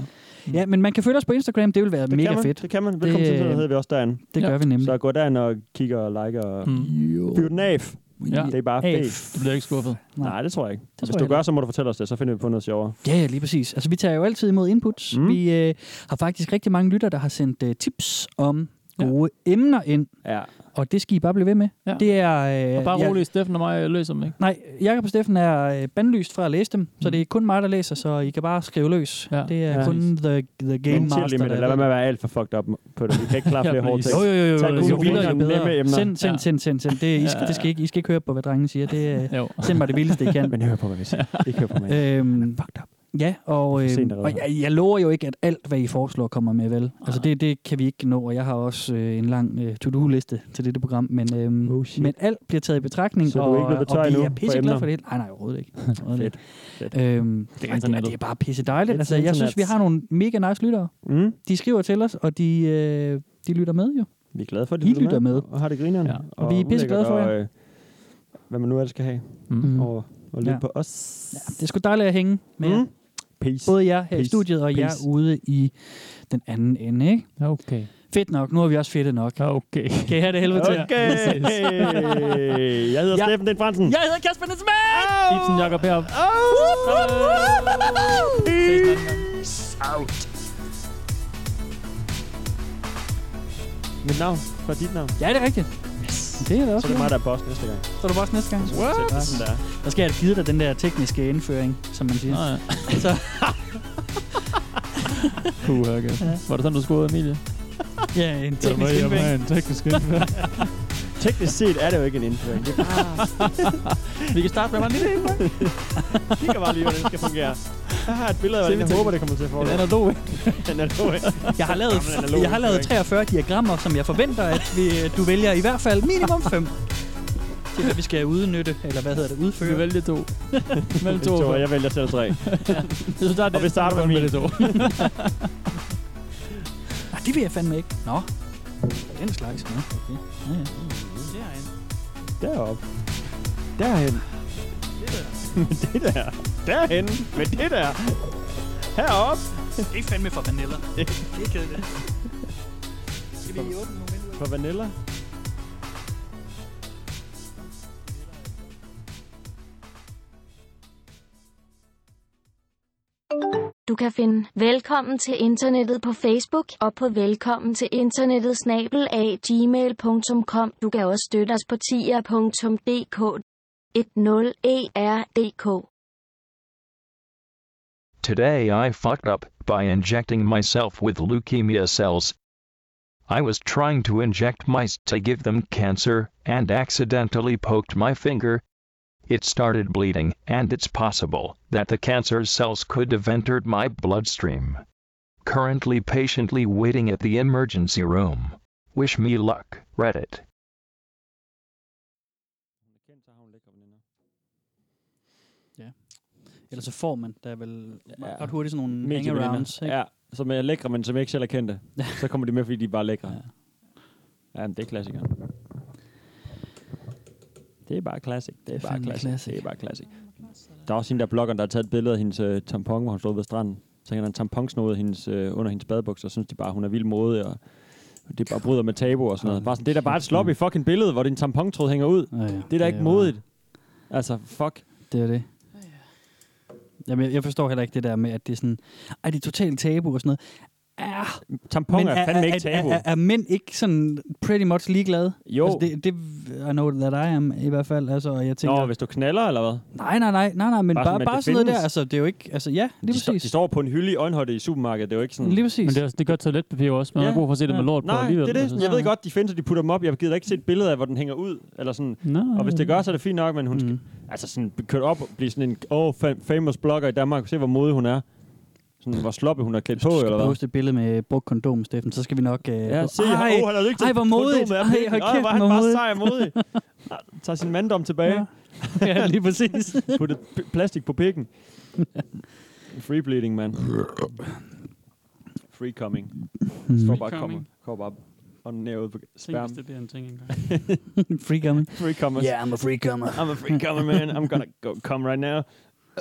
Ja, men man kan følge os på Instagram. Det vil være
Det
mega
kan man,
fedt.
Det kan man. Velkommen det, til,
øh,
sådan hedder vi også derinde.
det gør vi nemlig.
Så gå derind og kigger og liker og
Mm.
fyr den af.
Ja.
Det er bare
Af.
fedt.
Du bliver ikke skuffet.
Nej, det tror jeg ikke.
tror
Hvis
jeg
du
heller
gør, så må du fortælle os det, så finder vi på noget sjovere.
Ja, ja, lige præcis. Altså, vi tager jo altid imod inputs. Mm. Vi øh, har faktisk rigtig mange lytter, der har sendt øh, tips om gode ja. emner ind.
Ja.
Og det skal I bare blive ved med.
Ja.
Det er... Øh,
Og bare
jeg-
rolig, Steffen og mig løser dem, ikke?
Nej, Jakob og Steffen er øh, bandlyst fra at læse dem, så det er kun mig, der læser, så I kan bare skrive løs. Ja. Det
Mm.
er
Ja.
ja. kun the, the Game
Men
Master.
chill lige med
der
det. Lad
ved
være med at være alt for fucked up på det. Vi kan ikke klare
Ja,
flere hårde
please.
ting.
Jo, jo, jo, jo.
Tag
jo,
gode
jo vildere,
emner,
jo bedre.
nemme emner.
Send, send, send, send, send. Det, I, skal,
Ja.
det skal I ikke, I skal ikke høre på, hvad drengene siger. Det,
Jo.
øh, send mig det vildeste, I kan.
Men hør på, hvad vi siger. Ikke hør på mig.
øhm, ja, og,
sent
øhm,
allerede.
og jeg, jeg lover jo ikke, at alt, hvad I foreslår, kommer med, vel? Altså, det, det kan vi ikke nå, og jeg har også øh, en lang øh, to-do-liste til dette program, men, øhm, oh, men alt bliver taget i betragtning,
Så du er
og,
ikke løbet tør
og vi
endnu
er
for
pisseglade
emner?
for, det. Nej, nej, overhovedet ikke. Overhovedet
Fedt.
ikke. Øhm, det, er det, er-
internettet.
det er bare pisse dejligt.
It's
Altså, jeg synes, vi
internet.
har nogle mega nice lyttere.
Mm.
De skriver til os, og de, øh, de lytter med jo.
Vi er glade for, at
I
de
lytter med.
Og har det grineren.
Ja.
Og vi er pisseglade for jer.
ulækkert, og, øh, Hvad man nu ellers skal have.
Mm.
Og, øh, og lytte
Ja.
på os.
Ja, det er sgu dejligt at hænge med jer.
Mm. Peace.
Både jer her i
Peace.
studiet og jer
Peace.
ude i den anden ende, ikke?
Okay.
Fedt nok. Nu har vi også fedtet nok.
Okay.
Kan I have det helvede til?
Okay. Jeg hedder
Ja.
Steffen Den Fransen.
Jeg hedder Kasper Nielsen Mand!
Ibsen Jakob heroppe.
Peace out. Mit navn var dit navn.
Ja, det er rigtigt. Det er da
Så
også
er det mig,
mig,
der er boss næste gang.
Så er du også næste gang.
Uanset hvordan det er.
Der skal jeg da give dig den der tekniske indføring, som man siger.
Nå, ja.
Så,
Puh, okay. Var det sådan, du skåede, Emilie?
ja, en teknisk indføring.
teknisk
Teknisk set er det jo ikke en indføring. Det er bare,
Vi kan starte med bare en lille indføring.
kigger bare lige, hvordan det skal fungere. Jeg har et billede af, hvordan jeg håber, det kommer til at
En
foregå.
analog.
Den er dog ikke.
Jeg har, lavet,
Gammel analog
jeg har lavet
indføring.
43 diagrammer, som jeg forventer, at vi, du vælger i hvert fald minimum 5. Til hvad vi skal udnytte, eller hvad hedder det, udføre.
Vi vælger to. Mellem to.
To,
og
og
fem.
jeg vælger selv tre.
Jeg synes, der er
Og vi starter med min.
det to.
Ah, det vil jeg fandme ikke. Nå. Den slags. Nå, okay. Ja, ja. Derinde.
Derop. Derhen. Med det der. Derhen. Med det der. Herop.
Det er fandme for vanilla. Det er kedeligt. Skal vi åbne nogle vinduer?
For vanilla.
Du Du kan finde Velkommen til internettet på Facebook og på velkommen til internettet snabel af gmail.com. Du kan også støtte os på tier.dk E 10er.dk
Today I fucked up by injecting myself with leukemia cells. I was trying to inject mice to give them cancer and accidentally poked my finger. It started bleeding, and it's possible that the cancer cells could have entered my bloodstream. Currently patiently waiting at the emergency room. Wish me luck, Reddit.
Ellers så får man da vel ja.
Ja.
ret hurtigt sådan nogle
Medieveninder.
hangarounds. Ikke?
Ja, som er lækre, men som jeg ikke selv er kendte. så kommer de med, fordi de er bare lækre. Ja, ja men det er klassiker. Det er bare classic. Det er bare
fandme
classic. Det er bare classic. Der er også hende der bloggeren, der har taget et billede af hendes øh, tampon, hvor hun stod ved stranden. Så hænger der en tamponsnode hendes, øh, under hendes badebukser, og synes de bare, hun er vild modig, og det bare bryder med tabu og sådan noget. Bare sådan, det er da bare et slop i fucking billede, hvor din tampontråd hænger ud.
Ja, ja.
Det er da ikke
var-
modigt. Altså, fuck.
Det er det. Jamen, jeg, jeg forstår heller ikke det der med, at det er sådan, ej, det er totalt tabu og sådan noget. Ah,
Tampon
men
er fandme ikke tabu.
Er, er, er mænd ikke sådan pretty much ligeglade?
Jo.
Altså, det, det, I know that I am i hvert fald. Altså, og jeg tænker,
Nå, hvis du knaller, eller hvad?
Nej, nej, nej, nej, nej, men
Bare
bare,
sådan,
bare,
at
bare
det
sådan noget der,
findes.
altså, det er jo ikke, altså ja,
de,
lige præcis.
står, de står på en hylde i øjenhøjde i supermarkedet, det er jo ikke sådan...
Lige præcis. Men det er
også- det gør toiletpapir jo også. Man har ikke brug for at se det med lort på
Nej,
alligevel,
det er det.
altså.
jeg ved godt, de findes, og de putter dem op. Jeg gider da ikke se et billede af, hvor den hænger ud. Eller sådan.
Nå. Mm.
og hvis det gør, så er det fint nok, men hun skal, altså sådan, kørt op og blive sådan en oh, fam- famous blogger i Danmark. Se, hvor modig hun er. Sådan, hvor sloppe hun er klædt på, eller hvad?
poste et billede med brugt kondom, Steffen, så skal vi nok... Øh,
Ja, se,
ej,
oh, han har ikke
ej, hvor modigt.
Ej,
Ej,
hold
hold
kæft,
kæft,
hvor er han
hvor
bare
modigt.
sej og modig. Ah, Tager sin manddom tilbage.
Ja. Ja, lige præcis.
Putter p- plastik på pikken. Free bleeding, man. Free coming. Står bare
Free
kommer.
coming.
Kommer bare og nævet på
Tænk,
sperm.
hvis det bliver en ting engang.
free coming.
Free comers.
Yeah, I'm a free comer.
I'm a free comer, man. I'm gonna go come right now.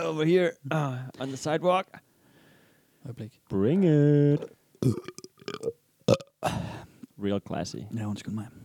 Over here. Uh, on the sidewalk.
Øjeblik.
Bring it. Real classy.
Ja, undskyld mig.